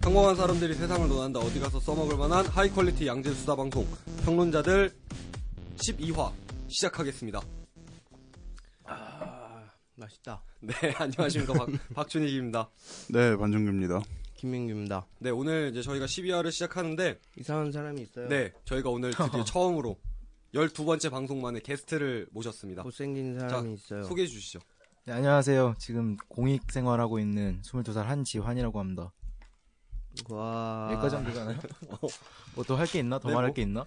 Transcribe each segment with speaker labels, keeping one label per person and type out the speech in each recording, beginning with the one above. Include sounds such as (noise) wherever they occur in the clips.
Speaker 1: 평범한 사람들이 세상을 논한다 어디 가서 써먹을 만한 하이 퀄리티 양질 수다 방송 평론자들 12화 시작하겠습니다. (laughs)
Speaker 2: 맛있다.
Speaker 1: 네 안녕하십니까
Speaker 2: (laughs)
Speaker 1: 박, 박준익입니다.
Speaker 3: 네, 반정규입니다.
Speaker 2: 김민규입니다.
Speaker 1: 네 오늘 이제 저희가 12화를 시작하는데
Speaker 2: 이상한 사람이 있어요.
Speaker 1: 네 저희가 오늘
Speaker 2: (laughs)
Speaker 1: 드디어 처음으로 12번째 방송 만에 게스트를 모셨습니다.
Speaker 2: 못생긴 사람이 있어요.
Speaker 1: 소개해 주시죠.
Speaker 4: 네, 안녕하세요. 지금 공익 생활하고 있는 22살 한지환이라고 합니다.
Speaker 2: 와.
Speaker 4: 여기까지 하면 되잖아요. 뭐 더 할 게 있나? 더
Speaker 1: 어. 네,
Speaker 4: 말할
Speaker 1: 뭐-
Speaker 4: 게 있나?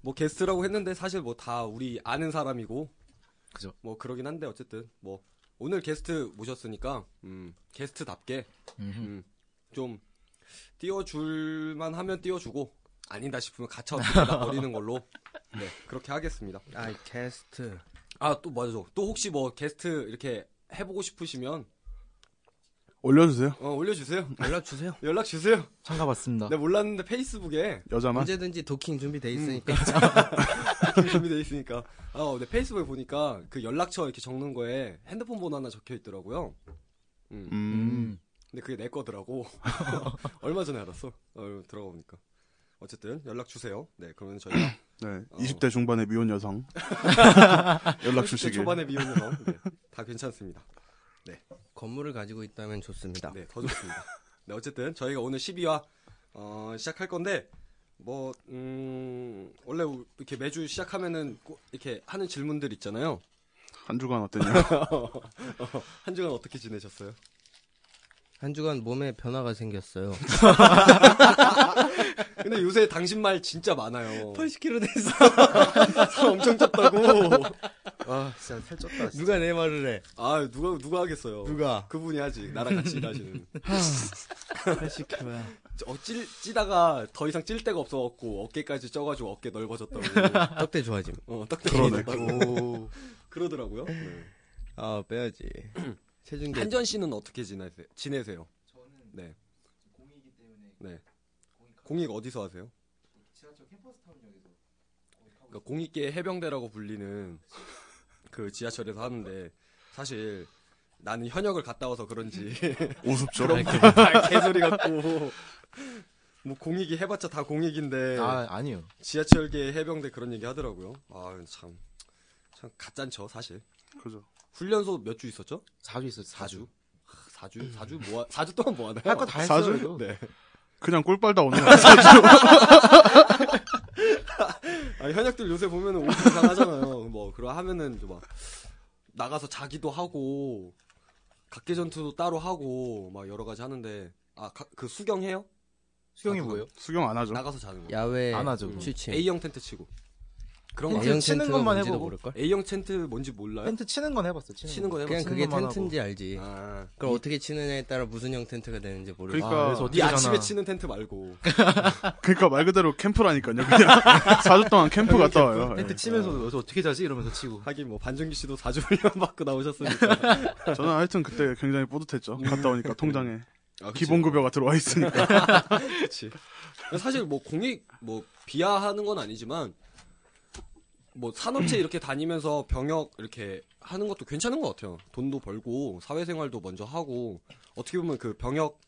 Speaker 1: 뭐 게스트라고 했는데 사실 뭐 다 우리 아는 사람이고
Speaker 4: 그죠.
Speaker 1: 뭐 그러긴 한데 어쨌든 뭐 오늘 게스트 모셨으니까 음, 게스트답게
Speaker 4: 음흠.
Speaker 1: 음, 좀 띄워줄만 하면 띄워주고 아니다 싶으면 가차
Speaker 4: (laughs)
Speaker 1: 없이 버리는 걸로 네 그렇게 하겠습니다.
Speaker 2: 아, 게스트.
Speaker 1: 아 또 맞아 또 혹시 뭐 게스트 이렇게 해보고 싶으시면
Speaker 3: 올려주세요.
Speaker 1: 어, 올려주세요.
Speaker 2: 연락 주세요.
Speaker 1: 연락 주세요.
Speaker 4: 참가 받습니다.
Speaker 1: 네 몰랐는데 페이스북에
Speaker 3: 여자만.
Speaker 2: 언제든지 도킹 준비돼 있으니까.
Speaker 1: 준비돼 있으니까. 어, 네 페이스북에 보니까 그 연락처 이렇게 적는 거에 핸드폰 번호 하나 적혀 있더라고요. 음.
Speaker 3: 음.
Speaker 4: 음.
Speaker 1: 근데 그게 내 거더라고. (laughs) 얼마 전에 알았어. 어, 들어가 보니까. 어쨌든 연락 주세요. 네, 그러면
Speaker 3: (clears throat)
Speaker 1: 저희가
Speaker 3: 네,
Speaker 1: 어.
Speaker 3: 20대 중반의
Speaker 1: (laughs)
Speaker 3: 미혼 여성. 연락
Speaker 1: 30대
Speaker 3: 주시길.
Speaker 1: 초반에 미운 여성. 네, 다 괜찮습니다.
Speaker 2: (laughs) 건물을 가지고 있다면
Speaker 3: 아.
Speaker 2: 좋습니다.
Speaker 1: 네, 더 좋습니다. 네, 어쨌든 저희가 오늘 12화 어, 시작할 건데 뭐 음, 원래 우- 이렇게 매주 시작하면은 꼭 이렇게 하는 질문들 있잖아요. (laughs)
Speaker 3: 한 주간 어땠냐?
Speaker 1: 한 주간 어떻게 지내셨어요?
Speaker 2: 한 주간 몸에 변화가 생겼어요.
Speaker 1: 근데 요새 당신 말 진짜 많아요.
Speaker 2: 80kg (laughs) 됐어.
Speaker 1: 살 (laughs) 엄청 쪘다고.
Speaker 2: 아, 진짜 살쪘다. 누가 내 말을 해?
Speaker 1: 아, 누가 누가 하겠어요.
Speaker 2: 누가?
Speaker 1: 그분이 하지. 나랑 같이 일하시는.
Speaker 4: 80kg야.
Speaker 1: 어, 찔, 찌다가 더 이상 찔 데가 없어갖고 어깨까지 쪄가지고 어깨 넓어졌다고.
Speaker 2: (laughs) 떡대 좋아짐.
Speaker 1: 어,
Speaker 3: 그러네.
Speaker 1: 딱딱해졌다고. 그러더라고요. 네.
Speaker 2: 아, 빼야지. (clears throat) 체중계.
Speaker 1: 한전 씨는 어떻게 지내세요? 지내세요? 네. 저는 네. 공익이기 때문에 네. 공익 어디서 하세요? 지하철 캠퍼스타운역에서. 그러니까 공익계 해병대라고 (laughs) 불리는 그 지하철에서 하는데 사실 나는 현역을 갔다 와서 (laughs) 그런지
Speaker 3: 우습죠?
Speaker 1: 그런 말 개소리 같고 뭐 공익이 해봤자 다 공익인데
Speaker 4: 아, 아니요.
Speaker 1: 지하철계 해병대 그런 얘기 하더라고요. 아참참 가짠죠 사실.
Speaker 3: 그죠.
Speaker 1: 훈련소 몇 주 있었죠?
Speaker 4: 4주 있어요.
Speaker 1: 4주. 4주? 4주 뭐, 4주 동안 뭐 하나요?
Speaker 4: 할거 다
Speaker 3: 사주?
Speaker 4: 했어요. 네.
Speaker 3: 그냥 꿀 빨다 오는
Speaker 1: 네.
Speaker 3: 거 아니야?
Speaker 1: 아니, 현역들 요새 보면은 옷 이상 하잖아요. (laughs) 뭐, 그러 하면은 이제 막, 나가서 자기도 하고, 각계전투도 따로 하고, 막 여러 가지 하는데, 아, 가- 그 수경해요? 아,
Speaker 4: 수경이 뭐예요?
Speaker 3: 수경 안 하죠.
Speaker 1: 나가서 자는 거.
Speaker 2: 야외
Speaker 4: 안 하죠.
Speaker 2: 취침.
Speaker 1: A형 텐트 치고. 그런 거.
Speaker 4: 텐트
Speaker 1: 아니에요?
Speaker 2: A형
Speaker 4: 치는
Speaker 2: 텐트가
Speaker 4: 것만
Speaker 2: 뭔지도
Speaker 4: 해보고.
Speaker 2: 모를걸?
Speaker 1: A형 텐트 뭔지 몰라요?
Speaker 4: 텐트 치는 건 해봤어요. 치는,
Speaker 1: 치는 건
Speaker 2: 그냥
Speaker 1: 해봤어요.
Speaker 2: 그게
Speaker 4: 것만
Speaker 2: 텐트인지 알지.
Speaker 1: 아,
Speaker 2: 그럼 어떻게 치느냐에 따라 무슨 형 텐트가 되는지 모르겠어.
Speaker 3: 그러니까-
Speaker 4: 아, 그래서
Speaker 1: 네
Speaker 4: 어떻게
Speaker 1: 아침에
Speaker 4: 되잖아.
Speaker 1: 치는 텐트 말고.
Speaker 3: 그러니까 말 그대로 캠프라니까요. 그냥 (laughs) 4주 동안
Speaker 1: 네,
Speaker 3: 캠프 갔다 와요. 예.
Speaker 4: 텐트 치면서 여기서 어떻게 자지? 이러면서 치고.
Speaker 1: 하긴 뭐, 반정기 씨도 4주 훈련 받고 나오셨으니까.
Speaker 3: 예. 저는 하여튼 그때 굉장히 뿌듯했죠. 갔다 오니까 통장에
Speaker 1: 음. 네. 아, 그치.
Speaker 3: (laughs) 기본급여가 들어와
Speaker 1: (laughs)
Speaker 3: 있으니까.
Speaker 1: 그치. 사실 뭐 공익 뭐 비하하는 건 아니지만 뭐 산업체 이렇게 다니면서 병역 이렇게 하는 것도 괜찮은 것 같아요. 돈도 벌고 사회생활도 먼저 하고 어떻게 보면 그 병역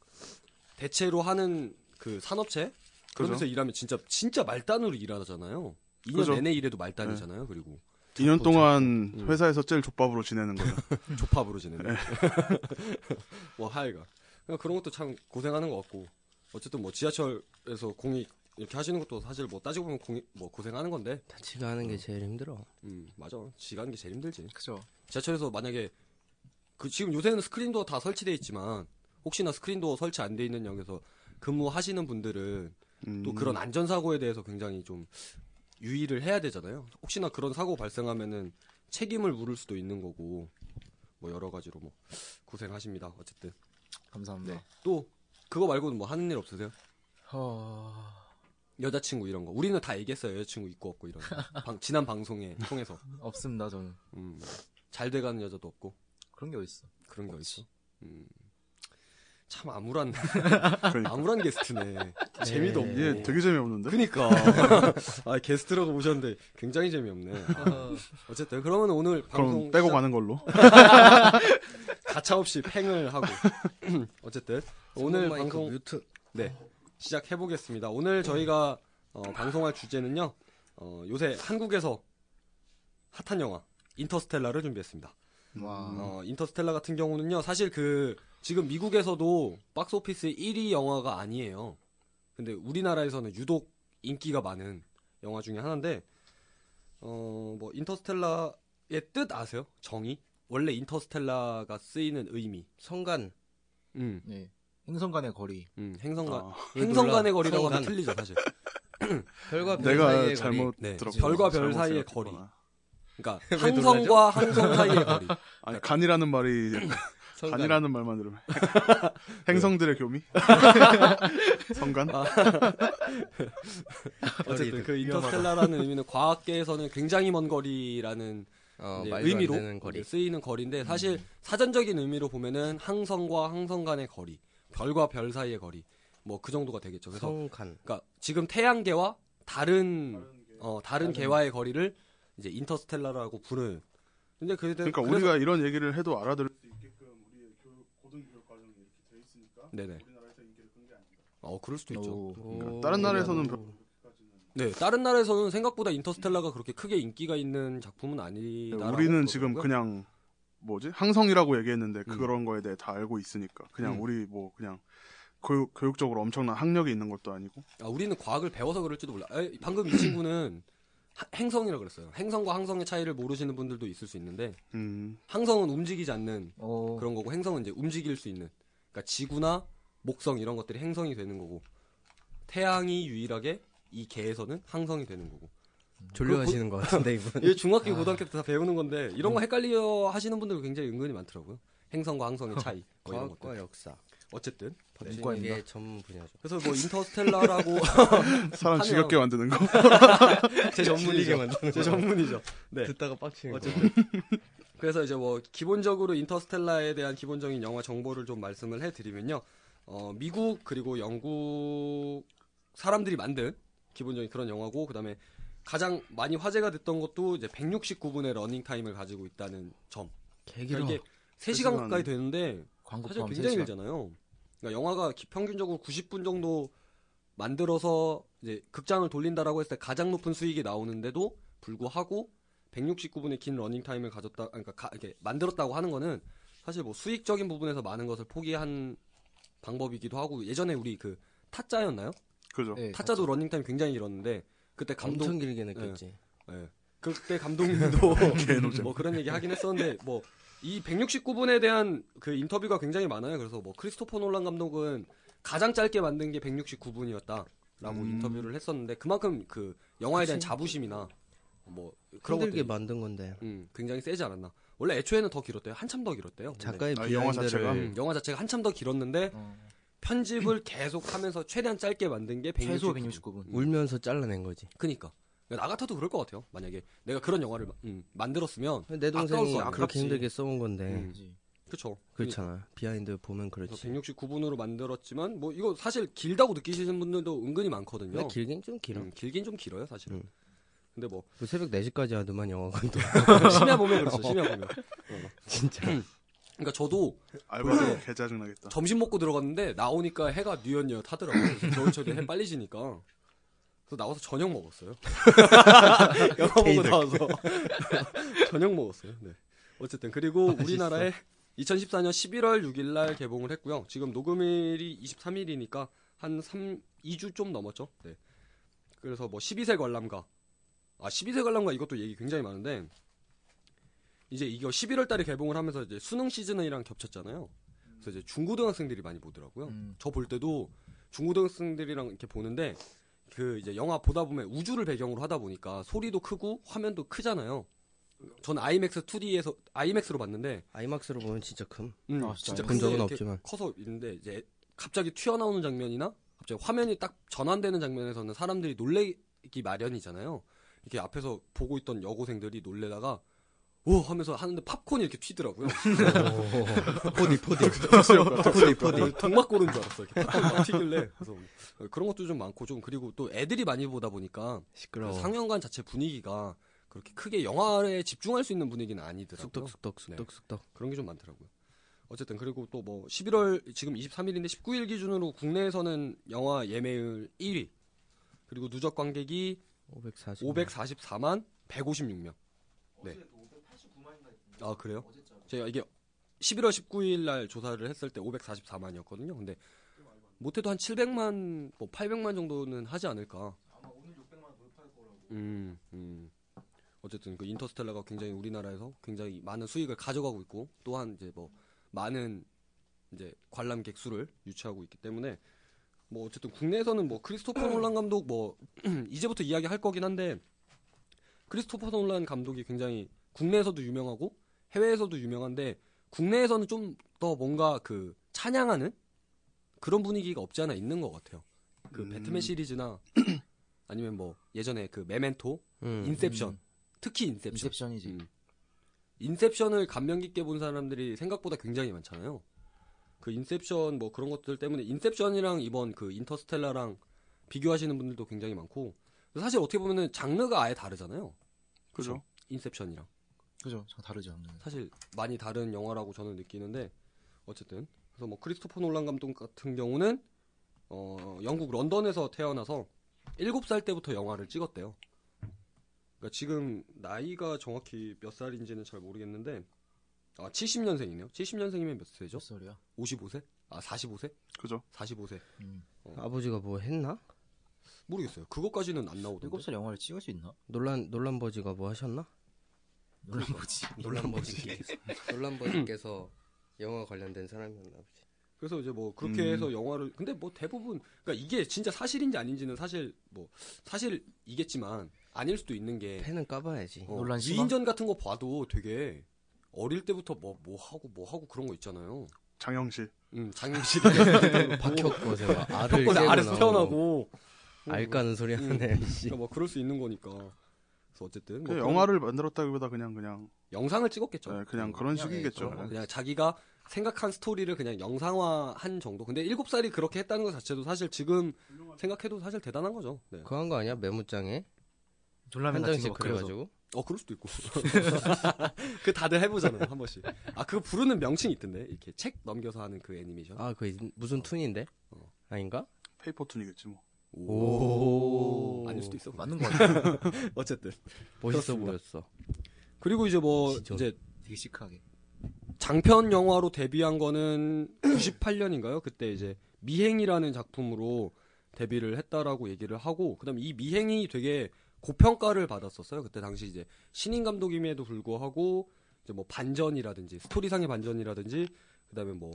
Speaker 1: 대체로 하는 그 산업체 그런
Speaker 3: 그죠.
Speaker 1: 데서 일하면 진짜 진짜 말단으로 일하잖아요. 2년
Speaker 3: 그죠.
Speaker 1: 내내 일해도 말단이잖아요. 그리고
Speaker 3: 2년 동안
Speaker 1: 음.
Speaker 3: 회사에서 제일 족밥으로 지내는 거죠.
Speaker 1: 조팝으로 지내는 (laughs) 뭐 하여가 그런 것도 참 고생하는 것 같고 어쨌든 뭐 지하철에서 공익 이렇게 하시는 것도 사실 뭐 따지고 보면 공익 뭐 고생하는 건데
Speaker 2: 자취가 하는 아, 게 제일 힘들어.
Speaker 1: 음 맞아 지가는 게 제일 힘들지
Speaker 4: 그죠.
Speaker 1: 지하철에서 만약에 그 지금 요새는 스크린도어 다 설치돼 있지만 혹시나 스크린도어 설치 안 돼 있는 역에서 근무하시는 분들은
Speaker 3: 음.
Speaker 1: 또 그런 안전사고에 대해서 굉장히 좀 유의를 해야 되잖아요. 혹시나 그런 사고 발생하면은 책임을 물을 수도 있는 거고 뭐 여러 가지로 뭐 고생하십니다. 어쨌든
Speaker 4: 감사합니다.
Speaker 1: 네. 또 그거 말고는 뭐 하는 일 없으세요?
Speaker 4: 허...
Speaker 1: 여자친구 이런 거 우리는 다 얘기했어요. 여자친구 있고 없고 이런
Speaker 3: (laughs)
Speaker 1: 거. 방- 지난 방송에 통해서
Speaker 4: 없습니다, 저는.
Speaker 1: 음, 잘 돼가는 여자도 없고
Speaker 4: 그런 게 어딨어.
Speaker 1: 그런 게
Speaker 4: 없지.
Speaker 1: 있어. 음. 참 암울한
Speaker 3: (laughs) 그러니까. 네,
Speaker 1: 암울한 게스트네. 재미도 없고.
Speaker 3: 얘 되게 재미없는데?
Speaker 1: 네. 그니까. (laughs) 아, 게스트라고 보셨는데 굉장히 재미없네. 아, 어쨌든, 그러면 오늘 방송.
Speaker 3: 그럼 빼고
Speaker 1: 시작-
Speaker 3: 가는 걸로. (laughs)
Speaker 1: 가차없이 팽을 하고. 어쨌든, 오늘
Speaker 2: 마이크
Speaker 1: 방송.
Speaker 2: 뮤트.
Speaker 1: 네, 시작해 보겠습니다. 오늘 저희가 어, 방송할 주제는요. 어, 요새 한국에서 핫한 영화 인터스텔라를 준비했습니다.
Speaker 2: 와.
Speaker 1: 어, 인터스텔라 같은 경우는요, 사실 그, 지금 미국에서도 박스오피스 1위 영화가 아니에요. 근데 우리나라에서는 유독 인기가 많은 영화 중에 하나인데, 어, 뭐, 인터스텔라의 뜻 아세요? 정의? 원래 인터스텔라가 쓰이는 의미.
Speaker 2: 성간.
Speaker 1: 음,
Speaker 4: 네. 행성간의 거리.
Speaker 1: 음, 행성간.
Speaker 3: 아,
Speaker 1: 행성간의 거리라고 하면
Speaker 2: 성간.
Speaker 1: 틀리죠, 사실.
Speaker 2: 별과 별
Speaker 3: 내가
Speaker 2: 사이의
Speaker 3: 잘못
Speaker 1: 네.
Speaker 3: 들었고
Speaker 1: 별과 별
Speaker 3: 잘못
Speaker 1: 사이의
Speaker 3: 생각했구나.
Speaker 1: 거리. (laughs) 그러니까,
Speaker 2: 왜
Speaker 1: 항성과 항성 사이의 (laughs) 거리.
Speaker 3: 아니 간이라는 말이
Speaker 2: 거리. 성간.
Speaker 3: 간이라는 말만 들으면 네. 행성들의 교미 성간
Speaker 1: 아. 어쨌든 그 인터스텔라라는 의미는 과학계에서는 굉장히 먼 거리라는
Speaker 2: 어,
Speaker 1: 이제
Speaker 2: 말도
Speaker 1: 네, 의미로
Speaker 2: 안 되는 거리.
Speaker 1: 이제 쓰이는 거리인데 사실 사전적인 의미로 보면은 항성과 항성 간의 거리, 별과 별 사이의 거리, 뭐 그 정도가 되겠죠. 그래서
Speaker 2: 성간.
Speaker 1: 그러니까 지금 태양계와 다른 어 다른 계와의 거리를 이제 인터스텔라라고 부르는. 근데 그때
Speaker 3: 그러니까
Speaker 1: 그래서-
Speaker 3: 우리가 이런 얘기를 해도 알아들을
Speaker 1: 네네. 어 그럴 수도 있죠. 음.
Speaker 4: 오.
Speaker 2: 오.
Speaker 3: 다른 나라에서는 별-
Speaker 1: 네 다른 나라에서는 생각보다 인터스텔라가 그렇게 크게 인기가 있는 작품은 아니다.
Speaker 3: 우리는 지금 그냥 뭐지 항성이라고 얘기했는데 그런 거에 대해 다 알고 있으니까 그냥
Speaker 1: 음.
Speaker 3: 우리 뭐 그냥 교육, 교육적으로 엄청난 학력이 있는 것도 아니고
Speaker 1: 아, 우리는 과학을 배워서 그럴지도 몰라. 에, 방금 이 친구는 (clears throat) 하- 행성이라 그랬어요. 행성과 항성의 차이를 모르시는 분들도 있을 수 있는데
Speaker 3: 음,
Speaker 1: 항성은 움직이지 않는
Speaker 4: 어,
Speaker 1: 그런 거고 행성은 이제 움직일 수 있는. 그러니까 지구나 목성 이런 것들이 행성이 되는 거고 태양이 유일하게 이 개에서는 항성이 되는 거고. (laughs) 그
Speaker 2: 졸려하시는 것 같은데 이분.
Speaker 1: 이게 중학교 고등학교 때 다 배우는 건데 이런
Speaker 2: 음.
Speaker 1: 거 헷갈려 하시는 분들 굉장히 은근히 많더라고요. 행성과 항성의
Speaker 2: (laughs)
Speaker 1: 차이 뭐 이런 것들.
Speaker 2: 과학과 역사.
Speaker 1: 어쨌든
Speaker 4: 문과입니다.
Speaker 2: 네, 이게 전문 분야죠.
Speaker 1: 그래서 뭐
Speaker 2: (laughs)
Speaker 1: 인터스텔라라고 (laughs)
Speaker 3: 사람
Speaker 1: 하면-
Speaker 3: 지겹게 만드는
Speaker 1: (laughs)
Speaker 3: 거 (laughs)
Speaker 1: 제
Speaker 2: 질리게
Speaker 1: 전문이죠.
Speaker 2: 만드는
Speaker 1: 제
Speaker 2: 거야.
Speaker 1: 전문이죠. 네.
Speaker 2: 듣다가 빡치는 거.
Speaker 1: 어쨌든 그래서 이제 뭐 기본적으로 인터스텔라에 대한 기본적인 영화 정보를 좀 말씀을 해드리면요. 어, 미국 그리고 영국 사람들이 만든 기본적인 그런 영화고 그다음에 가장 많이 화제가 됐던 것도 이제 169분의 러닝 타임을 가지고 있다는 점.
Speaker 2: 개기로.
Speaker 1: 그러니까 이게 3시간
Speaker 3: 그래서
Speaker 1: 가까이 되는데
Speaker 4: 광고
Speaker 1: 사실
Speaker 4: 포함
Speaker 1: 굉장히
Speaker 4: 3시간.
Speaker 1: 길잖아요. 그러니까 영화가 기- 평균적으로 90분 정도 만들어서 이제 극장을 돌린다라고 했을 때 가장 높은 수익이 나오는데도 불구하고 169분의 긴 러닝 타임을 가졌다, 아니, 그러니까 가- 이렇게 만들었다고 하는 거는 사실 뭐 수익적인 부분에서 많은 것을 포기한 방법이기도 하고 예전에 우리 그 타짜였나요?
Speaker 3: 그죠
Speaker 4: 네,
Speaker 1: 타짜도 러닝 타임 굉장히 길었는데 그때 감독
Speaker 2: 엄청 길게 느꼈지.
Speaker 1: 예. 그때 감독님도
Speaker 3: 개노잼.
Speaker 1: 뭐 그런 얘기 하긴 했었는데 뭐 이 169분에 대한 그 인터뷰가 굉장히 많아요. 그래서 뭐 크리스토퍼 놀란 감독은 가장 짧게 만든 게 169분이었다라고
Speaker 3: 음.
Speaker 1: 인터뷰를 했었는데 그만큼 그 영화에 대한 자부심이나 뭐 그런
Speaker 2: 힘들게
Speaker 1: 것들이
Speaker 2: 만든 건데.
Speaker 1: 음, 굉장히 세지 않았나. 원래 애초에는 더 길었대요. 한참 더 길었대요. 근데
Speaker 2: 작가의
Speaker 3: 아,
Speaker 2: 비하인드를
Speaker 3: 영화 자체가?
Speaker 1: 음, 영화 자체가 한참 더 길었는데
Speaker 4: 어,
Speaker 1: 편집을 계속 하면서 최대한 짧게 만든 게 169분.
Speaker 4: 최소 169분.
Speaker 2: 울면서 잘라낸 거지.
Speaker 1: 그니까 나 같아도 그럴 것 같아요. 만약에 내가 그런 영화를 마- 음, 만들었으면
Speaker 2: 내
Speaker 1: 아까울
Speaker 2: 동생이
Speaker 1: 거 아니야.
Speaker 2: 그렇게
Speaker 1: 아깝지.
Speaker 2: 힘들게 써온 건데.
Speaker 1: 음. 그렇죠.
Speaker 2: 그렇잖아. 비하인드 보면 그렇지.
Speaker 1: 169분으로 만들었지만 뭐 이거 사실 길다고 느끼시는 분들도 은근히 많거든요.
Speaker 2: 근데 네, 길긴 좀 길어.
Speaker 1: 음, 길긴 좀 길어요 사실은.
Speaker 2: 음.
Speaker 1: 근데 뭐
Speaker 2: 뭐 새벽 4시까지 하더만 영화관도.
Speaker 1: 심야 보면
Speaker 2: (laughs)
Speaker 1: 그렇죠. 심야 보면. 어.
Speaker 2: 진짜.
Speaker 1: 그러니까 저도
Speaker 3: 알바도 개 짜증나겠다
Speaker 1: 점심 먹고 들어갔는데 나오니까 해가 뉘엿뉘엿 하더라고요. 겨울철에 해 빨리 지니까. 그래서 나와서 저녁
Speaker 2: (laughs)
Speaker 1: 먹었어요. 영화 보고 나와서 (laughs) 저녁 먹었어요. 네. 어쨌든 그리고 우리나라에 2014년 11월 6일 날 개봉을 했고요. 지금 녹음일이 23일이니까 한 3, 2주 좀 넘었죠. 네. 그래서 뭐 12세 관람가. 아, 12세 관람가 이것도 얘기 굉장히 많은데 이제 이거 11월 달에 개봉을 하면서 이제 수능 시즌이랑 겹쳤잖아요. 그래서 이제 중고등학생들이 많이 보더라고요.
Speaker 4: 음.
Speaker 1: 저 볼 때도 중고등학생들이랑 이렇게 보는데 그 이제 영화 보다 보면 우주를 배경으로 하다 보니까 소리도 크고 화면도 크잖아요. 전 아이맥스 2D에서 (laughs) 아이맥스로 봤는데
Speaker 2: 아이막스로 보면 진짜 큼.
Speaker 1: 음,
Speaker 4: 아, 진짜요?
Speaker 2: 본 적은
Speaker 1: 큰데 이렇게
Speaker 2: 없지만.
Speaker 1: 커서 있는데 이제 갑자기 튀어나오는 장면이나 갑자기 화면이 딱 전환되는 장면에서는 사람들이 놀래기 마련이잖아요. 이렇게 앞에서 보고 있던 여고생들이 놀래다가 오 하면서 하는데 팝콘이 이렇게 튀더라고요. (laughs)
Speaker 2: 포디 포디.
Speaker 1: 포디 포디 동막고른 줄 알았어. 이렇게 팝콘 막 튀길래 그래서 그런 것도 좀 많고 좀 그리고 또 애들이 많이 보다 보니까
Speaker 2: 시끄러워.
Speaker 1: 그 상영관 자체 분위기가 그렇게 크게 영화에 집중할 수 있는 분위기는 아니더라고요.
Speaker 2: 쑥덕쑥덕 쑥덕쑥덕.
Speaker 1: 그런 게 좀 많더라고요. 어쨌든 그리고 또 뭐 11월 지금 23일인데 19일 기준으로 국내에서는 영화 예매율 1위 그리고 누적 관객이
Speaker 2: 540.
Speaker 1: 544만 156명. 네. 아 그래요? 제가 이게 11월 19일 날 조사를 했을 때 544만이었거든요. 근데 못해도 한 700만, 뭐 800만 정도는 하지 않을까. 음, 음. 어쨌든 그 인터스텔라가 굉장히 우리나라에서 굉장히 많은 수익을 가져가고 있고 또한 이제 뭐 많은 이제 관람객 수를 유치하고 있기 때문에 뭐 어쨌든 국내에서는 뭐 크리스토퍼 놀란 감독 뭐 이제부터 이야기할 거긴 한데 크리스토퍼 놀란 감독이 굉장히 국내에서도 유명하고 해외에서도 유명한데 국내에서는 좀 더 뭔가 그 찬양하는 그런 분위기가 없지 않아 있는 것 같아요. 그
Speaker 3: 음.
Speaker 1: 배트맨 시리즈나 아니면 뭐 예전에 그 메멘토,
Speaker 2: 음.
Speaker 1: 인셉션
Speaker 4: 음.
Speaker 1: 특히 인셉션.
Speaker 4: 인셉션이지.
Speaker 1: 음. 인셉션을 감명 깊게 본 사람들이 생각보다 굉장히 많잖아요. 그 인셉션 뭐 그런 것들 때문에 인셉션이랑 이번 그 인터스텔라랑 비교하시는 분들도 굉장히 많고 사실 어떻게 보면은 장르가 아예 다르잖아요.
Speaker 3: 그죠?
Speaker 1: 인셉션이랑
Speaker 4: 그죠? 저 다르죠. 음.
Speaker 1: 사실 많이 다른 영화라고 저는 느끼는데 어쨌든 그래서 뭐 크리스토퍼 놀란 감독 같은 경우는 어 영국 런던에서 태어나서 7살 때부터 영화를 찍었대요. 그러니까 지금 나이가 정확히 몇 살인지는 잘 모르겠는데 아 70년생이네요. 70년생이면 몇 세죠?
Speaker 4: 몇 소리야?
Speaker 1: 55세? 아 45세?
Speaker 3: 그죠?
Speaker 1: 45세.
Speaker 4: 음.
Speaker 2: 아버지가 뭐 했나?
Speaker 1: 모르겠어요. 그것까지는 안 나오던데.
Speaker 4: 7살 영화를 찍을 수 있나?
Speaker 2: 놀란 놀란 버지가 뭐 하셨나?
Speaker 1: 그러니까.
Speaker 4: 놀란
Speaker 1: (laughs)
Speaker 4: 거지.
Speaker 2: 놀란 (laughs) 버지. 놀란 버지께서 영화 관련된 사람이었나 보지.
Speaker 1: 그래서 이제 뭐 그렇게
Speaker 3: 음.
Speaker 1: 해서 영화를 근데 뭐 대부분 그러니까 이게 진짜 사실인지 아닌지는 사실 뭐 사실이겠지만 아닐 수도 있는 게
Speaker 2: 팬은 까봐야지.
Speaker 1: 네. 어,
Speaker 4: 논란 심화?
Speaker 1: 위인전 같은 거 봐도 되게 어릴 때부터 뭐 뭐 하고 뭐 하고 그런 거 있잖아요.
Speaker 3: 장영실.
Speaker 1: 음, 장영실이 (laughs) 그런 거 보고
Speaker 2: 박혔고 제가 아들
Speaker 1: 벚꽃에
Speaker 2: 깨고
Speaker 1: 아래서
Speaker 2: 나오고
Speaker 1: 태어나고
Speaker 2: 알까는 소리
Speaker 1: 음.
Speaker 2: 하네. 씨.
Speaker 1: 그러니까 뭐 그럴 수 있는 거니까. 그래서 어쨌든 뭐
Speaker 3: 그
Speaker 1: 그런-
Speaker 3: 영화를 만들었다기보다 그냥 그냥
Speaker 1: 영상을 찍었겠죠.
Speaker 3: 네, 그냥
Speaker 1: 음.
Speaker 3: 그런
Speaker 4: 그냥
Speaker 3: 식이겠죠. 네.
Speaker 1: 어, 그냥 자기가 생각한 스토리를 그냥 영상화한 정도. 근데 일곱 살이 그렇게 했다는 것 자체도 사실 지금 생각해도 사실 대단한 거죠. 네.
Speaker 2: 그거 한 거 아니야? 메모장에 한
Speaker 4: 졸라맨 같은 거
Speaker 2: 장씩
Speaker 4: 막 그려서.
Speaker 2: 그려가지고.
Speaker 1: 어, 그럴 수도 있고. (laughs) 그 다들 해보잖아요, 한 번씩. 아, 그거 부르는 명칭 있던데. 이렇게 책 넘겨서 하는 그 애니메이션.
Speaker 2: 아, 그 무슨 툰인데?
Speaker 1: 어.
Speaker 2: 아닌가?
Speaker 3: 페이퍼툰이겠지 뭐.
Speaker 2: 오.
Speaker 1: 아닐 수도 있어.
Speaker 4: 맞는 거 같아.
Speaker 1: (laughs) 어쨌든.
Speaker 2: 멋있어
Speaker 1: 그렇습니다.
Speaker 2: 보였어.
Speaker 1: 그리고 이제 뭐
Speaker 2: 진짜.
Speaker 1: 이제
Speaker 4: 되게 시크하게.
Speaker 1: 장편 영화로 데뷔한 거는 (clears throat) 98년인가요? 그때 이제 미행이라는 작품으로 데뷔를 했다라고 얘기를 하고 그다음 이 미행이 되게 고평가를 받았었어요. 그때 당시 이제 신인 감독임에도 불구하고 이제 뭐 반전이라든지 스토리상의 반전이라든지 그다음에 뭐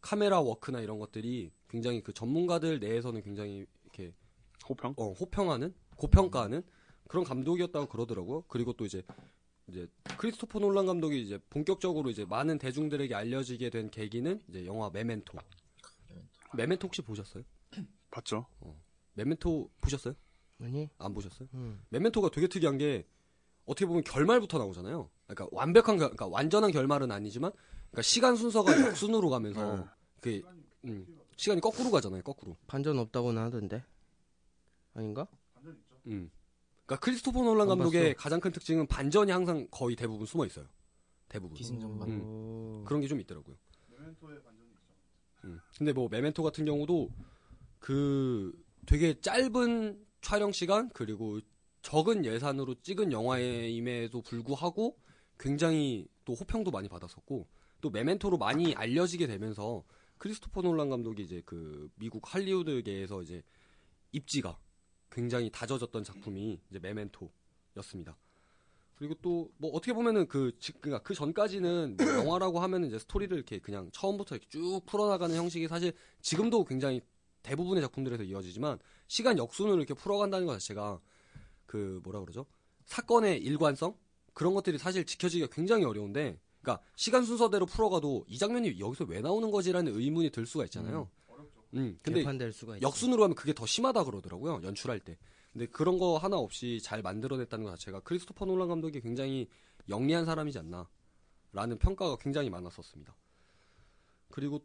Speaker 1: 카메라 워크나 이런 것들이 굉장히 그 전문가들 내에서는 굉장히 이렇게
Speaker 3: 호평?
Speaker 1: 어, 호평하는 고평가하는 그런 감독이었다고 그러더라고요. 그리고 또 이제 이제 크리스토퍼 놀란 감독이 이제 본격적으로 이제 많은 대중들에게 알려지게 된 계기는 이제 영화 메멘토. 메멘토 혹시 보셨어요?
Speaker 3: 봤죠?
Speaker 1: 메멘토 보셨어요?
Speaker 2: 아니?
Speaker 1: 안 보셨어요?
Speaker 2: 음.
Speaker 1: 메멘토가 되게 특이한 게 어떻게 보면 결말부터 나오잖아요. 그러니까 완벽한 결, 그러니까 완전한 결말은 아니지만 그러니까 시간 순서가 (coughs) 역순으로 가면서
Speaker 3: 네.
Speaker 1: 그 음, 시간이 거꾸로 가잖아요. 거꾸로.
Speaker 2: 반전 없다고는 하던데. 아닌가?
Speaker 1: 음. 그러니까 크리스토퍼 놀란
Speaker 2: 그렇죠. 안
Speaker 1: 감독의
Speaker 2: 봤어.
Speaker 1: 가장 큰 특징은 반전이 항상 거의 대부분 숨어 있어요. 대부분.
Speaker 4: 기승전만.
Speaker 1: 음.
Speaker 2: 오.
Speaker 1: 그런 게 좀 있더라고요. 음. 근데 뭐 메멘토 같은 경우도 그 되게 짧은 촬영 시간 그리고 적은 예산으로 찍은 영화임에도 불구하고 굉장히 또 호평도 많이 받았었고 또 메멘토로 많이 알려지게 되면서 크리스토퍼 놀란 감독이 이제 그 미국 할리우드계에서 이제 입지가 굉장히 다져졌던 작품이 이제 메멘토였습니다. 그리고 또 뭐 어떻게 보면은 그 즉- 그러니까 그 전까지는
Speaker 2: (clears throat)
Speaker 1: 뭐 영화라고 하면은 이제 스토리를 이렇게 그냥 처음부터 이렇게 쭉 풀어나가는 형식이 사실 지금도 굉장히 대부분의 작품들에서 이어지지만 시간 역순으로 이렇게 풀어간다는 것 자체가 그 뭐라 그러죠 사건의 일관성 그런 것들이 사실 지켜지기가 굉장히 어려운데 그러니까 시간 순서대로 풀어가도 이 장면이 여기서 왜 나오는 거지라는 의문이 들 수가 있잖아요. 음, 근데
Speaker 2: 개판될 수가 있지.
Speaker 1: 역순으로 하면 그게 더 심하다 그러더라고요 연출할 때 근데 그런 거 하나 없이 잘 만들어냈다는 것 자체가 크리스토퍼 놀란 감독이 굉장히 영리한 사람이지 않나 라는 평가가 굉장히 많았었습니다 그리고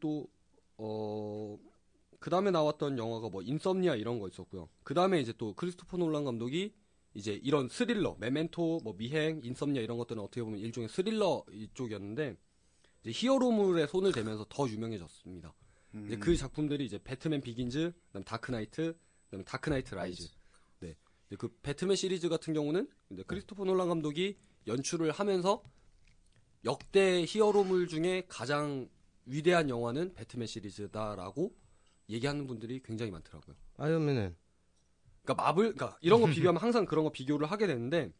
Speaker 1: 또어그 다음에 나왔던 영화가 뭐 인썸니아 이런 거 있었고요 그 다음에 이제 또 크리스토퍼 놀란 감독이 이제 이런 스릴러 메멘토 뭐 미행 인썸니아 이런 것들은 어떻게 보면 일종의 스릴러 이쪽이었는데 이제 히어로물에 손을 대면서 더 유명해졌습니다.
Speaker 3: 음.
Speaker 1: 이제 그 작품들이 이제 배트맨 비긴즈, 그다음 다크나이트, 그다음 다크나이트 라이즈. 네. 근데 그 배트맨 시리즈 같은 경우는 이제 크리스토퍼 놀란 감독이 연출을 하면서 역대 히어로물 중에 가장 위대한 영화는 배트맨 시리즈다라고 얘기하는 분들이 굉장히 많더라고요.
Speaker 2: 아이언맨은
Speaker 1: 그러니까 마블, 그러니까 이런 거 비교하면 항상 그런 거 비교를 하게 되는데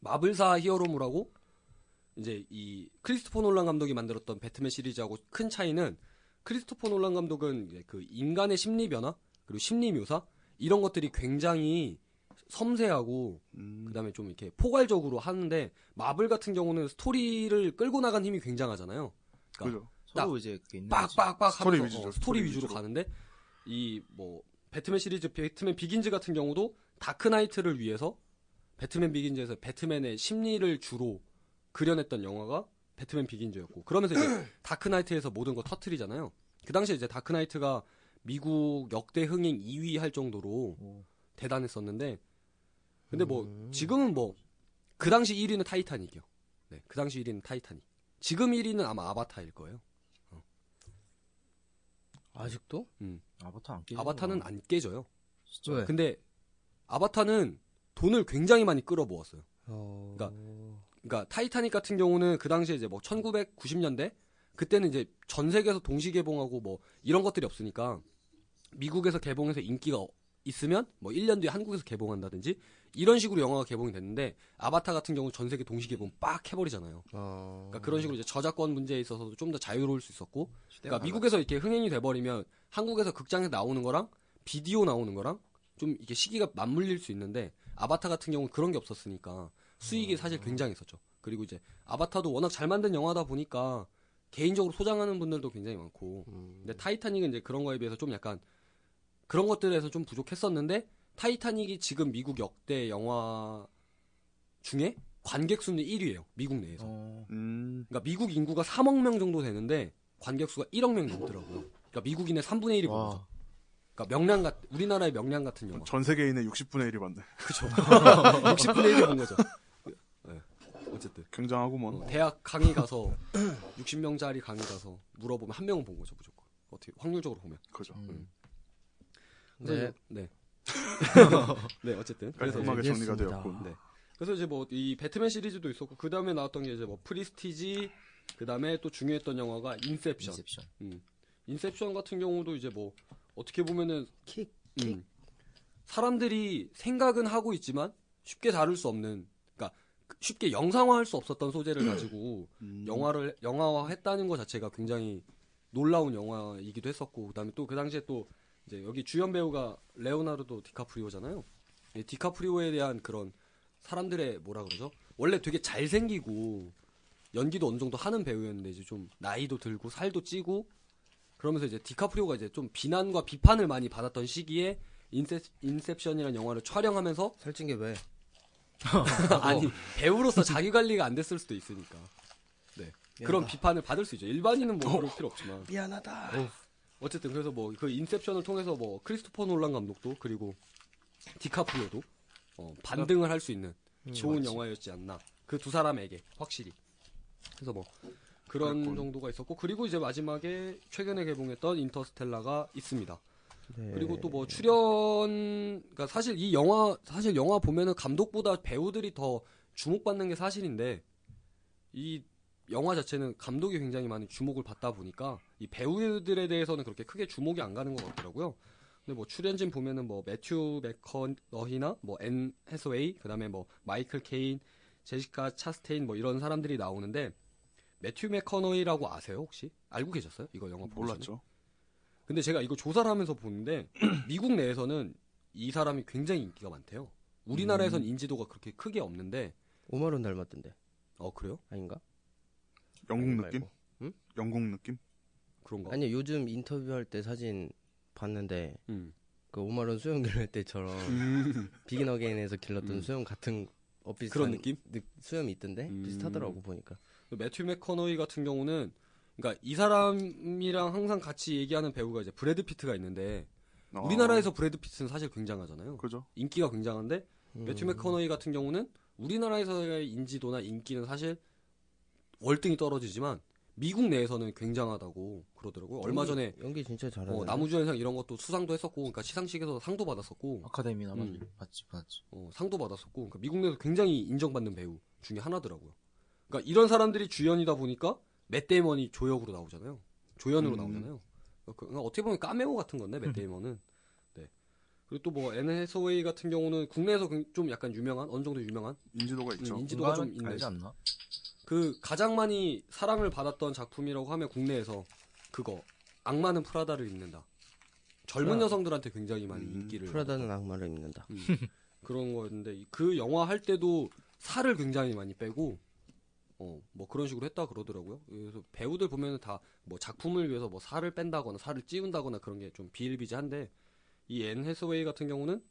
Speaker 1: 마블사 히어로물하고 이제 이 크리스토퍼 놀란 감독이 만들었던 배트맨 시리즈하고 큰 차이는 크리스토퍼 놀란 감독은 이제 그 인간의 심리 변화 그리고 심리 묘사 이런 것들이 굉장히 섬세하고
Speaker 3: 음.
Speaker 1: 그다음에 좀 이렇게 포괄적으로 하는데 마블 같은 경우는 스토리를 끌고 나간 힘이 굉장하잖아요. 그러니까
Speaker 3: 그죠.
Speaker 4: 서로 이제 네, 그게 있는 거지.
Speaker 1: 빡빡빡
Speaker 3: 스토리
Speaker 1: 하면서
Speaker 3: 위주죠,
Speaker 1: 어,
Speaker 3: 스토리
Speaker 1: 스토리 위주로
Speaker 3: 위주로.
Speaker 1: 가는데 이 뭐 배트맨 시리즈 배트맨 비긴즈 같은 경우도 다크나이트를 위해서 배트맨 비긴즈에서 배트맨의 심리를 주로 그려냈던 영화가 배트맨 비긴즈였고 그러면서 이제 다크나이트에서 모든 거 터트리잖아요. 그 당시에 이제 다크나이트가 미국 역대 흥행 2위 할 정도로
Speaker 4: 오.
Speaker 1: 대단했었는데 근데 뭐
Speaker 2: 음.
Speaker 1: 지금은 뭐 그 당시 1위는 타이타닉이요. 네, 그 당시 1위는 타이타닉. 지금 1위는 아마 아바타일 거예요.
Speaker 2: 아직도?
Speaker 4: 아바타 안 깨.
Speaker 1: 아바타는 안 깨져요.
Speaker 4: 진짜.
Speaker 2: 왜?
Speaker 1: 근데 아바타는 돈을 굉장히 많이 끌어 모았어요.
Speaker 2: 어...
Speaker 1: 그러니까 타이타닉 같은 경우는 그 당시에 이제 뭐 1990년대 그때는 이제 전 세계에서 동시 개봉하고 뭐 이런 것들이 없으니까 미국에서 개봉해서 인기가 어- 있으면 뭐 1년 뒤에 한국에서 개봉한다든지 이런 식으로 영화가 개봉이 됐는데 아바타 같은 경우 전 세계 동시 개봉 빡 해버리잖아요.
Speaker 2: 어...
Speaker 1: 그러니까 그런 식으로 이제 저작권 문제에 있어서도 좀 더 자유로울 수 있었고
Speaker 4: 시대가
Speaker 1: 그러니까 미국에서 이렇게 흥행이 돼버리면 한국에서 극장에서 나오는 거랑 비디오 나오는 거랑 좀 이게 시기가 맞물릴 수 있는데 아바타 같은 경우는 그런 게 없었으니까 수익이 사실 굉장했었죠. 그리고 이제 아바타도 워낙 잘 만든 영화다 보니까 개인적으로 소장하는 분들도 굉장히 많고
Speaker 2: 음...
Speaker 1: 근데 타이타닉은 이제 그런 거에 비해서 좀 약간 그런 것들에서 좀 부족했었는데 타이타닉이 지금 미국 역대 영화 중에 관객 수는 1위예요. 미국 내에서.
Speaker 4: 어,
Speaker 3: 음.
Speaker 1: 그러니까 미국 인구가 3억 명 정도 되는데 관객 수가 1억 명이 넘더라고요. 그러니까 미국인의 3분의 1이 보죠.
Speaker 4: 와.
Speaker 1: 그러니까 명량 같 우리나라의 명량 같은 영화.
Speaker 3: 전 세계인의 60분의 1이 맞네.
Speaker 1: (laughs) 그죠. 60분의 1이 본 거죠. 예. 어쨌든
Speaker 3: 굉장하구먼.
Speaker 1: 어, 대학 강의 가서 (laughs) 60명짜리 강의 가서 물어보면 한 명은 본 거죠 무조건. 어떻게 확률적으로 보면.
Speaker 3: 그죠.
Speaker 4: 음.
Speaker 1: 그래서
Speaker 2: 네.
Speaker 1: 이제- (laughs) 네. 네 어쨌든 그래서 이제
Speaker 3: 깔끔하게
Speaker 2: 이제
Speaker 3: 정리가
Speaker 2: 이해했습니다.
Speaker 3: 되었군.
Speaker 1: 네. 그래서 이제 뭐 이 배트맨 시리즈도 있었고 그 다음에 나왔던 게 이제 뭐 프리스티지 그 다음에 또 중요했던 영화가 인셉션.
Speaker 4: 인셉션.
Speaker 1: 음. 인셉션 같은 경우도 이제 뭐 어떻게 보면은
Speaker 2: 킥,
Speaker 1: 음, 사람들이 생각은 하고 있지만 쉽게 다룰 수 없는 그러니까 쉽게 영상화할 수 없었던
Speaker 2: (clears throat)
Speaker 1: 소재를 가지고
Speaker 3: 음.
Speaker 1: 영화를 영화화했다는 것 자체가 굉장히 놀라운 영화이기도 했었고 그다음에 또 그 당시에 또 이제 여기 주연 배우가 레오나르도 디카프리오잖아요. 이 디카프리오에 대한 그런 사람들의 뭐라 그러죠? 원래 되게 잘생기고 연기도 어느 정도 하는 배우였는데 이제 좀 나이도 들고 살도 찌고 그러면서 이제 디카프리오가 이제 좀 비난과 비판을 많이 받았던 시기에 인셉, 인셉션이라는 영화를 촬영하면서
Speaker 2: 살찐 게 왜?
Speaker 1: 아니 배우로서 자기 관리가 안 됐을 수도 있으니까 네 그런
Speaker 2: 미안하다.
Speaker 1: 비판을 받을 수 있죠 일반인은 뭐 그럴 필요 없지만
Speaker 2: 미안하다.
Speaker 1: 어쨌든 그래서 뭐 그 인셉션을 통해서 뭐 크리스토퍼 놀란 감독도 그리고 디카프리오도 어, 반등을 할 수 있는 좋은 영화였지 않나 그 두 사람에게 확실히 그래서 뭐 그런
Speaker 3: 그랬군.
Speaker 1: 정도가 있었고 그리고 이제 마지막에 최근에 개봉했던 인터스텔라가 있습니다
Speaker 2: 네.
Speaker 1: 그리고 또 뭐 출연 그러니까 사실 이 영화 사실 영화 보면은 감독보다 배우들이 더 주목받는 게 사실인데 이 영화 자체는 감독이 굉장히 많이 주목을 받다 보니까 이 배우들에 대해서는 그렇게 크게 주목이 안 가는 것 같더라고요. 근데 뭐 출연진 보면은 뭐 매튜 맥커너히나 뭐 앤 해서웨이 그다음에 뭐 마이클 케인 제시카 차스테인 뭐 이런 사람들이 나오는데 매튜 맥커너히라고 아세요 혹시 알고 계셨어요? 이거 영화 보시는?
Speaker 3: 몰랐죠.
Speaker 1: 근데 제가 이거 조사를 하면서 보는데 (clears throat) 미국 내에서는 이 사람이 굉장히 인기가 많대요. 우리나라에선 인지도가 그렇게 크게 없는데
Speaker 2: 오마론 닮았던데
Speaker 1: 어 그래요?
Speaker 2: 아닌가?
Speaker 3: 영국
Speaker 1: 네,
Speaker 2: 아니,
Speaker 3: 느낌?
Speaker 2: 말고.
Speaker 3: 영국 느낌?
Speaker 1: 그런가?
Speaker 2: 아니 요즘 인터뷰할 때 사진 봤는데
Speaker 1: 음.
Speaker 2: 그 오마론 수영 길러 때처럼
Speaker 3: 음.
Speaker 2: (laughs) 비긴 어게인에서 길렀던
Speaker 1: 음.
Speaker 2: 수염 같은 어 비슷한
Speaker 1: 그런 느낌?
Speaker 2: 느- 수염이 있던데
Speaker 1: 음.
Speaker 2: 비슷하더라고 보니까
Speaker 1: 매튜 맥커너이 같은 경우는 그러니까 이 사람이랑 항상 같이 얘기하는 배우가 이제 브래드 피트가 있는데
Speaker 3: 아,
Speaker 1: 우리나라에서 브래드 피트는 사실 굉장하잖아요.
Speaker 3: 그죠?
Speaker 1: 인기가 굉장한데
Speaker 2: 음.
Speaker 1: 매튜 맥커너이 같은 경우는 우리나라에서의 인지도나 인기는 사실 월등히 떨어지지만 미국 내에서는 굉장하다고 그러더라고요. 얼마 전에
Speaker 2: 연기 진짜 잘하네.
Speaker 1: 어, 나무주연상 이런 것도 수상도 했었고, 그러니까 시상식에서 상도 받았었고,
Speaker 4: 아카데미나 맞-
Speaker 1: 음.
Speaker 4: 맞지 맞지.
Speaker 1: 어, 상도 받았었고, 그러니까 미국 내에서 굉장히 인정받는 배우 중에 하나더라고요. 그러니까 이런 사람들이 주연이다 보니까 맷데이먼이 조역으로 나오잖아요. 조연으로
Speaker 3: 음.
Speaker 1: 나오잖아요. 그- 그러니까 어떻게 보면 까메오 같은 건데
Speaker 2: 음.
Speaker 1: 맷데이먼은. 네. 그리고 또 뭐 앤 해서웨이 같은 경우는 국내에서 굉- 좀 약간 유명한 어느 정도 유명한
Speaker 3: 인지도가 있죠.
Speaker 1: 음, 인지도가 좀
Speaker 4: 공감은
Speaker 1: 있는
Speaker 4: 알지 않나?
Speaker 1: 그 가장 많이 사랑을 받았던 작품이라고 하면 국내에서 그거 악마는 프라다를 입는다. 젊은
Speaker 2: 프라다.
Speaker 1: 여성들한테 굉장히 많이
Speaker 3: 음,
Speaker 1: 인기를
Speaker 2: 프라다는 악마를 입는다.
Speaker 1: 그런 거였는데 이- 그 영화 할 때도 살을 굉장히 많이 빼고 어 뭐 그런 식으로 했다 그러더라고요. 그래서 배우들 보면은 다 뭐 작품을 위해서 뭐 살을 뺀다거나 살을 찌운다거나 그런 게 좀 비일비재한데 이 앤 해서웨이 같은 경우는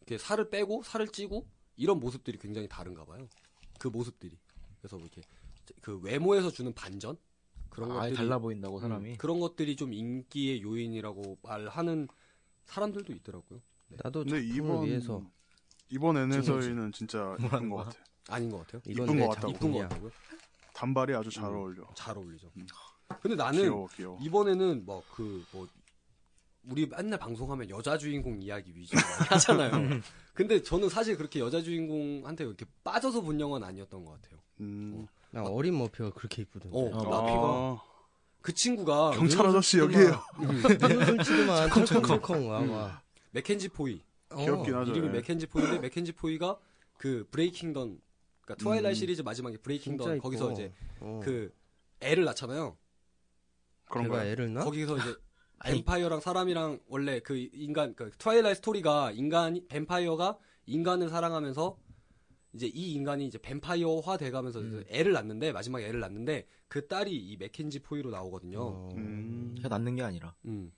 Speaker 1: 이렇게 살을 빼고 살을 찌고 이런 모습들이 굉장히 다른가 봐요. 그 모습들이 그래서 뭐 이렇게 그 외모에서 주는 반전 그런
Speaker 4: 아예
Speaker 1: 것들이
Speaker 4: 달라 보인다고
Speaker 1: 음,
Speaker 4: 사람이.
Speaker 1: 그런 것들이 좀 인기의 요인이라고 말하는 사람들도 있더라고요.
Speaker 2: 나도
Speaker 3: 근데
Speaker 2: 작품을
Speaker 3: 이번
Speaker 2: 위해서
Speaker 3: 이번 NS에는 진짜 이쁜
Speaker 4: 뭐라는
Speaker 3: 것
Speaker 4: 거야?
Speaker 3: 같아.
Speaker 1: 아닌 것 같아요.
Speaker 2: 이건
Speaker 3: 이쁜
Speaker 2: 내
Speaker 3: 것 같다고.
Speaker 1: 이쁜 것
Speaker 2: 작품이야.
Speaker 1: 같다고요.
Speaker 3: 단발이 아주 잘
Speaker 1: 음.
Speaker 3: 어울려.
Speaker 1: 잘 어울리죠.
Speaker 3: 음.
Speaker 1: 근데 나는
Speaker 3: 귀여워 귀여워.
Speaker 1: 이번에는 뭐 그 뭐 우리 맨날 방송하면 여자 주인공 이야기
Speaker 3: (laughs)
Speaker 1: 위주로 많이 하잖아요. (laughs) 근데 저는 사실 그렇게 여자 주인공한테 이렇게 빠져서 본 영화는 아니었던 것 같아요.
Speaker 3: 음. 아,
Speaker 2: 나 어린 머피가 그렇게 이쁘던데.
Speaker 1: 어,
Speaker 4: 어.
Speaker 1: 나 피가 그 친구가
Speaker 3: 경찰 아저씨 여기에요.
Speaker 2: 눈웃음
Speaker 3: (laughs)
Speaker 2: 치더만 철컹철컹 와
Speaker 1: 음.
Speaker 2: 와.
Speaker 1: 맥켄지 포이
Speaker 2: 어,
Speaker 3: 귀엽긴 하죠.
Speaker 1: 이름이
Speaker 3: 예.
Speaker 1: 맥켄지 포이인데 맥켄지 포이가 그 브레이킹 던 그러니까 트와일라이
Speaker 3: 음.
Speaker 1: 시리즈 마지막에 브레이킹
Speaker 2: 진짜
Speaker 1: 던
Speaker 2: 이뻐.
Speaker 1: 거기서 이제
Speaker 2: 어.
Speaker 1: 그 애를 낳잖아요.
Speaker 3: 그런
Speaker 2: 걔가
Speaker 3: 거야.
Speaker 2: 애를
Speaker 4: 어?
Speaker 2: 낳?
Speaker 1: 거기서
Speaker 4: (laughs)
Speaker 1: 이제 뱀파이어랑 사람이랑 원래 그 인간 그 트와일라이 스토리가 인간 뱀파이어가 인간을 사랑하면서 이제 이 인간이 이제 뱀파이어화 돼가면서
Speaker 4: 음.
Speaker 1: 이제 애를 낳는데 마지막에 애를 낳는데 그 딸이 이 맥켄지 포이로 나오거든요.
Speaker 2: 어.
Speaker 3: 음.
Speaker 4: 걔 낳는 게 아니라.
Speaker 1: 음.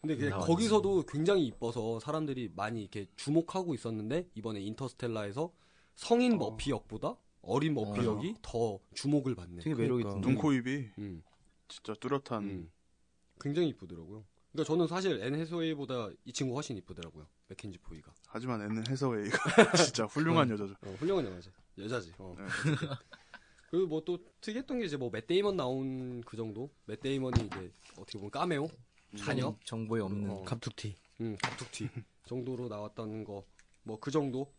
Speaker 1: 근데 그냥
Speaker 4: 나왔지.
Speaker 1: 거기서도 굉장히 이뻐서 사람들이 많이 이렇게 주목하고 있었는데 이번에 인터스텔라에서 성인
Speaker 3: 어.
Speaker 1: 머피 역보다 어린 머피
Speaker 4: 어.
Speaker 1: 역이 더 주목을 받네.
Speaker 4: 되게 매력
Speaker 2: 그러니까.
Speaker 4: 있던데.
Speaker 3: 눈코입이
Speaker 1: 음.
Speaker 3: 진짜 뚜렷한.
Speaker 1: 음. 굉장히 이쁘더라고요. 그러니까 저는 사실 앤 해서웨이보다 이 친구 가 훨씬 이쁘더라고요. 맥켄지 포이가.
Speaker 3: 하지만 애는 해서웨이가 (laughs) 진짜 훌륭한 여자죠.
Speaker 1: 어, 훌륭한 여자지. 여자지. 어.
Speaker 3: 네.
Speaker 1: (laughs) 그리고 뭐 또 특이했던 게 이제 뭐 맷데이먼 나온 그 정도. 맷데이먼이 이제 어떻게 보면 까메오, 자녀,
Speaker 4: 정보에 없는.
Speaker 1: 어.
Speaker 2: 갑툭튀.
Speaker 1: 음, 갑툭튀 정도로 나왔다는 거. 뭐 그 정도.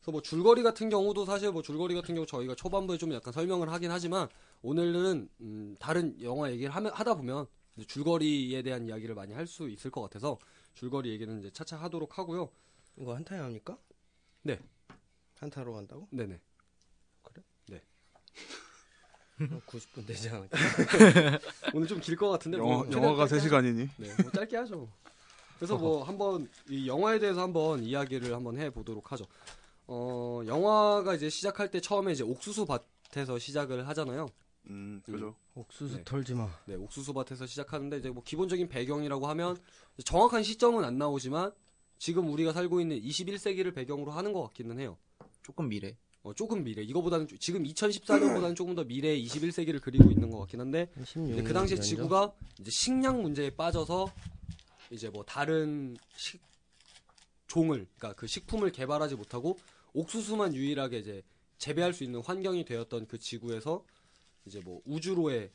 Speaker 1: 그래서 뭐 줄거리 같은 경우도 사실 뭐 줄거리 같은 경우 저희가 초반부에 좀 약간 설명을 하긴 하지만 오늘은 음, 다른 영화 얘기를 하면 하다 보면 이제 줄거리에 대한 이야기를 많이 할 수 있을 것 같아서 줄거리 얘기는 이제 차차 하도록 하고요.
Speaker 2: 이거 한타에 합니까?
Speaker 1: 네.
Speaker 2: 한타로 간다고?
Speaker 1: 네네. 음.
Speaker 2: 어, 90분 되지 않을까?
Speaker 1: 오늘 좀 길 것 같은데 뭐
Speaker 3: 영화,
Speaker 1: 최대한
Speaker 3: 영화가
Speaker 1: 짧게
Speaker 3: 3시간이니
Speaker 1: 네, 뭐 짧게 하죠. 그래서 뭐 한번 이 영화에 대해서 한번 이야기를 한번 해 보도록 하죠. 어, 영화가 이제 시작할 때 처음에 이제 옥수수 밭에서 시작을 하잖아요.
Speaker 3: 음, 그죠.
Speaker 2: 옥수수
Speaker 1: 네.
Speaker 2: 털지 마.
Speaker 1: 네, 옥수수 밭에서 시작하는데 이제 뭐 기본적인 배경이라고 하면 이제 정확한 시점은 안 나오지만 지금 우리가 살고 있는 21세기를 배경으로 하는 것 같기는 해요.
Speaker 4: 조금 미래.
Speaker 1: 어, 조금 미래. 이거보다는 조- 지금 2014년보다는 조금 더 미래의 21세기를 그리고 있는 것 같긴 한데 이제
Speaker 2: 16년
Speaker 1: 그 당시에 지구가 이제 식량 문제에 빠져서 이제 뭐 다른 식 종을 그러니까 그 식품을 개발하지 못하고 옥수수만 유일하게 이제 재배할 수 있는 환경이 되었던 그 지구에서 이제 뭐 우주로의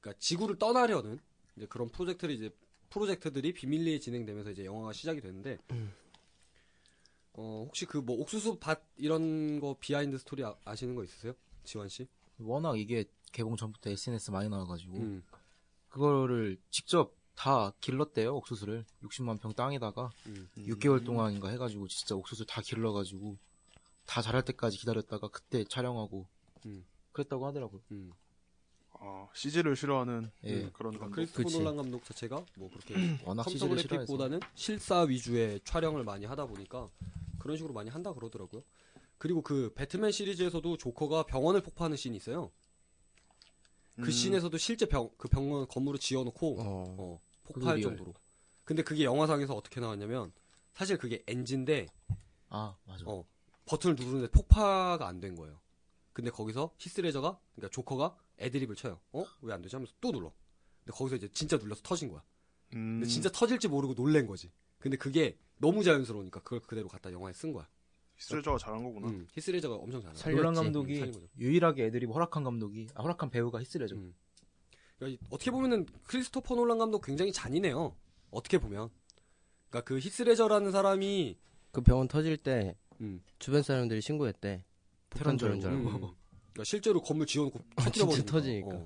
Speaker 1: 그러니까 지구를 떠나려는 이제 그런 프로젝트를 이제 프로젝트들이 비밀리에 진행되면서 이제 영화가 시작이 되는데 어 혹시 그 뭐 옥수수 밭 이런 거 비하인드 스토리 아, 아시는 거 있으세요? 지원 씨?
Speaker 4: 워낙 이게 개봉 전부터 SNS 많이 나와가지고
Speaker 1: 음.
Speaker 4: 그거를 직접 다 길렀대요 옥수수를 60만 평 땅에다가
Speaker 3: 음.
Speaker 4: 6개월 동안인가 해가지고 진짜 옥수수 다 길러가지고 다 자랄 때까지 기다렸다가 그때 촬영하고
Speaker 1: 음.
Speaker 4: 그랬다고 하더라고요.
Speaker 1: 음.
Speaker 3: 어, CG를 싫어하는
Speaker 4: 예.
Speaker 3: 음, 그런
Speaker 1: 그러니까
Speaker 3: 감독.
Speaker 1: 크리스토퍼
Speaker 2: 그치.
Speaker 1: 놀란 감독 자체가 뭐 그렇게
Speaker 4: (clears throat) 워낙 시즈를 싫어해서
Speaker 1: 컴퓨터그래픽보다는 실사 위주의 촬영을 많이 하다 보니까 그런 식으로 많이 한다 그러더라고요. 그리고 그 배트맨 시리즈에서도 조커가 병원을 폭파하는 씬이 있어요. 그
Speaker 3: 음,
Speaker 1: 씬에서도 실제 병, 그 병원 건물을 지어놓고
Speaker 2: 어.
Speaker 1: 어, 폭파할
Speaker 4: 리얼.
Speaker 1: 정도로. 근데 그게 영화상에서 어떻게 나왔냐면 사실 그게 엔진데
Speaker 4: 아 맞아.
Speaker 1: 어. 버튼을 누르는데 폭파가 안 된 거예요. 근데 거기서 히스레저가 그러니까 조커가 애드립을 쳐요. 어? 왜 안 되지 하면서 또 눌러. 근데 거기서 이제 진짜 눌러서 터진 거야.
Speaker 3: 음,
Speaker 1: 근데 진짜 터질지 모르고 놀란 거지. 근데 그게 너무 자연스러우니까 그걸 그대로 갖다 영화에 쓴 거야.
Speaker 3: 히스레저가 잘한 거구나.
Speaker 1: 음, 히스레저가 엄청 잘해.
Speaker 2: 살렸지.
Speaker 4: 놀란 감독이
Speaker 1: 살린 거죠.
Speaker 4: 유일하게 애드립 허락한 감독이 아, 허락한 배우가
Speaker 1: 음.
Speaker 4: 히스레죠.
Speaker 1: 그러니까 이- 어떻게 보면은 크리스토퍼 놀란 감독 굉장히 잔인해요. 어떻게 보면. 그러니까 그 히스레저라는 사람이
Speaker 2: 그 병원 터질 때
Speaker 1: 음.
Speaker 2: 주변 사람들이 신고했대. 폭탄 저런
Speaker 4: 테러인
Speaker 2: 줄
Speaker 4: 줄 알고.
Speaker 2: 알고.
Speaker 1: 음. 그러니까 실제로 건물 지어놓고 터뜨려 버리니까.
Speaker 2: 터지니까.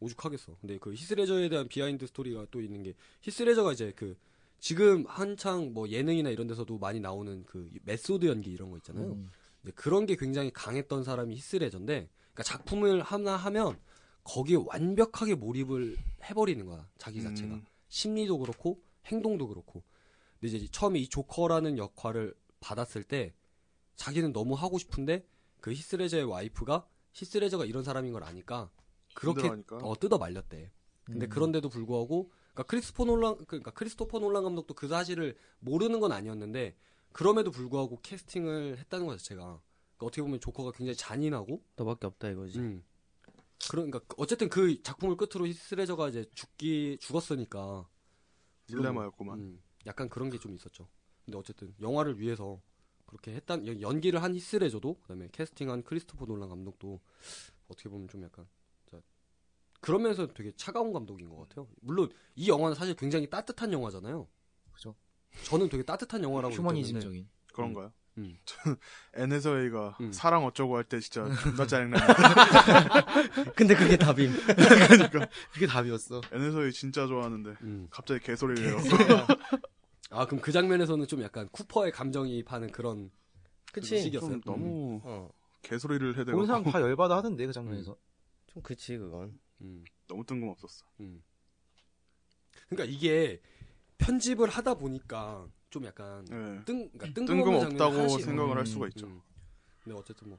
Speaker 1: 오죽하겠어. 근데 그 히스레저에 대한 비하인드 스토리가 또 있는 게 히스레저가 이제 그 지금 한창 뭐 예능이나 이런 데서도 많이 나오는 그 메소드 연기 이런 거 있잖아요.
Speaker 4: 음.
Speaker 1: 이제 그런 게 굉장히 강했던 사람이 히스레저인데 그러니까 작품을 하나 하면 거기에 완벽하게 몰입을 해버리는 거야 자기 자체가
Speaker 3: 음.
Speaker 1: 심리도 그렇고 행동도 그렇고 근데 이제 처음에 이 조커라는 역할을 받았을 때 자기는 너무 하고 싶은데 그 히스레저의 와이프가 히스레저가 이런 사람인 걸 아니까 그렇게
Speaker 3: 힘들어하니까.
Speaker 1: 어, 뜯어 말렸대 근데 그런데도 불구하고 그러니까 크리스포 놀란 그러니까 크리스토퍼 놀란 감독도 그 사실을 모르는 건 아니었는데 그럼에도 불구하고 캐스팅을 했다는 거 자체가 그러니까 어떻게 보면 조커가 굉장히 잔인하고
Speaker 2: 너밖에 없다 이거지.
Speaker 1: 음. 그러니까 어쨌든 그 작품을 끝으로 히스레저가 이제 죽기 죽었으니까
Speaker 3: 딜레마였구만.
Speaker 1: 음, 약간 그런 게 좀 있었죠. 근데 어쨌든 영화를 위해서 그렇게 했다 연기를 한 히스레저도 그다음에 캐스팅한 크리스토퍼 놀란 감독도 어떻게 보면 좀 약간 자, 그런 면에서 되게 차가운 감독인 것 같아요. 물론 이 영화는 사실 굉장히 따뜻한 영화잖아요.
Speaker 4: 그죠.
Speaker 1: 저는 되게 따뜻한 영화라고 느꼈는데
Speaker 4: 휴머니즘적인.
Speaker 3: 그런가요? (laughs)
Speaker 1: 음.
Speaker 3: NSA가
Speaker 1: 음.
Speaker 3: 사랑 어쩌고 할 때
Speaker 1: (laughs)
Speaker 3: 진짜 존나 짜증나.
Speaker 2: 근데
Speaker 1: (laughs)
Speaker 2: 그게 답임.
Speaker 1: 그러니까.
Speaker 4: 그게 답이었어.
Speaker 3: NSA 진짜 좋아하는데
Speaker 1: 음.
Speaker 3: 갑자기 개소리를 해요. (laughs)
Speaker 1: 아 그럼 그 장면에서는 좀 약간 쿠퍼의 감정이입하는 그런
Speaker 2: 그치.
Speaker 1: 식이었어요.
Speaker 3: 좀 너무
Speaker 2: 어.
Speaker 3: 음. 개소리를 해대고
Speaker 4: 보는 사람 다 열받아 하던데 그 장면에서.
Speaker 2: 좀 그치 그건.
Speaker 1: 음,
Speaker 3: 너무 뜬금없었어.
Speaker 1: 음. 그러니까 이게 편집을 하다 보니까 좀 약간
Speaker 3: 예.
Speaker 1: 뜬, 그러니까 뜬금없는 장면이
Speaker 3: 뜬금없다고
Speaker 1: 하나씩
Speaker 3: 생각을 할
Speaker 4: 음.
Speaker 3: 수가 있죠.
Speaker 1: 음. 근데 어쨌든 뭐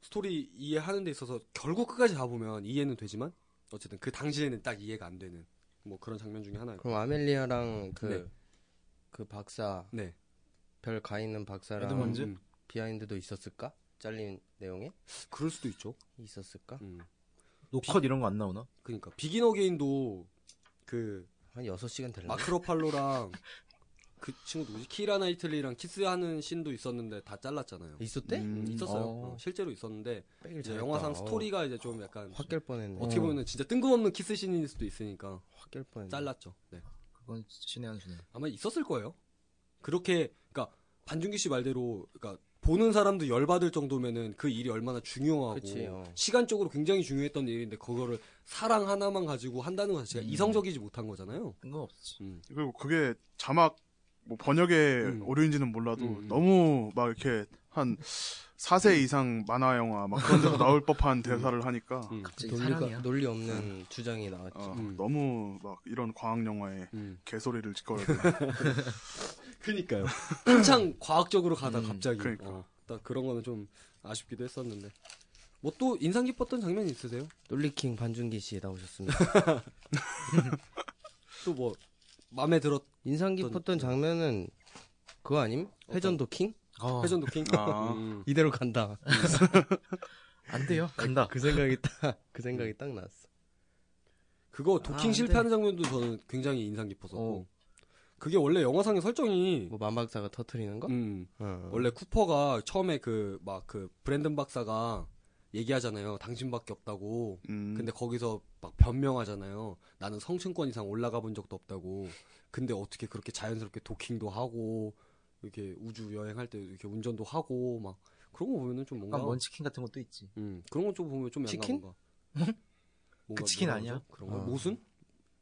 Speaker 1: 스토리 이해하는 데 있어서 결국 끝까지 다 보면 이해는 되지만 어쨌든 그 당시에는 딱 이해가 안 되는 뭐 그런 장면 중에 하나예요.
Speaker 2: 그럼 아멜리아랑 그 그
Speaker 1: 네.
Speaker 2: 박사
Speaker 1: 네.
Speaker 2: 별 가 있는 박사랑
Speaker 4: 에드먼즈?
Speaker 1: 음,
Speaker 4: 뭔지?
Speaker 2: 비하인드도 있었을까? 잘린 내용에
Speaker 1: 그럴 수도 있죠.
Speaker 2: 있었을까?
Speaker 1: 음.
Speaker 4: 노컷 이런 거 안 나오나?
Speaker 1: 그러니까 비긴 어게인도 그
Speaker 2: 한 6시간 될라.
Speaker 1: 마크로팔로랑 그 친구 누구지? 키라 나이틀리랑 키스하는 씬도 있었는데 다 잘랐잖아요.
Speaker 2: 있었대?
Speaker 1: 음, 있었어요.
Speaker 4: 어.
Speaker 1: 어, 실제로 있었는데
Speaker 2: 빼길
Speaker 1: 이제
Speaker 2: 잘했다.
Speaker 1: 영화상
Speaker 2: 어,
Speaker 1: 스토리가 이제 좀 약간
Speaker 2: 확 깰 뻔했네.
Speaker 1: 어떻게 보면 진짜 뜬금없는 키스 씬일 수도 있으니까
Speaker 2: 확 깰 뻔했네.
Speaker 1: 잘랐죠. 네.
Speaker 4: 그건 진짜 신의 한 수네.
Speaker 1: 아마 있었을 거예요. 그렇게 그러니까 반준기 씨 말대로 그러니까 보는 사람도 열받을 정도면은 그 일이 얼마나 중요하고
Speaker 2: 그치, 어.
Speaker 1: 시간적으로 굉장히 중요했던 일인데 그거를 사랑 하나만 가지고 한다는 것 자체가
Speaker 4: 음.
Speaker 1: 이성적이지 못한 거잖아요.
Speaker 4: 뜬금없지.
Speaker 3: 그리고 그게 자막 뭐 번역의
Speaker 1: 음.
Speaker 3: 오류인지는 몰라도
Speaker 1: 음, 음.
Speaker 3: 너무 막 이렇게 한 4세 이상 만화 영화 막 그런 데서 나올 법한 대사를 하니까
Speaker 1: 음.
Speaker 4: 갑자기
Speaker 2: 논리가,
Speaker 4: 사랑이야.
Speaker 2: 논리 없는 주장이 나왔지.
Speaker 3: 어,
Speaker 1: 음.
Speaker 3: 너무 막 이런 과학 영화에
Speaker 1: 음.
Speaker 3: 개소리를 짓거려요.
Speaker 1: 그니까요.
Speaker 3: (laughs)
Speaker 1: 한창 과학적으로 가다
Speaker 4: 음,
Speaker 1: 갑자기
Speaker 3: 그러니까.
Speaker 1: 어, 딱 그런 거는 좀 아쉽기도 했었는데 뭐 또 인상 깊었던 장면 있으세요?
Speaker 2: 논리킹 반준기 씨
Speaker 1: (laughs)
Speaker 2: 나오셨습니다.
Speaker 1: 또 뭐 마음에 들었
Speaker 2: 인상 깊었던 장면은 그거 아님? 회전도 킹?
Speaker 4: 어,
Speaker 1: 회전 도킹?
Speaker 3: 아.
Speaker 1: 음.
Speaker 2: 이대로
Speaker 1: (laughs)
Speaker 2: 간다.
Speaker 4: 안 돼요. 간다.
Speaker 2: 그 생각이 딱 그 생각이 딱 났어.
Speaker 1: 그거
Speaker 2: 아,
Speaker 1: 도킹
Speaker 2: 안
Speaker 1: 실패하는 장면도 저는 굉장히 인상 깊었었고
Speaker 4: 어.
Speaker 1: 그게 원래 영화상의 설정이
Speaker 2: 뭐 만박사가 터트리는 거?
Speaker 1: 음,
Speaker 2: 어.
Speaker 1: 원래 쿠퍼가 처음에 그 막 그 브랜든 박사가 얘기하잖아요 당신밖에 없다고
Speaker 3: 음.
Speaker 1: 근데 거기서 막 변명하잖아요 나는 성층권 이상 올라가 본 적도 없다고 근데 어떻게 그렇게 자연스럽게 도킹도 하고 이렇게 우주 여행할 때 이렇게 운전도 하고 막 그런 거 보면은 좀 뭔가
Speaker 2: 아,
Speaker 4: 약간 먼치킨 같은 것도 있지.
Speaker 1: 음, 그런 거 좀 보면 좀 약간
Speaker 2: 치킨?
Speaker 1: 뭔가
Speaker 4: 그 치킨
Speaker 1: (laughs) 뭐라
Speaker 4: 아니야?
Speaker 1: 그러죠? 그런 거
Speaker 2: 아.
Speaker 1: 모순?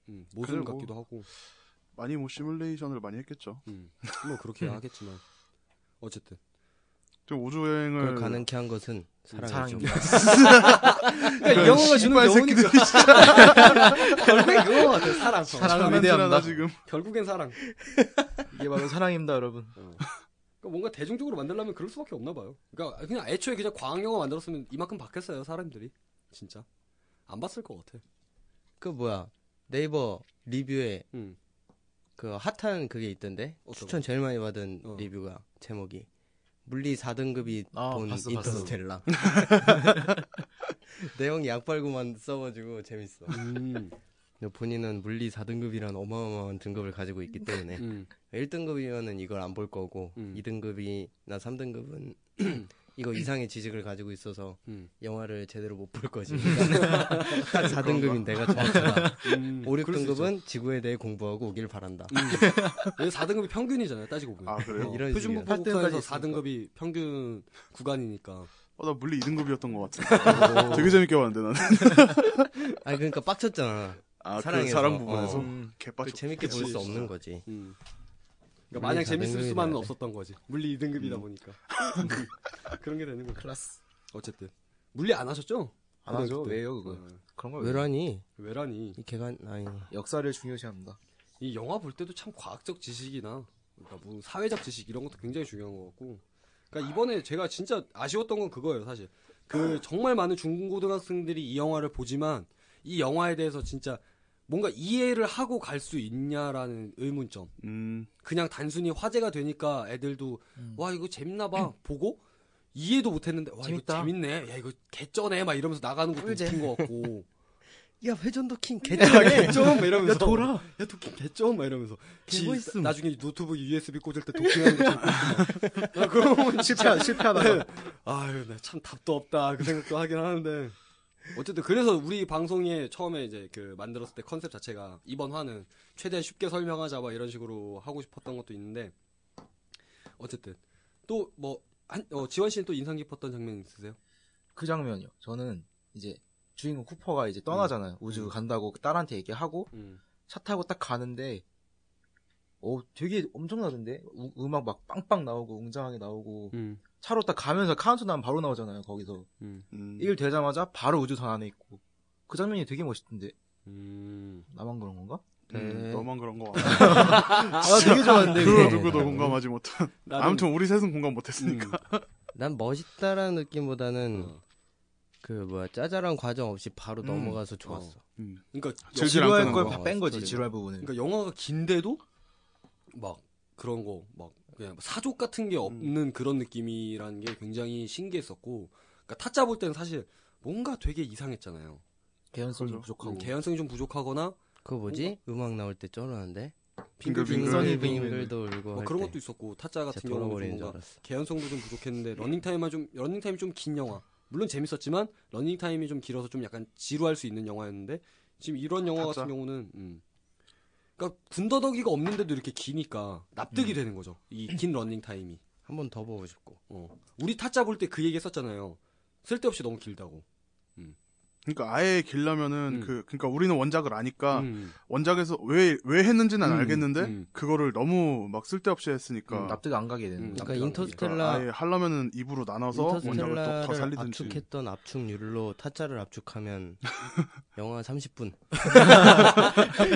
Speaker 1: 음, 모순
Speaker 3: 그리고-
Speaker 1: 같기도 하고
Speaker 3: 많이 뭐 시뮬레이션을 많이 했겠죠.
Speaker 1: 음, 뭐 그렇게 하겠지만 어쨌든
Speaker 3: 좀 우주
Speaker 2: 그걸
Speaker 1: 음.
Speaker 3: 여행을
Speaker 2: 가능케 한 것은 사랑이죠.
Speaker 4: 사랑입니다.
Speaker 1: 그러니까
Speaker 4: (laughs)
Speaker 1: 이 영화가 주는
Speaker 3: 씨발
Speaker 1: 여운이
Speaker 3: 새끼들.
Speaker 1: 그- 결국엔 (laughs) 그거 그러니까 같아 사랑
Speaker 4: 사랑.
Speaker 3: 장난
Speaker 4: 위대합니다.
Speaker 3: 지나다 지금
Speaker 1: 결국엔 사랑 어.
Speaker 4: 이게 바로 사랑입니다, 여러분.
Speaker 1: 그러니까 뭔가 대중적으로 만들려면 그럴 수밖에 없나 봐요 그러니까 그냥 애초에 그냥 과학 영화 만들었으면 이만큼 받겠어요 사람들이 진짜 안 봤을 것 같아
Speaker 2: 그 뭐야 네이버 리뷰에
Speaker 1: 음.
Speaker 2: 그 핫한 그게 있던데
Speaker 1: 어떤
Speaker 2: 추천 제일 많이 받은
Speaker 1: 어.
Speaker 2: 리뷰가 제목이 물리 4등급이
Speaker 4: 아,
Speaker 2: 본
Speaker 4: 봤어,
Speaker 1: (laughs)
Speaker 4: 봤어.
Speaker 2: 인터스텔라 내용이 약발구만 써가지고 재밌어
Speaker 1: 음,
Speaker 2: 근데 본인은 물리 4등급이란 어마어마한 등급을 가지고 있기 때문에
Speaker 1: 음,
Speaker 2: 1등급이면은 이걸 안 볼 거고
Speaker 1: 음. (clears throat)
Speaker 2: 2등급이나 3등급은 이거 이상의 지식을 가지고 있어서
Speaker 1: 음.
Speaker 2: 영화를 제대로 못 볼 거지. (laughs) 4등급인 내가 정확하다. (laughs)
Speaker 1: 음,
Speaker 2: 5,
Speaker 1: 그럴 수 있죠.
Speaker 2: 6등급은 지구에 대해 공부하고 오길 바란다.
Speaker 1: 음. 4등급이 평균이잖아요. 따지고 보면.
Speaker 3: 아, 그래요?
Speaker 1: 어,
Speaker 2: 이런
Speaker 1: 표준보
Speaker 2: 식이에요.
Speaker 1: 국가에서
Speaker 4: 8등급까지
Speaker 1: 4등급이 평균 구간이니까.
Speaker 3: 어, 나 물리 2등급이었던 것 같아. 되게 재밌게 봤는데 나는.
Speaker 2: 아니 그러니까 빡쳤잖아.
Speaker 3: 아, 그
Speaker 2: 사랑해서.
Speaker 3: 사랑 부분에서
Speaker 2: 어.
Speaker 3: 개빠져.
Speaker 2: 그 재밌게 볼 수 없는 거지.
Speaker 1: 음. 그러니까 만약
Speaker 2: 물리
Speaker 1: 재밌을
Speaker 2: 4등급이
Speaker 1: 수만은
Speaker 2: 나야 돼.
Speaker 1: 없었던 거지. 물리 2등급이다
Speaker 4: 음.
Speaker 1: 보니까. (laughs) 그런 게 되는 거죠.
Speaker 4: 클라스.
Speaker 1: 어쨌든 물리 안 하셨죠?
Speaker 4: 안 하죠.
Speaker 1: 그때.
Speaker 4: 왜요 그거?
Speaker 1: 어,
Speaker 4: 그런 걸 왜요?
Speaker 2: 왜라니?
Speaker 1: 왜라니?
Speaker 2: 이 개간 아니.
Speaker 4: 역사를 중요시합니다.
Speaker 1: 이 영화 볼 때도 참 과학적 지식이나 그러니까 뭐 사회적 지식 이런 것도 굉장히 중요한 것 같고. 그러니까 이번에 제가 진짜 아쉬웠던 건 그거예요, 사실. 그 정말 많은 중고등학생들이 이 영화를 보지만 이 영화에 대해서 진짜 뭔가 이해를 하고 갈 수 있냐라는 의문점.
Speaker 3: 음,
Speaker 1: 그냥 단순히 화제가 되니까 애들도
Speaker 2: 음.
Speaker 1: 와 이거 재밌나 봐 보고 이해도 못했는데 와
Speaker 4: 재밌다.
Speaker 1: 이거 재밌네 야 이거 개쩌네 막 이러면서 나가는 것도
Speaker 2: 꿀잼.
Speaker 1: 웃긴 것 같고
Speaker 2: 야 회전도 킹
Speaker 1: 야
Speaker 2: (laughs) 개쩌네.
Speaker 1: 개쩌 막 이러면서
Speaker 4: 야, 돌아.
Speaker 1: 야 도끼 개쩌 막 이러면서 지-
Speaker 2: 개멋있음.
Speaker 1: 나중에 노트북 USB 꽂을 때 도끼하는 거좀 그러면
Speaker 4: 실패 실패하다가
Speaker 1: 아유 나 참 답도 없다 그 생각도 하긴 하는데 어쨌든 그래서 우리 방송에 처음에 이제 그 만들었을 때 컨셉 자체가 이번 화는 최대한 쉽게 설명하자 막 이런 식으로 하고 싶었던 것도 있는데 어쨌든 또 뭐 한, 어, 지원 씨는 또 인상 깊었던 장면 있으세요?
Speaker 4: (laughs) 그 장면이요. 저는 이제 주인공 쿠퍼가 이제 떠나잖아요. 우주 간다고 딸한테 얘기하고
Speaker 1: 음.
Speaker 4: 차 타고 딱 가는데 어 되게 엄청나던데 우- 음악 막 빵빵 나오고 웅장하게 나오고
Speaker 1: 음.
Speaker 4: 차로 딱 가면서 카운트다운 바로 나오잖아요 거기서
Speaker 1: 음.
Speaker 3: 음.
Speaker 4: 1 되자마자 바로 우주선 안에 있고 그 장면이 되게 멋있던데
Speaker 1: 음.
Speaker 4: 나만 그런 건가?
Speaker 3: 음,
Speaker 2: 네.
Speaker 3: 너만 그런 거 같아.
Speaker 4: 아 되게 좋아하는데
Speaker 3: 그거
Speaker 4: 그거.
Speaker 3: 누구도 공감하지 못한.
Speaker 1: 나는- 음.
Speaker 3: 아무튼 우리 셋은 공감 못했으니까.
Speaker 2: 난 멋있다라는 느낌보다는
Speaker 1: 어.
Speaker 2: 그 뭐야 짜잘한 과정 없이 바로
Speaker 4: 음.
Speaker 2: 넘어가서 좋았어.
Speaker 3: 음.
Speaker 1: 그러니까
Speaker 3: 질- 질질
Speaker 4: 지루할
Speaker 3: 않고
Speaker 4: 걸
Speaker 2: 나와,
Speaker 4: 다 뺀 거지
Speaker 2: 스토리가.
Speaker 4: 지루할 부분을
Speaker 1: 그러니까 영화가 긴데도 막 그런 거 막 그냥 뭐 사족 같은 게 없는 그런 느낌이라는 게 굉장히 신기했었고 그러니까 타짜 볼 때는 사실 뭔가 되게 이상했잖아요.
Speaker 4: 개연성이
Speaker 3: 그죠.
Speaker 4: 부족하고
Speaker 1: 음, 개연성이 좀 부족하거나
Speaker 2: 그거 뭐지? 음악 나올 때 쩔어는데
Speaker 3: 빙글빙글.
Speaker 2: 빙글빙글도
Speaker 4: 빙글빙글.
Speaker 2: 울고
Speaker 1: 뭐
Speaker 2: 할
Speaker 1: 그런
Speaker 2: 때
Speaker 1: 것도 있었고 타짜 같은
Speaker 2: 진짜
Speaker 1: 경우는
Speaker 2: 돌아버리는 줄
Speaker 1: 뭔가
Speaker 2: 알았어.
Speaker 1: 개연성도 좀 부족했는데 러닝 타임만 좀 러닝 타임이 좀 긴 영화. 물론 재밌었지만 러닝 타임이 좀 길어서 좀 약간 지루할 수 있는 영화였는데 지금 이런 영화
Speaker 3: 타짜.
Speaker 1: 같은 경우는 음. 그러니까 군더더기가 없는데도 이렇게 기니까 납득이 되는 거죠. 이 긴 러닝 타임이.
Speaker 2: 한 번 더 보고 싶고.
Speaker 1: 어. 우리 타짜 볼 때 그 얘기 했었잖아요. 쓸데없이 너무 길다고.
Speaker 3: 그러니까 아예
Speaker 1: 음.
Speaker 3: 길려면은 그 그러니까 우리는 원작을 아니까
Speaker 1: 음.
Speaker 3: 원작에서 왜 왜 했는지는
Speaker 1: 음,
Speaker 3: 알겠는데
Speaker 1: 음.
Speaker 3: 그거를 너무 막 쓸데없이 했으니까
Speaker 1: 음,
Speaker 4: 납득 안 가게 되는
Speaker 1: 음,
Speaker 4: 거
Speaker 2: 그러니까
Speaker 1: 남자랑
Speaker 3: 그러니까
Speaker 2: 인터스텔라
Speaker 3: 아예 하려면은 입으로 나눠서 원작을 또 더
Speaker 2: 인터스텔라를
Speaker 3: 살리든지
Speaker 2: 압축했던 압축률로 타짜를 압축하면 영화 30분,
Speaker 1: (laughs)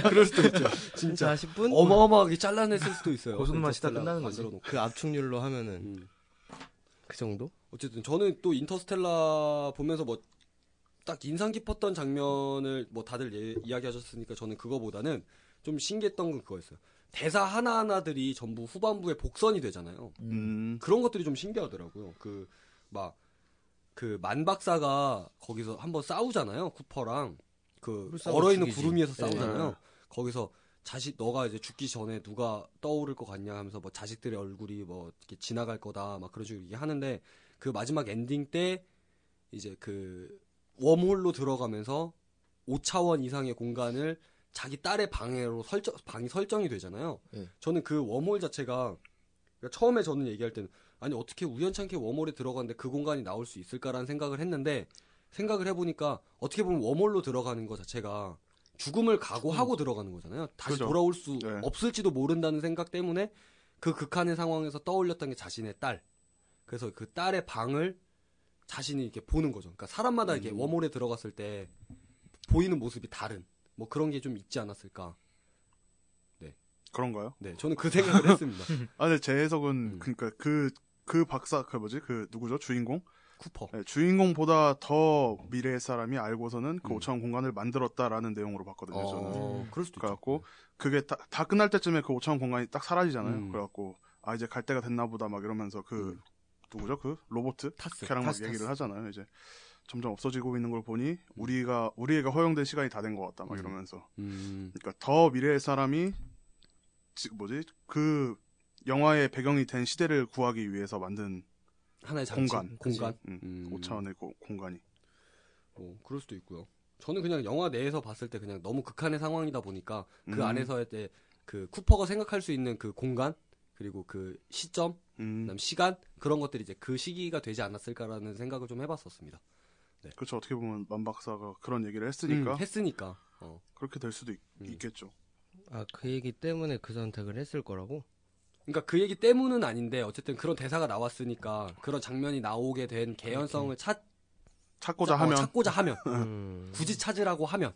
Speaker 1: 그럴 수도 있죠. 진짜.
Speaker 2: 40분
Speaker 1: 어마어마하게 잘라냈을 수도 있어요.
Speaker 4: 고소만 치다
Speaker 1: 인터스텔라
Speaker 4: 끝나는 거지.
Speaker 1: 만들어놓고.
Speaker 2: 그 압축률로 하면은
Speaker 1: 음.
Speaker 2: 그 정도?
Speaker 1: 어쨌든 저는 또 인터스텔라 보면서 뭐 딱 인상 깊었던 장면을 뭐 다들 예- 이야기하셨으니까 저는 그거보다는 좀 신기했던 건 그거였어요. 대사 하나하나들이 전부 후반부에 복선이 되잖아요.
Speaker 3: 음.
Speaker 1: 그런 것들이 좀 신기하더라고요. 그, 막, 그, 만 박사가 거기서 한번 싸우잖아요. 쿠퍼랑. 그,
Speaker 2: 그걸 싸우고
Speaker 1: 얼어있는
Speaker 2: 죽이지.
Speaker 1: 구름 위에서
Speaker 2: 예.
Speaker 1: 싸우잖아요. 거기서 자식, 너가 이제 죽기 전에 누가 떠오를 것 같냐 하면서 뭐 자식들의 얼굴이 뭐 이렇게 지나갈 거다. 막 그런 식으로 얘기하는데 그 마지막 엔딩 때 이제 그 웜홀로 들어가면서 5차원 이상의 공간을 자기 딸의 방해로 설정, 방이 설정이 되잖아요.
Speaker 4: 예.
Speaker 1: 저는 그 웜홀 자체가 그러니까 처음에 저는 얘기할 때는 아니 어떻게 우연찮게 웜홀에 들어갔는데 그 공간이 나올 수 있을까라는 생각을 했는데 생각을 해보니까 어떻게 보면 웜홀로 들어가는 것 자체가 죽음을 각오하고 들어가는 거잖아요. 다시
Speaker 3: 그죠.
Speaker 1: 돌아올 수
Speaker 3: 네.
Speaker 1: 없을지도 모른다는 생각 때문에 그 극한의 상황에서 떠올렸던 게 자신의 딸. 그래서 그 딸의 방을 자신이 이렇게 보는 거죠. 그러니까 사람마다 이렇게
Speaker 3: 음.
Speaker 1: 웜홀에 들어갔을 때 보이는 모습이 다른 뭐 그런 게 좀 있지 않았을까.
Speaker 3: 그런가요?
Speaker 1: 네, 저는 그
Speaker 3: (laughs)
Speaker 1: 생각을 했습니다.
Speaker 3: 아, 근데 제 해석은
Speaker 1: 음.
Speaker 3: 그러니까 그 그 박사 그 뭐지 그 누구죠 주인공
Speaker 1: 쿠퍼.
Speaker 3: 네, 주인공보다 더 미래의 사람이 알고서는 그
Speaker 1: 음.
Speaker 3: 5차원 공간을 만들었다라는 내용으로 봤거든요 저는
Speaker 1: 어, 그럴 수도
Speaker 3: 그래갖고 그게 다, 다 끝날 때쯤에 그 5차원 공간이 딱 사라지잖아요
Speaker 1: 음.
Speaker 3: 그래갖고 아 이제 갈 때가 됐나 보다 막 이러면서 그
Speaker 1: 음. 네,
Speaker 3: 누구죠 그 로봇
Speaker 1: 타스.
Speaker 3: 걔랑 막
Speaker 1: 타스,
Speaker 3: 얘기를
Speaker 1: 타스.
Speaker 3: 하잖아요. 이제 점점 없어지고 있는 걸 보니 우리가 우리에게 허용된 시간이 다 된 것 같다 막
Speaker 1: 음.
Speaker 3: 이러면서
Speaker 1: 음,
Speaker 3: 그러니까 더 미래의 사람이 지- 뭐지 그 영화의 배경이 된 시대를 구하기 위해서 만든
Speaker 1: 하나의 장치.
Speaker 3: 공간.
Speaker 1: 공간.
Speaker 3: 음.
Speaker 1: 음.
Speaker 3: 5차원의 공간이.
Speaker 1: 뭐 그럴 수도 있고요. 저는 그냥 영화 내에서 봤을 때 그냥 너무 극한의 상황이다 보니까 그
Speaker 3: 음.
Speaker 1: 안에서의 때그 쿠퍼가 생각할 수 있는 그 공간 그리고 그 시점,
Speaker 3: 음.
Speaker 1: 그다음 시간 그런 것들이 이제 그 시기가 되지 않았을까라는 생각을 좀 해봤었습니다.
Speaker 3: 그렇죠. 어떻게 보면 만 박사가 그런 얘기를 했으니까
Speaker 1: 음, 했으니까. 어.
Speaker 3: 그렇게 될 수도 있,
Speaker 1: 음.
Speaker 3: 겠죠
Speaker 2: 아, 그 얘기 때문에 그 선택을 했을 거라고?
Speaker 1: 그러니까 그 얘기 때문은 아닌데 어쨌든 그런 대사가 나왔으니까 그런 장면이 나오게 된 개연성을 찾,
Speaker 3: 음. 찾고자
Speaker 1: 어,
Speaker 3: 하면
Speaker 1: 찾고자 하면
Speaker 2: 음.
Speaker 1: 굳이 찾으라고 하면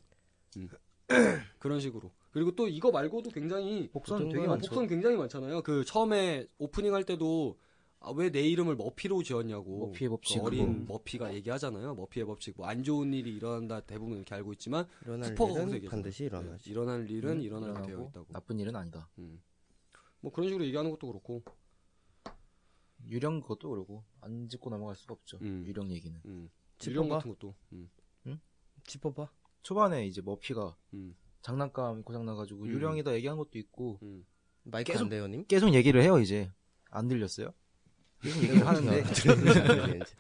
Speaker 1: 음. (clears throat) 그런 식으로 그리고 또 이거 말고도
Speaker 2: 그
Speaker 1: 굉장히
Speaker 4: 복선 되게
Speaker 2: 어떤
Speaker 4: 많죠.
Speaker 1: 복선 굉장히 많잖아요. 그 처음에 오프닝 할 때도 아, 왜 내 이름을 머피로 지었냐고
Speaker 4: 머피의 법칙.
Speaker 1: 그 어린
Speaker 3: 그거.
Speaker 1: 머피가 얘기하잖아요. 머피의 법칙 뭐 안 좋은 일이 일어난다 대부분 이렇게 알고 있지만
Speaker 2: 일어날
Speaker 1: 쿠퍼가 거기서
Speaker 2: 일은
Speaker 1: 얘기하잖아요.
Speaker 2: 반드시 일어나지.
Speaker 1: 일어날
Speaker 3: 음,
Speaker 1: 일은 일어나게
Speaker 4: 일어나고
Speaker 1: 되어 있다고.
Speaker 4: 나쁜 일은 아니다.
Speaker 1: 음. 뭐 그런 식으로 얘기하는 것도 그렇고
Speaker 4: 유령 그것도 그러고 안 짚고 넘어갈 수가 없죠.
Speaker 1: 음.
Speaker 4: 유령 얘기는.
Speaker 1: 음.
Speaker 2: 짚어봐.
Speaker 1: 유령 같은 것도 음.
Speaker 4: 네.
Speaker 2: 짚어봐.
Speaker 4: 초반에 이제 머피가
Speaker 1: 음.
Speaker 4: 장난감 고장 나가지고
Speaker 1: 음.
Speaker 4: 유령이다 얘기한 것도 있고
Speaker 1: 음.
Speaker 2: 마이크
Speaker 4: 계속-
Speaker 2: 안 돼요, 님?
Speaker 4: 계속 얘기를 해요 이제 안 들렸어요? 계속 얘기를 하는데
Speaker 2: (laughs)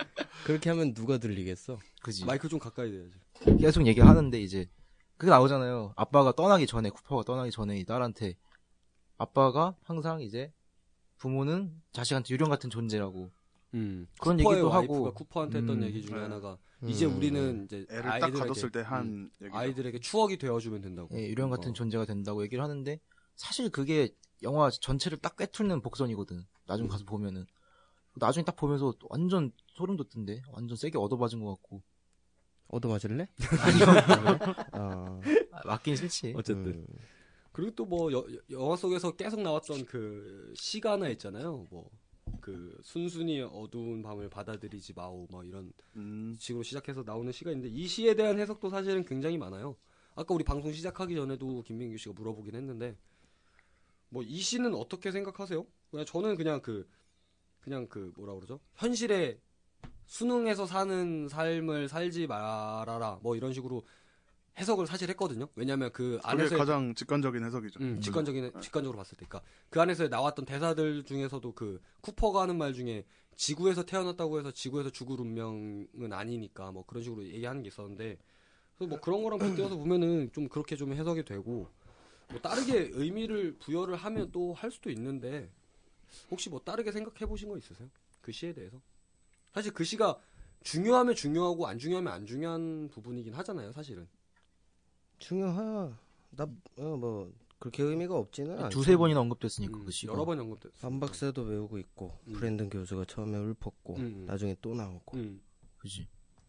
Speaker 2: 그렇게 하면 누가 들리겠어?
Speaker 4: 그지
Speaker 1: 마이크 좀 가까이 대야지.
Speaker 4: 계속 얘기하는데 이제 그게 나오잖아요. 아빠가 떠나기 전에 쿠퍼가 떠나기 전에 이 딸한테 아빠가 항상 이제 부모는 자식한테 유령 같은 존재라고
Speaker 1: 음.
Speaker 4: 그런
Speaker 1: 쿠퍼의
Speaker 4: 얘기도
Speaker 1: 와이프가
Speaker 4: 하고.
Speaker 1: 쿠퍼한테 했던
Speaker 4: 음.
Speaker 1: 얘기 중에
Speaker 3: 네.
Speaker 1: 하나가 이제
Speaker 2: 음.
Speaker 1: 우리는 이제
Speaker 3: 애를 딱
Speaker 1: 아이들에게-
Speaker 3: 가졌을 때 한
Speaker 1: 음,
Speaker 3: 얘기.
Speaker 1: 아이들에게 추억이 되어주면 된다고.
Speaker 4: 예, 유령 같은
Speaker 1: 어.
Speaker 4: 존재가 된다고 얘기를 하는데 사실 그게 영화 전체를 딱 꿰뚫는 복선이거든. 나중 에 가서 보면은 나중에 딱 보면서 완전 소름 돋던데 완전 세게 얻어맞은 것 같고
Speaker 2: 얻어
Speaker 4: (laughs)
Speaker 2: 맞을래? 어,
Speaker 4: 아, 맞긴 싫지.
Speaker 2: 음.
Speaker 1: 그리고 또 뭐 영화 속에서 계속 나왔던 그 시가나 있잖아요. 뭐 그 순순히 어두운 밤을 받아들이지 마오 막 이런
Speaker 3: 음.
Speaker 1: 식으로 시작해서 나오는 시가 있는데 이 시에 대한 해석도 사실은 굉장히 많아요. 아까 우리 방송 시작하기 전에도 김민규 씨가 물어보긴 했는데 뭐 이 시는 어떻게 생각하세요? 그냥 저는 그냥 그 그냥 그 뭐라 그러죠? 현실에 수능에서 사는 삶을 살지 말아라 뭐 이런 식으로 해석을 사실 했거든요. 왜냐하면 그
Speaker 3: 그게
Speaker 1: 안에서
Speaker 3: 가장 직관적인 해석이죠.
Speaker 1: 음,
Speaker 3: 그죠?
Speaker 1: 직관적인 직관적으로 봤을 때, 그러니까 그 안에서 나왔던 대사들 중에서도 그 쿠퍼가 하는 말 중에 지구에서 태어났다고 해서 지구에서 죽을 운명은 아니니까 뭐 그런 식으로 얘기하는 게 있었는데 그래서 뭐 그런 거랑 빗대어서 보면은 좀 그렇게 좀 해석이 되고 뭐 다르게 의미를 부여를 하면 또 할 수도 있는데 혹시 뭐 다르게 생각해 보신 거 있으세요? 그 시에 대해서 사실 그 시가 중요하면 중요하고 안 중요하면 안 중요한 부분이긴 하잖아요, 사실은.
Speaker 2: 중요하. 나뭐 그렇게 의미가 없지는 않아.
Speaker 4: 두세 번이나 언급됐으니까
Speaker 1: 음,
Speaker 4: 그 시가
Speaker 1: 여러 번 언급돼.
Speaker 2: 반박사도 외우고 있고
Speaker 1: 음.
Speaker 2: 브랜든 교수가 처음에 울펐고
Speaker 1: 음, 음.
Speaker 2: 나중에 또 나오고
Speaker 1: 음,
Speaker 4: 그지.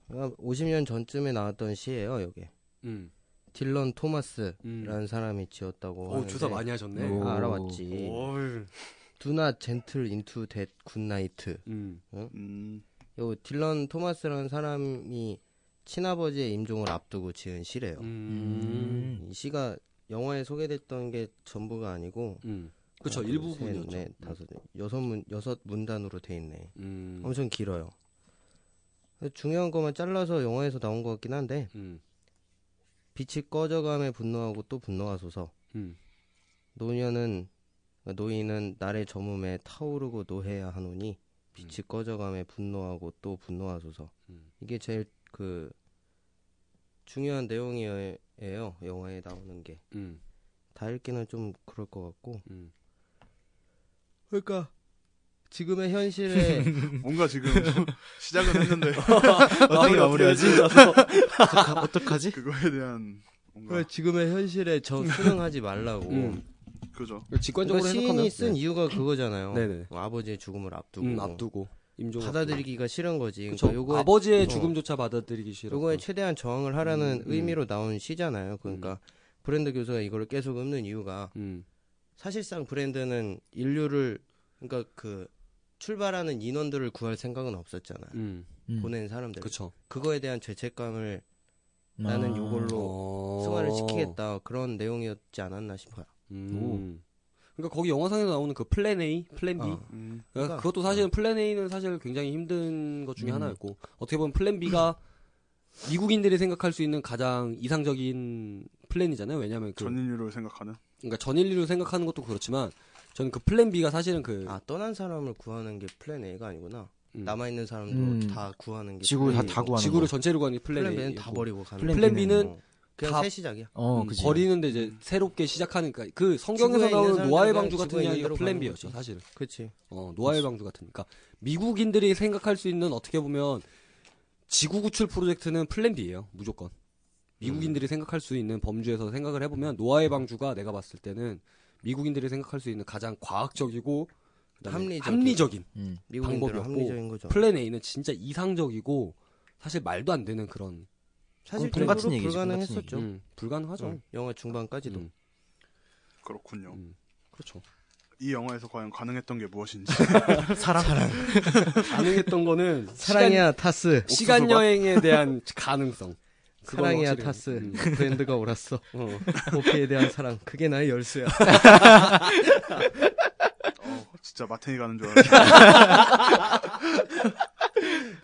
Speaker 2: 아, 50년 전쯤에 나왔던 시예요 여기
Speaker 1: 음,
Speaker 2: 딜런 토마스라는
Speaker 1: 음.
Speaker 2: 사람이 지었다고
Speaker 1: 오,
Speaker 2: 하는데
Speaker 1: 조사 어, 많이 뭐 하셨네.
Speaker 4: 오.
Speaker 2: 아, 알아봤지
Speaker 1: 올.
Speaker 2: 두나 젠틀 인투 댓 굿나이트
Speaker 1: 음.
Speaker 3: 음.
Speaker 2: 요 딜런 토마스라는 사람이 친아버지의 임종을 앞두고 지은 시래요
Speaker 1: 음.
Speaker 2: 이 시가 영화에 소개됐던 게 전부가 아니고
Speaker 1: 음. 그쵸,
Speaker 2: 하나, 둘,
Speaker 1: 일부분이었죠.
Speaker 2: 셋, 넷, 다섯 여섯 문 여섯 문단으로 돼 있네
Speaker 1: 음.
Speaker 2: 엄청 길어요 중요한 것만 잘라서 영화에서 나온 것 같긴 한데
Speaker 1: 음.
Speaker 2: 빛이 꺼져감에 분노하고 또 분노하소서.
Speaker 1: 음.
Speaker 2: 노년은 노인은 날의 저음에 타오르고 노해야 하노니 빛이 꺼져감에 분노하고 또 분노하소서.
Speaker 1: 음.
Speaker 2: 이게 제일 그 중요한 내용이에요. 영화에 나오는 게.
Speaker 1: 음.
Speaker 2: 다 읽기는 좀 그럴 것 같고.
Speaker 1: 음.
Speaker 2: 그러니까 지금의 (laughs) 현실에
Speaker 3: 뭔가 지금 (laughs)
Speaker 1: (laughs)
Speaker 3: 시작은 했는데 아,
Speaker 4: 어떻게 마무리하지? (laughs) 어떡하- 어떡하지?
Speaker 3: 그거에 대한 뭔가
Speaker 2: 지금의 현실에 저 수능하지 말라고.
Speaker 1: 뭐. 음.
Speaker 3: 그죠.
Speaker 1: 직관적으로
Speaker 2: 그러니까 시인이
Speaker 1: 해석하면 네.
Speaker 2: 쓴 이유가 그거잖아요.
Speaker 1: 네네.
Speaker 2: 뭐 아버지의 죽음을 앞두고. 뭐
Speaker 1: 음, 앞두고 임종
Speaker 2: 받아들이기가 싫은 거지.
Speaker 1: 그쵸.
Speaker 2: 그러니까 요거
Speaker 1: 아버지의
Speaker 2: 어.
Speaker 1: 죽음조차 받아들이기 싫어.
Speaker 2: 요거에 최대한 저항을 하라는
Speaker 1: 음, 음.
Speaker 2: 의미로 나온 시잖아요. 그러니까 브랜드 교수가 이걸 계속 읊는 이유가
Speaker 1: 음.
Speaker 2: 사실상 브랜드는 인류를 그러니까 그 출발하는 인원들을 구할 생각은 없었잖아요.
Speaker 1: 음. 그렇죠.
Speaker 4: 음.
Speaker 2: 보낸 사람들
Speaker 1: 그쵸.
Speaker 2: 거에 대한 죄책감을
Speaker 4: 아.
Speaker 2: 나는 요걸로
Speaker 1: 어.
Speaker 2: 승화를 시키겠다 그런 내용이었지 않았나 싶어요.
Speaker 1: 음. 그러니까 거기 영화상에 나오는 그 플랜 A, 플랜 B.
Speaker 2: 어.
Speaker 3: 음.
Speaker 1: 그러니까 그것도
Speaker 2: 네.
Speaker 1: 사실은 플랜 A는 사실 굉장히 힘든 것 중에
Speaker 4: 음.
Speaker 1: 하나였고 어떻게 보면 플랜 B가 (clears throat) 미국인들이 생각할 수 있는 가장 이상적인 플랜이잖아요. 왜냐하면 그
Speaker 3: 전인류를 생각하는.
Speaker 1: 그러니까 전인류로 생각하는 것도 그렇지만 저는 그 플랜 B가 사실은 그
Speaker 2: 아 떠난 사람을 구하는 게 플랜 A가 아니구나.
Speaker 1: 음.
Speaker 2: 남아 있는 사람도
Speaker 4: 음.
Speaker 2: 다 구하는 게
Speaker 4: 지구를 다
Speaker 2: 플랜
Speaker 4: 다
Speaker 2: B고.
Speaker 4: 구하는
Speaker 1: 지구를
Speaker 4: 거.
Speaker 1: 전체로 가는 게 플랜
Speaker 2: 플랜 B는
Speaker 1: A고
Speaker 2: 다 버리고 가는
Speaker 4: 플랜
Speaker 2: 거야.
Speaker 1: 플랜 B는
Speaker 2: 어. 그냥
Speaker 1: 다-
Speaker 2: 새 시작이야.
Speaker 4: 어,
Speaker 1: 음,
Speaker 4: 그지.
Speaker 1: 버리는데 이제 새롭게 시작하는 그러니까 그 성경에서
Speaker 2: 지구에 있는
Speaker 1: 나오는 노아의
Speaker 2: 사람들은
Speaker 1: 방주 같은
Speaker 2: 지구에 있는
Speaker 1: 이야기가
Speaker 2: 대로
Speaker 1: 플랜
Speaker 2: 가는
Speaker 1: B였죠
Speaker 2: 거지.
Speaker 1: 사실은
Speaker 2: 그렇지.
Speaker 1: 어 노아의 방주 같은 그러니까 미국인들이 생각할 수 있는 어떻게 보면 지구 구출 프로젝트는 플랜 B예요 무조건 미국인들이
Speaker 2: 음.
Speaker 1: 생각할 수 있는 범주에서 생각을 해보면 노아의 방주가 내가 봤을 때는 미국인들이 생각할 수 있는 가장 과학적이고 그다음에
Speaker 2: 합리적이고.
Speaker 1: 합리적인
Speaker 4: 음.
Speaker 2: 미국인들은
Speaker 1: 방법이 없고
Speaker 2: 합리적인 거죠.
Speaker 1: 플랜 A는 진짜 이상적이고 사실 말도 안 되는 그런
Speaker 2: 사실
Speaker 1: 돈
Speaker 4: 같은
Speaker 2: 적으로
Speaker 4: 얘기지, 어, 돈 같은
Speaker 2: 불가능했었죠.
Speaker 1: 음, 불가능하죠.
Speaker 2: 응, 영화 중반까지도. (laughs)
Speaker 1: 음,
Speaker 3: 그렇군요.
Speaker 1: 음. 그렇죠.
Speaker 3: 이 영화에서 과연 가능했던
Speaker 1: (laughs)
Speaker 3: 게 무엇인지.
Speaker 2: (laughs)
Speaker 4: 사랑.
Speaker 1: 가능했던 거는
Speaker 2: 사랑이야 타스.
Speaker 1: 시간 여행에 대한 가능성. 그건
Speaker 2: 사랑이야
Speaker 1: 확실해요.
Speaker 2: 타스.
Speaker 1: 음.
Speaker 2: (laughs) 브랜드가 옳았어. 호피에 대한 사랑. 그게 나의 열쇠야.
Speaker 4: (laughs)
Speaker 3: 어, 진짜 마탱이 가는
Speaker 1: (laughs)
Speaker 3: 줄 알았는데.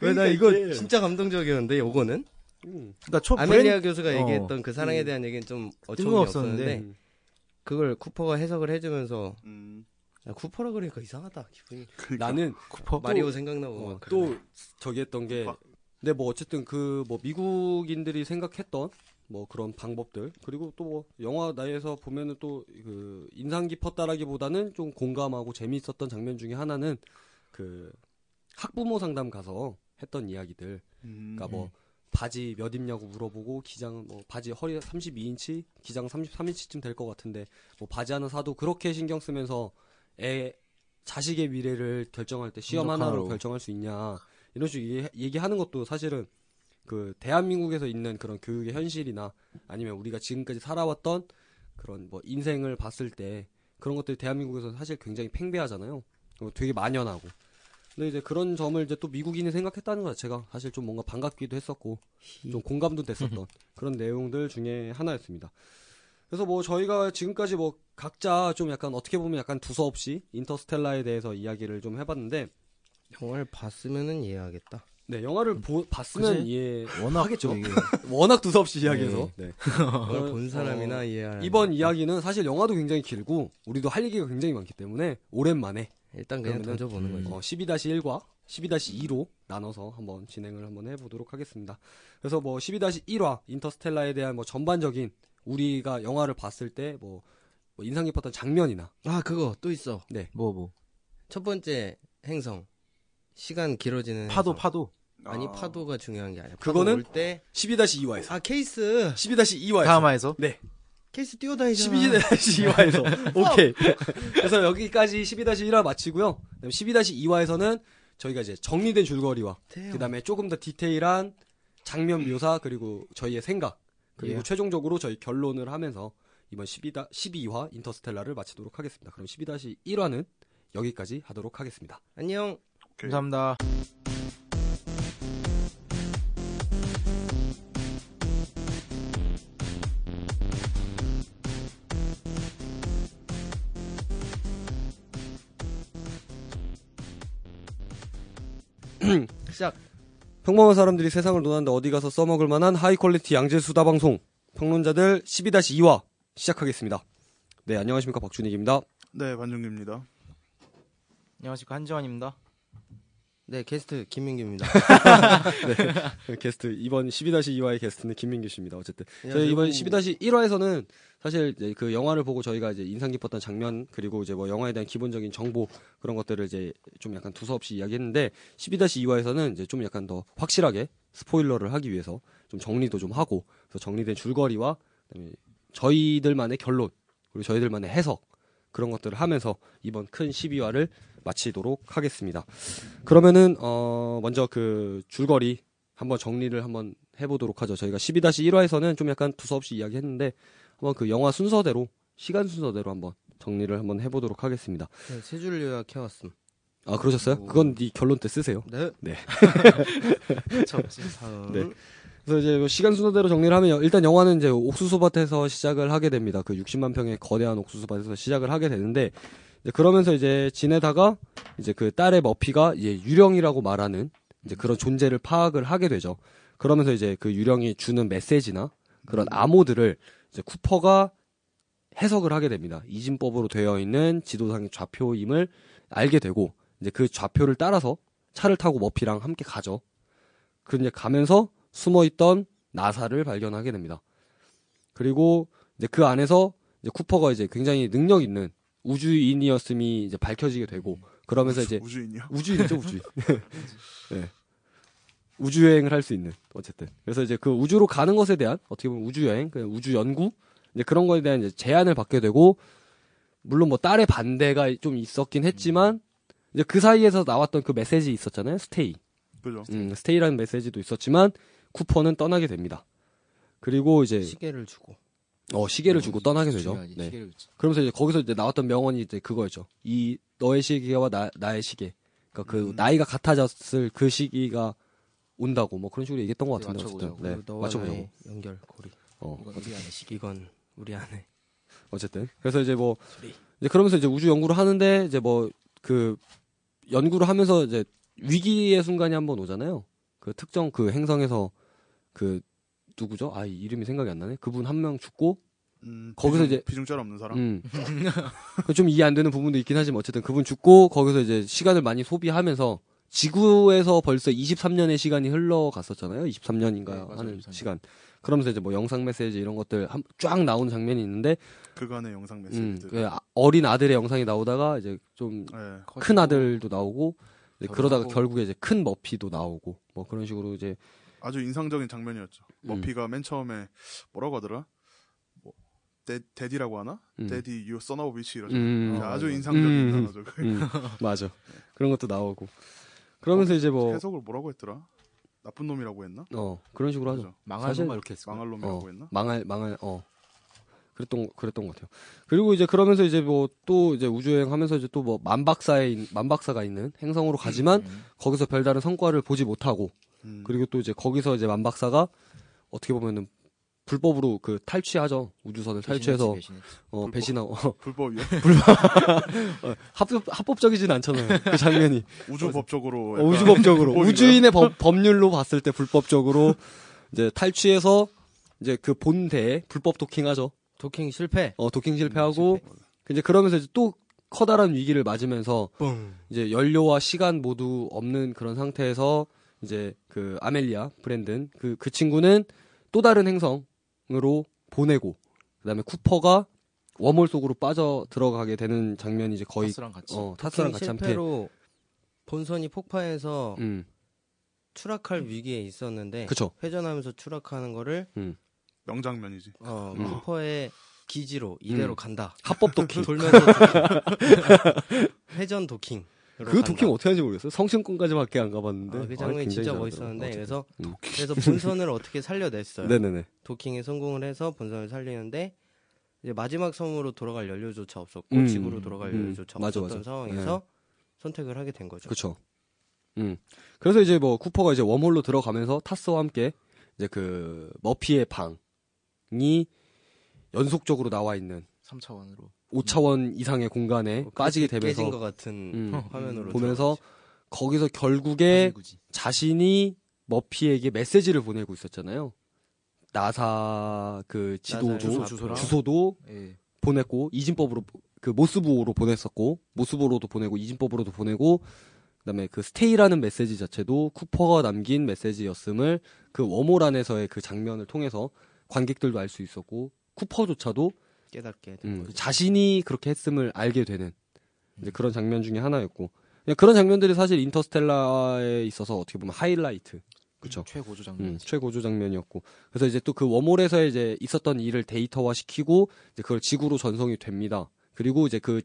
Speaker 2: 왜 나 이거 진짜 감동적이었는데 요거는
Speaker 1: 음.
Speaker 4: 그러니까 초
Speaker 2: 아멜리아
Speaker 4: 브랜드
Speaker 2: 교수가
Speaker 4: 어.
Speaker 2: 얘기했던 그 사랑에 대한 얘기는 좀 어처구니
Speaker 4: 뜬금없었는데.
Speaker 2: 없었는데
Speaker 1: 네.
Speaker 2: 그걸 쿠퍼가 해석을 해주면서
Speaker 3: 음,
Speaker 2: 야, 쿠퍼라 그러니까 이상하다 기분이
Speaker 3: 그러니까.
Speaker 1: 나는
Speaker 4: 쿠퍼.
Speaker 2: 마리오 생각나고
Speaker 1: 어,
Speaker 2: 막 그러네.
Speaker 1: 또 저기 했던 게
Speaker 3: 막-
Speaker 1: 근데 뭐 어쨌든 그 뭐 미국인들이 생각했던 뭐 그런 방법들 그리고 또 뭐 영화 나이에서 보면은 또 그 인상 깊었다라기보다는 좀 공감하고 재미있었던 장면 중에 하나는 그 학부모 상담 가서 했던 이야기들
Speaker 3: 음,
Speaker 1: 그러니까 뭐
Speaker 4: 음.
Speaker 1: 바지 몇 입냐고 물어보고 기장은 뭐 바지 허리 32인치, 기장 33인치쯤 될 것 같은데 뭐 바지 하나 사도 그렇게 신경 쓰면서 애 자식의 미래를 결정할 때 시험
Speaker 4: 분석하러.
Speaker 1: 하나로 결정할 수 있냐 이런 식으로 얘기, 하는 것도 사실은 그 대한민국에서 있는 그런 교육의 현실이나 아니면 우리가 지금까지 살아왔던 그런 뭐 인생을 봤을 때 그런 것들이 대한민국에서 사실 굉장히 팽배하잖아요. 어, 되게 만연하고. 근데 이제 그런 점을 이제 또 미국인이 생각했다는 것 자체가 사실 좀 뭔가 반갑기도 했었고 좀 공감도
Speaker 4: (laughs)
Speaker 1: 됐었던 그런 내용들 중에 하나였습니다. 그래서 뭐 저희가 지금까지 뭐 각자 좀 약간 어떻게 보면 약간 두서없이 인터스텔라에 대해서 이야기를 좀 해봤는데
Speaker 2: 영화를 봤으면은 이해하겠다
Speaker 1: 네 영화를 보- 봤으면
Speaker 4: 그치?
Speaker 1: 이해
Speaker 4: 워낙
Speaker 1: 하겠죠.
Speaker 4: 또 이게
Speaker 1: 워낙 두서없이 이야기해서 (laughs) 네.
Speaker 2: 그걸
Speaker 1: 어,
Speaker 2: 본 사람이나
Speaker 1: 어,
Speaker 2: 이해하라
Speaker 1: 이번 이야기는 사실 영화도 굉장히 길고 우리도 할 얘기가 굉장히 많기 때문에 오랜만에
Speaker 2: 일단 그냥
Speaker 1: 그러면은-
Speaker 2: 던져보는
Speaker 4: 음.
Speaker 2: 거지
Speaker 1: 어, 12-1과 12-2로 나눠서 한번 진행을 한번 해보도록 하겠습니다. 그래서 뭐 12-1화 인터스텔라에 대한 뭐 전반적인 우리가 영화를 봤을 때 뭐 인상 깊었던 장면이나 네,
Speaker 2: 아 그거 또 있어
Speaker 4: (laughs) 뭐 뭐.
Speaker 2: 첫 번째 행성 시간 길어지는
Speaker 4: 파도
Speaker 2: 행성.
Speaker 4: 파도.
Speaker 2: 아니
Speaker 3: 아,
Speaker 2: 파도가 중요한 게 아니야
Speaker 1: 그거는-
Speaker 2: 올때아
Speaker 1: 12-2화에서
Speaker 2: 케이스
Speaker 1: 12-2화에서
Speaker 4: 다음화에서
Speaker 1: 네
Speaker 2: 케이스 뛰어다니잖아
Speaker 4: (laughs)
Speaker 1: 12-2화에서 오케이 그래서 여기까지 12-1화 마치고요. 그다음 12-2화에서는 저희가 이제 정리된 줄거리와
Speaker 4: 네.
Speaker 2: 대형.
Speaker 1: 그다음에 조금 더 디테일한 장면 묘사 그리고 저희의 생각 그리고
Speaker 4: 예.
Speaker 1: 최종적으로 저희 결론을 하면서 이번 12, 12화 인터스텔라를 마치도록 하겠습니다. 그럼 12-1화는 여기까지 하도록 하겠습니다.
Speaker 2: 안녕
Speaker 3: 오케이.
Speaker 4: 감사합니다.
Speaker 2: 시작
Speaker 1: 평범한 사람들이 세상을 논하는데 어디 가서 써먹을 만한 하이 퀄리티 양질 수다 방송 평론자들 12-2화 시작하겠습니다. 네, 안녕하십니까 박준익입니다.
Speaker 3: 네, 반중기입니다.
Speaker 4: 안녕하십니까 한지환입니다.
Speaker 2: 네 게스트
Speaker 1: (laughs)
Speaker 2: 김민규입니다
Speaker 1: 네, (laughs) 게스트 이번 12-2화의 게스트는 김민규 씨입니다. 어쨌든 저희
Speaker 2: 안녕하세요.
Speaker 1: 이번 12-1화에서는 사실 이제 그 영화를 보고 저희가 이제 인상 깊었던 장면 그리고 이제 뭐 영화에 대한 기본적인 정보 그런 것들을 이제 좀 약간 두서없이 이야기했는데 12-2화에서는 이제 좀 약간 더 확실하게 스포일러를 하기 위해서 좀 정리도 좀 하고 그래서 정리된 줄거리와 그다음에 저희들만의 결론 그리고 저희들만의 해석 그런 것들을 하면서 이번 큰 12화를 마치도록 하겠습니다. 그러면은 어 먼저 그 줄거리 한번 정리를 한번 해보도록 하죠. 저희가 12-1화에서는 좀 약간 두서없이 이야기했는데 한번 그 영화 순서대로 시간 순서대로 한번 정리를 한번 해보도록 하겠습니다.
Speaker 2: 네, 세 줄을 요약해왔음
Speaker 1: 아 그러셨어요?
Speaker 2: 오.
Speaker 1: 그건 네 결론 때 쓰세요.
Speaker 2: 네. (laughs)
Speaker 1: 네.
Speaker 2: 저 다음.
Speaker 1: 네. 그래서 이제 뭐 시간 순서대로 정리를 하면 일단 영화는 이제 옥수수밭에서 시작을 하게 됩니다. 그 60만 평의 거대한 옥수수밭에서 시작을 하게 되는데 이제 그러면서 이제 지내다가 이제 그 딸의 머피가 이제 유령이라고 말하는 이제 그런 존재를 파악을 하게 되죠. 그러면서 이제 그 유령이 주는 메시지나 그런 암호들을 이제 쿠퍼가 해석을 하게 됩니다. 이진법으로 되어 있는 지도상의 좌표임을 알게 되고 이제 그 좌표를 따라서 차를 타고 머피랑 함께 가죠. 그 이제 가면서 숨어 있던 나사를 발견하게 됩니다. 그리고 이제 그 안에서 이제 쿠퍼가 이제 굉장히 능력 있는 우주인이었음이 이제 밝혀지게 되고 그러면서
Speaker 3: 그렇죠.
Speaker 1: 이제
Speaker 3: 우주인이요.
Speaker 1: 우주인이죠 우주인. (laughs) 네. 우주 여행을 할 수 있는 어쨌든 그래서 이제 그 우주로 가는 것에 대한 어떻게 보면 우주 여행, 그 우주 연구 이제 그런 거에 대한 이제 제안을 받게 되고 물론 뭐 딸의 반대가 좀 있었긴 했지만 이제 그 사이에서 나왔던 그 메시지 있었잖아요 스테이.
Speaker 3: 그죠.
Speaker 1: 음, 스테이라는 메시지도 있었지만 쿠퍼는 떠나게 됩니다. 그리고 이제
Speaker 2: 시계를 주고
Speaker 1: 어, 시계를 주고 떠나게 되죠.
Speaker 4: 중요하지,
Speaker 1: 네.
Speaker 4: 시계를 주-
Speaker 1: 그러면서 이제 거기서 이제 나왔던 명언이 이제 그거였죠. 이 너의 시계와 나, 나의 시계. 그러니까 그
Speaker 3: 음.
Speaker 1: 나이가 같아졌을 그 시기가 온다고 뭐 그런 식으로 얘기했던 것 같은데
Speaker 4: 맞춰보자고.
Speaker 1: 어쨌든 네,
Speaker 2: 그리고 너와
Speaker 1: 맞춰보자고.
Speaker 2: 나의 연결 고리 네,
Speaker 1: 어.
Speaker 4: 이건 우리 안에 시계.
Speaker 2: 이건 우리 안에
Speaker 1: 어쨌든 그래서 이제 뭐
Speaker 2: 소리.
Speaker 1: 이제 그러면서 이제 우주 연구를 하는데 이제 뭐 그 연구를 하면서 이제 위기의 순간이 한번 오잖아요. 그 특정 그 행성에서 그 누구죠? 아 이- 이름이 생각이 안 나네. 그분 한 명 죽고
Speaker 3: 음,
Speaker 1: 거기서
Speaker 3: 비중-
Speaker 1: 이제-
Speaker 3: 비중짤 없는 사람.
Speaker 1: 음. 그 좀 이해 안 되는 부분도 있긴 하지만 어쨌든 그분 죽고 거기서 이제 시간을 많이 소비하면서 지구에서 벌써 23년의 시간이 흘러갔었잖아요. 23년인가
Speaker 4: 네, 맞아요.
Speaker 1: 하는
Speaker 4: 23년.
Speaker 1: 시간. 그러면서 이제 뭐 영상 메시지 이런 것들 한- 쫙 나오는 장면이 있는데
Speaker 3: 그간의 영상
Speaker 1: 음,
Speaker 3: 메시지들.
Speaker 1: 그 아- 어린 아들의 영상이 나오다가 이제 좀 큰
Speaker 3: 예.
Speaker 4: 커지고
Speaker 1: 아들도 나오고 이제
Speaker 4: 결혼하고.
Speaker 1: 그러다가 결국에 이제 큰 머피도 나오고 뭐 그런 식으로 이제
Speaker 3: 아주 인상적인 장면이었죠.
Speaker 1: 음.
Speaker 3: 머피가 맨 처음에 뭐라고 하더라? 뭐 데, 데디라고 하나?
Speaker 1: 음.
Speaker 3: 데디 유 son of witch 이러죠.
Speaker 1: 음,
Speaker 3: 아, 아주
Speaker 4: 음.
Speaker 3: 인상적인
Speaker 1: 음.
Speaker 3: 단어죠. 그
Speaker 1: 음, 맞아. 그런 것도 나오고. 그러면서 이제 뭐
Speaker 3: 해석을 뭐라고 했더라? 나쁜 놈이라고 했나?
Speaker 1: 어, 그런 식으로 하죠.
Speaker 3: 그죠?
Speaker 4: 망할
Speaker 1: 사실-
Speaker 4: 사실... 이렇게 했어.
Speaker 3: 망할 놈이라고 했나?
Speaker 1: 망할 망할 어 그랬던 그랬던 것 같아요. 그리고 이제 그러면서 이제 뭐 또 이제 우주여행 하면서 이제 또 뭐 만박사에 있- 만박사가 있는 행성으로 가지만 거기서 별다른 성과를 보지 못하고
Speaker 3: 음.
Speaker 1: 그리고 또 이제 거기서 이제 만박사가 어떻게 보면은 불법으로 그 탈취하죠 우주선을 탈취해서 어,
Speaker 3: 불법.
Speaker 1: 배신하고 (laughs)
Speaker 3: 불법이요?
Speaker 1: 합법 합법적이진 않잖아요 그
Speaker 3: (laughs)
Speaker 1: 장면이
Speaker 3: 우주법적으로
Speaker 1: 어,
Speaker 3: 약간
Speaker 1: 우주법적으로
Speaker 3: 보이나요?
Speaker 1: 우주인의 법, 법률로 봤을 때 불법적으로 이제 탈취해서 이제 그 본대에 불법 도킹하죠
Speaker 2: 도킹 실패
Speaker 1: 어, 도킹
Speaker 2: 음,
Speaker 1: 실패하고 이제 그러면서 이제 또 커다란 위기를 맞으면서
Speaker 2: 뻥
Speaker 1: 이제 연료와 시간 모두 없는 그런 상태에서 이제 그 아멜리아 브랜든 그 그 친구는 또 다른 행성으로 보내고 그다음에 쿠퍼가 웜홀 속으로 빠져 들어가게 되는 장면이 이제 거의
Speaker 4: 스랑 같이.
Speaker 1: 어, 타스랑
Speaker 2: 도킹
Speaker 1: 같이 함께
Speaker 2: 실패로 본선이 폭파해서
Speaker 1: 음
Speaker 2: 추락할 위기에 있었는데
Speaker 1: 그쵸
Speaker 2: 회전하면서 추락하는 거를
Speaker 3: (laughs) 명장면이지.
Speaker 2: 어,
Speaker 1: 음.
Speaker 2: 쿠퍼의 기지로 이대로
Speaker 1: 음.
Speaker 2: 간다.
Speaker 1: 합법 도킹
Speaker 2: 돌면서 도킹. (laughs) 회전 도킹.
Speaker 1: 그 도킹 어떻게 하는지 모르겠어요 성심권까지밖에 안 가봤는데
Speaker 2: 아, 그
Speaker 1: 아,
Speaker 2: 장면이
Speaker 1: 굉장히
Speaker 2: 진짜
Speaker 1: 잘하더라고요.
Speaker 2: 멋있었는데 그래서
Speaker 1: 음.
Speaker 2: 그래서 본선을 어떻게 살려냈어요.
Speaker 1: 네네네
Speaker 2: 도킹에 성공을 해서 본선을 살리는데 이제 마지막 섬으로 돌아갈 연료조차 없었고
Speaker 1: 음.
Speaker 2: 지구로 돌아갈
Speaker 1: 음.
Speaker 2: 연료조차
Speaker 1: 맞아, 맞아.
Speaker 2: 없었던
Speaker 1: 네.
Speaker 2: 상황에서 선택을 하게 된 거죠.
Speaker 1: 그렇죠. 음. 그래서 이제 뭐 쿠퍼가 이제 웜홀로 들어가면서 타스와 함께 이제 그 머피의 방이 연속적으로 나와 있는
Speaker 4: 3차원으로.
Speaker 1: 5차원 이상의 공간에
Speaker 2: 뭐
Speaker 1: 빠지게
Speaker 2: 음. 그렇게 깨진
Speaker 1: 되면서
Speaker 2: 것 같은 어,
Speaker 1: 음,
Speaker 2: 화면으로
Speaker 1: 보면서 거기서 결국에
Speaker 4: 네.
Speaker 2: 그
Speaker 4: 굳이.
Speaker 1: 자신이 머피에게 메시지를 보내고 있었잖아요. 나사 그 지도도
Speaker 2: 나사의
Speaker 4: 주소,
Speaker 1: 주소,
Speaker 4: 주소랑.
Speaker 1: 주소도
Speaker 4: 예.
Speaker 1: 보냈고 이진법으로 그 모스부호로 보냈었고 모스부호로도 보내고 이진법으로도 보내고 그다음에 그 스테이라는 메시지 자체도 쿠퍼가 남긴 메시지였음을 그 워몰 안에서의 그 장면을 통해서 관객들도 알 수 있었고 쿠퍼조차도
Speaker 2: 깨닫게 된
Speaker 1: 음,
Speaker 2: 거죠.
Speaker 1: 자신이 그렇게 했음을 알게 되는 이제 그런 장면 중에 하나였고 그냥 그런 장면들이 사실 인터스텔라에 있어서 어떻게 보면 하이라이트 그쵸
Speaker 4: 최고조 장면.
Speaker 1: 음, 최고조 장면이었고 그래서 이제 또 그 웜홀에서 이제 있었던 일을 데이터화 시키고 이제 그걸 지구로 전송이 됩니다. 그리고 이제 그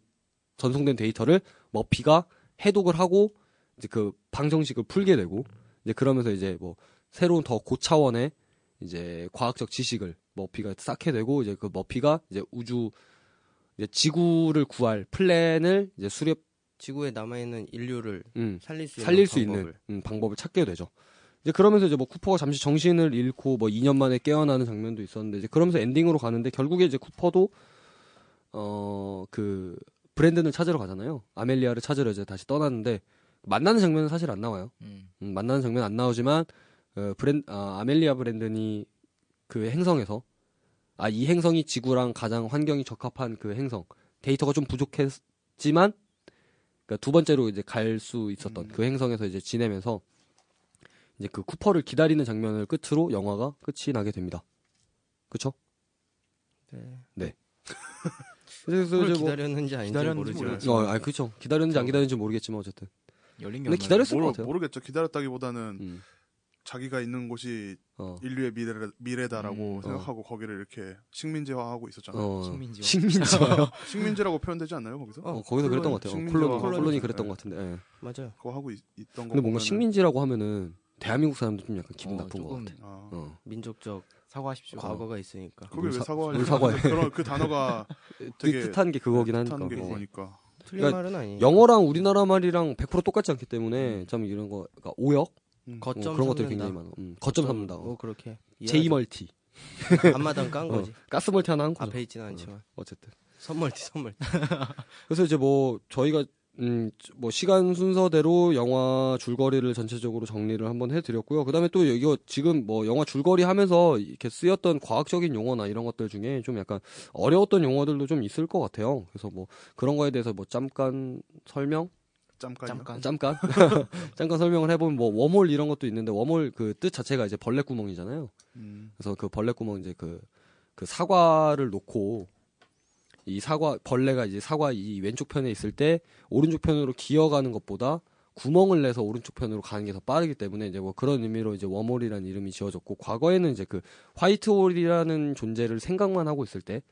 Speaker 1: 전송된 데이터를 머피가 해독을 하고 이제 그 방정식을 풀게 되고 이제 그러면서 이제 뭐 새로운 더 고차원의 이제 과학적 지식을 머피가 쌓게 되고 이제 그 머피가 이제 우주 이제 지구를 구할 플랜을 이제 수렵
Speaker 2: 지구에 남아 있는 인류를
Speaker 1: 음,
Speaker 2: 살릴 수 있는
Speaker 1: 살릴 수 있는
Speaker 2: 방법을.
Speaker 1: 음, 방법을 찾게 되죠. 이제 그러면서 이제 뭐 쿠퍼가 잠시 정신을 잃고 뭐 2년 만에 깨어나는 장면도 있었는데 이제 그러면서 엔딩으로 가는데 결국에 이제 쿠퍼도 어 그 브랜든을 찾으러 가잖아요. 아멜리아를 찾으러 이제 다시 떠났는데 만나는 장면은 사실 안 나와요.
Speaker 4: 음.
Speaker 1: 음, 만나는 장면 안 나오지만 어, 브랜 아, 아멜리아 브랜든이 그 행성에서 아 이 행성이 지구랑 가장 환경이 적합한 그 행성 데이터가 좀 부족했지만 그러니까 두 번째로 이제 갈 수 있었던
Speaker 3: 음.
Speaker 1: 그 행성에서 이제 지내면서 이제 그 쿠퍼를 기다리는 장면을 끝으로 영화가 끝이 나게 됩니다. 그쵸?
Speaker 2: 네.
Speaker 1: 그래서
Speaker 2: 그걸
Speaker 1: 이제 뭐
Speaker 2: 기다렸는지 아닌지
Speaker 4: 기다렸는지
Speaker 2: 모르지만
Speaker 4: 모르겠어요.
Speaker 1: 어, 아, 그쵸. 기다렸는지 안 기다렸는지 모르겠지만 어쨌든.
Speaker 4: 열린 게
Speaker 1: 근데
Speaker 4: 얼마예요?
Speaker 1: 기다렸을 것 같아요.
Speaker 3: 모르, 겠죠 기다렸다기보다는
Speaker 1: 음.
Speaker 3: 자기가 있는 곳이
Speaker 1: 어.
Speaker 3: 인류의 미래, 미래다라고
Speaker 4: 음, 어.
Speaker 3: 생각하고 거기를 이렇게 식민지화하고 있었잖아요.
Speaker 1: 어.
Speaker 4: 식민지요.
Speaker 1: 식민지요.
Speaker 3: 식민지라고 표현되지 않나요 거기서?
Speaker 1: (laughs) 어, 거기서 그랬던 것 같아요.
Speaker 3: 식민지와
Speaker 1: 콜로니,
Speaker 3: 콜로니.
Speaker 1: 콜로니 그랬던
Speaker 3: 네.
Speaker 1: 것 같은데. 예.
Speaker 2: 맞아요.
Speaker 3: 그거 하고 있, 던 거.
Speaker 1: 근데 뭔가
Speaker 3: 보면은-
Speaker 1: 식민지라고 하면은 대한민국 사람도 좀 약간 기분
Speaker 4: 어,
Speaker 1: 나쁜 것
Speaker 4: 조금
Speaker 1: 같아.
Speaker 3: 아.
Speaker 1: 어.
Speaker 2: 민족적
Speaker 4: 사과하십시오.
Speaker 2: 과거가 있으니까.
Speaker 3: 그게
Speaker 1: 사-
Speaker 3: 왜 사과하냐?
Speaker 1: 뭘 사과해.
Speaker 3: (laughs) 그런 그
Speaker 1: (laughs)
Speaker 3: 단어가 되게 네,
Speaker 1: 뜻한 게 그거긴 하니까.
Speaker 3: 뜻하는 게
Speaker 1: 어.
Speaker 3: 그거니까.
Speaker 2: 틀린
Speaker 1: 그러니까
Speaker 2: 말은 아니에요.
Speaker 1: 영어랑 우리나라 말이랑 100% 똑같지 않기 때문에 참 이런 거 그러니까 오역
Speaker 3: 음.
Speaker 1: 뭐
Speaker 2: 거점
Speaker 1: 그런 것들이
Speaker 2: 삼는다.
Speaker 1: 굉장히 많아. 음, 거점 삼는다.
Speaker 2: 뭐 그렇게
Speaker 1: 제이 멀티,
Speaker 2: 앞마당 깐 거지.
Speaker 1: 가스 멀티 하나 한 어. 거죠.
Speaker 2: 앞에 있지는 않지만
Speaker 1: 어쨌든.
Speaker 2: 선물티 선물.
Speaker 1: 그래서 이제 뭐 저희가 음, 뭐 시간 순서대로 영화 줄거리를 전체적으로 정리를 한번 해드렸고요. 그다음에 또 이거 지금 뭐 영화 줄거리 하면서 이렇게 쓰였던 과학적인 용어나 이런 것들 중에 좀 약간 어려웠던 용어들도 좀 있을 것 같아요. 그래서 뭐 그런 거에 대해서 뭐 잠깐 설명
Speaker 3: 짬깐이요?
Speaker 4: 잠깐.
Speaker 1: 아, 잠깐 (laughs) 잠깐 설명을 해보면 뭐 웜홀 이런 것도 있는데 웜홀 그 뜻 자체가 이제 벌레 구멍이잖아요.
Speaker 3: 음.
Speaker 1: 그래서 그 벌레 구멍 이제 그 그 사과를 놓고 이 사과 벌레가 이제 사과 이 왼쪽 편에 있을 때 오른쪽 편으로 기어가는 것보다 구멍을 내서 오른쪽 편으로 가는 게 더 빠르기 때문에 이제 뭐 그런 의미로 이제 웜홀이라는 이름이 지어졌고 과거에는 이제 그 화이트홀이라는 존재를 생각만 하고 있을 때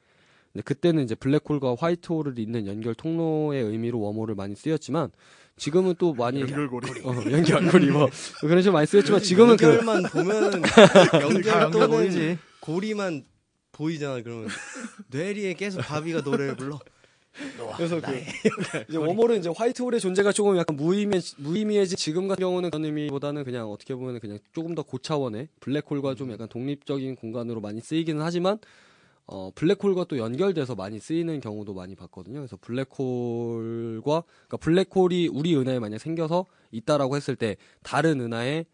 Speaker 1: 근데 그때는 이제 블랙홀과 화이트홀을 잇는 연결 통로의 의미로 웜홀을 많이 쓰였지만 지금은 또 많이
Speaker 3: 연결고리.
Speaker 1: 어, 연결고리 뭐 그런 식으로 많이 쓰였지만 지금은 그
Speaker 2: 연결만
Speaker 1: (laughs)
Speaker 2: 보면 연결 또는
Speaker 4: 연결고리지.
Speaker 2: 고리만 보이잖아. 그러면 뇌리에 계속 바비가 노래를 불러. 그래서 그
Speaker 1: (laughs) 이제 워몰은 이제 화이트홀의 존재가 조금 약간 무의미 무의미해진 지금 같은 경우는 그런 의미보다는 그냥 어떻게 보면 그냥 조금 더 고차원의 블랙홀과 좀 약간 독립적인 공간으로 많이 쓰이기는 하지만 어 블랙홀과 또 연결돼서 많이 쓰이는 경우도 많이 봤거든요. 그래서 블랙홀과 그러니까 블랙홀이 우리 은하에 만약 생겨서 있다라고 했을 때 다른 은하에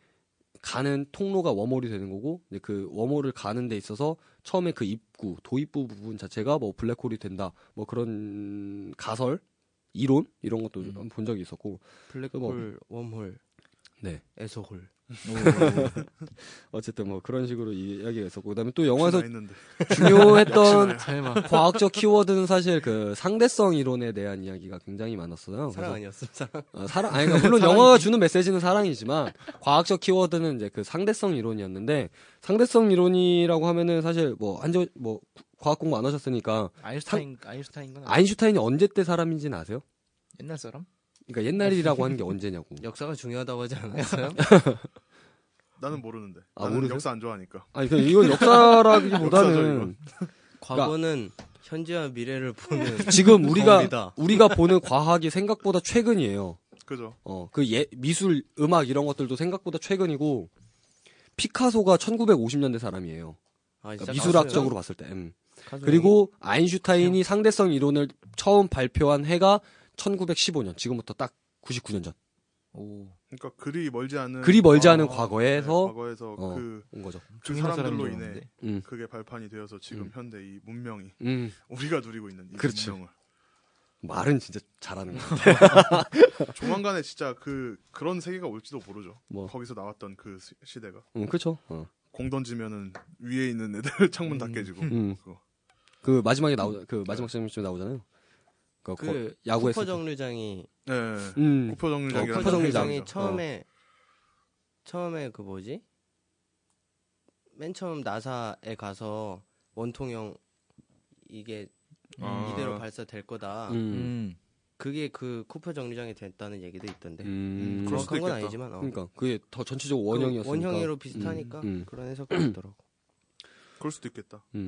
Speaker 1: 가는 통로가 워몰이 되는 거고 이제 그 워몰을 가는 데 있어서 처음에 그 입구 도입부 부분 자체가 뭐 블랙홀이 된다 뭐 그런 가설 이론 이런 것도
Speaker 4: 음.
Speaker 1: 본 적이 있었고 뭐.
Speaker 2: 블랙홀, 웜홀,
Speaker 1: 네
Speaker 2: 에소홀.
Speaker 1: 음.
Speaker 4: 뭐.
Speaker 1: 어쨌든 뭐 그런 식으로 이- 이야기가 있었고 그다음에 또 영화에서
Speaker 3: 있는데.
Speaker 1: (laughs) 중요했던
Speaker 4: 아, 설마.
Speaker 1: 과학적 키워드는 사실 그 상대성 이론에 대한 이야기가 굉장히 많았어요.
Speaker 2: 사랑
Speaker 1: 그래서
Speaker 2: 아니었어 사랑.
Speaker 1: 어, 사랑 아니 그러니까 물론 영화가 주는 메시지는 사랑이지만 과학적 키워드는 이제 그 상대성 이론이었는데 상대성 이론이라고 하면은 사실 뭐 한저 뭐 과학 공부 안 하셨으니까
Speaker 4: 아인슈타인 아인슈타인 건 아니...
Speaker 1: 아인슈타인이 언제 때 사람인지는 아세요?
Speaker 4: 옛날 사람?
Speaker 1: 그러니까 옛날이라고 하는 게 언제냐고.
Speaker 2: 역사가 중요하다고 하지
Speaker 1: (laughs)
Speaker 2: 않았어요?
Speaker 1: 그러니까
Speaker 3: 나는 모르는데.
Speaker 1: 아,
Speaker 3: 나는
Speaker 1: 모르세요?
Speaker 3: 역사 안 좋아하니까.
Speaker 1: 아니 그냥 이건 역사라기보다는
Speaker 2: 과거는 현재와 미래를 보는
Speaker 1: 지금 (laughs) 우리가
Speaker 2: 거울이다.
Speaker 1: 우리가 보는 과학이 생각보다 최근이에요.
Speaker 3: 그죠?
Speaker 1: 어, 그 예, 미술, 음악 이런 것들도 생각보다 최근이고 피카소가 1950년대 사람이에요.
Speaker 2: 아,
Speaker 1: 그러니까
Speaker 2: 진짜
Speaker 1: 미술학적으로 봤을 때. 음.
Speaker 2: 가수예요?
Speaker 1: 그리고 아인슈타인이 상대성 이론을 처음 발표한 해가 1915년. 지금부터 딱 99년 전.
Speaker 4: 오.
Speaker 3: 그러니까 그리 멀지 않은
Speaker 1: 그리 멀지 않은
Speaker 3: 아, 네,
Speaker 1: 과거에서
Speaker 3: 과거에서
Speaker 1: 어.
Speaker 3: 그,
Speaker 1: 온 거죠.
Speaker 3: 그
Speaker 4: 중요한
Speaker 3: 사람들로
Speaker 4: 사람인 줄
Speaker 3: 인해
Speaker 4: 알았는데.
Speaker 1: 음.
Speaker 3: 그게 발판이 되어서 지금
Speaker 1: 음.
Speaker 3: 현대 이 문명이 (laughs)
Speaker 1: 음.
Speaker 3: 우리가 누리고 있는 이
Speaker 1: 그렇죠.
Speaker 3: 문명을
Speaker 1: 말은 진짜 잘하는 거.
Speaker 3: 조만간에 진짜 그 그런 세계가 올지도 모르죠.
Speaker 1: 뭐.
Speaker 3: 거기서 나왔던 그 시- 시대가
Speaker 1: 음, 그렇죠. 어.
Speaker 3: 공 던지면은 위에 있는 애들 (laughs) 창문 다
Speaker 4: 음.
Speaker 3: 깨지고
Speaker 1: 음.
Speaker 3: 그거.
Speaker 1: 그 마지막에 나오 그 마지막 장면쯤 나오잖아요. 그,
Speaker 2: 그
Speaker 1: 야구에서
Speaker 2: 쿠퍼 정류장이 어,
Speaker 3: 네, 네.
Speaker 1: 음.
Speaker 3: 쿠퍼 정류장이라는
Speaker 1: 쿠퍼 정류장.
Speaker 2: 정류장이
Speaker 3: 장이죠.
Speaker 2: 처음에 처음에 그 뭐지? 맨 처음 나사에 가서 원통형 이게
Speaker 3: 아.
Speaker 2: 음, 이대로 발사될 거다.
Speaker 1: 음.
Speaker 4: 음.
Speaker 2: 그게 그 쿠퍼 정류장이 됐다는 얘기도 있던데.
Speaker 1: 음.
Speaker 3: 그럴 수도
Speaker 2: 정확한 건
Speaker 3: 있겠다.
Speaker 2: 아니지만 어.
Speaker 1: 그러니까 그게 더 전체적으로
Speaker 2: 그
Speaker 1: 원형이었으니까.
Speaker 2: 원형으로 비슷하니까
Speaker 1: 음, 음.
Speaker 2: 그런 해석도 있더라고.
Speaker 3: 그럴 수도 있겠다.
Speaker 1: 음.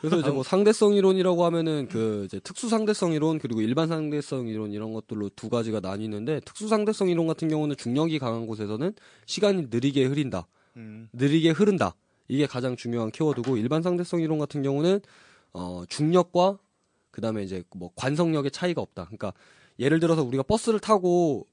Speaker 1: 그래서 이제 뭐 상대성 이론이라고 하면은 그 이제 특수 상대성 이론 그리고 일반 상대성 이론 이런 것들로 두 가지가 나뉘는데 특수 상대성 이론 같은 경우는 중력이 강한 곳에서는 시간이 느리게 흐린다.
Speaker 3: 음.
Speaker 1: 느리게 흐른다. 이게 가장 중요한 키워드고 일반 상대성 이론 같은 경우는 어 중력과 그다음에 이제 뭐 관성력의 차이가 없다. 그러니까 예를 들어서 우리가 버스를 타고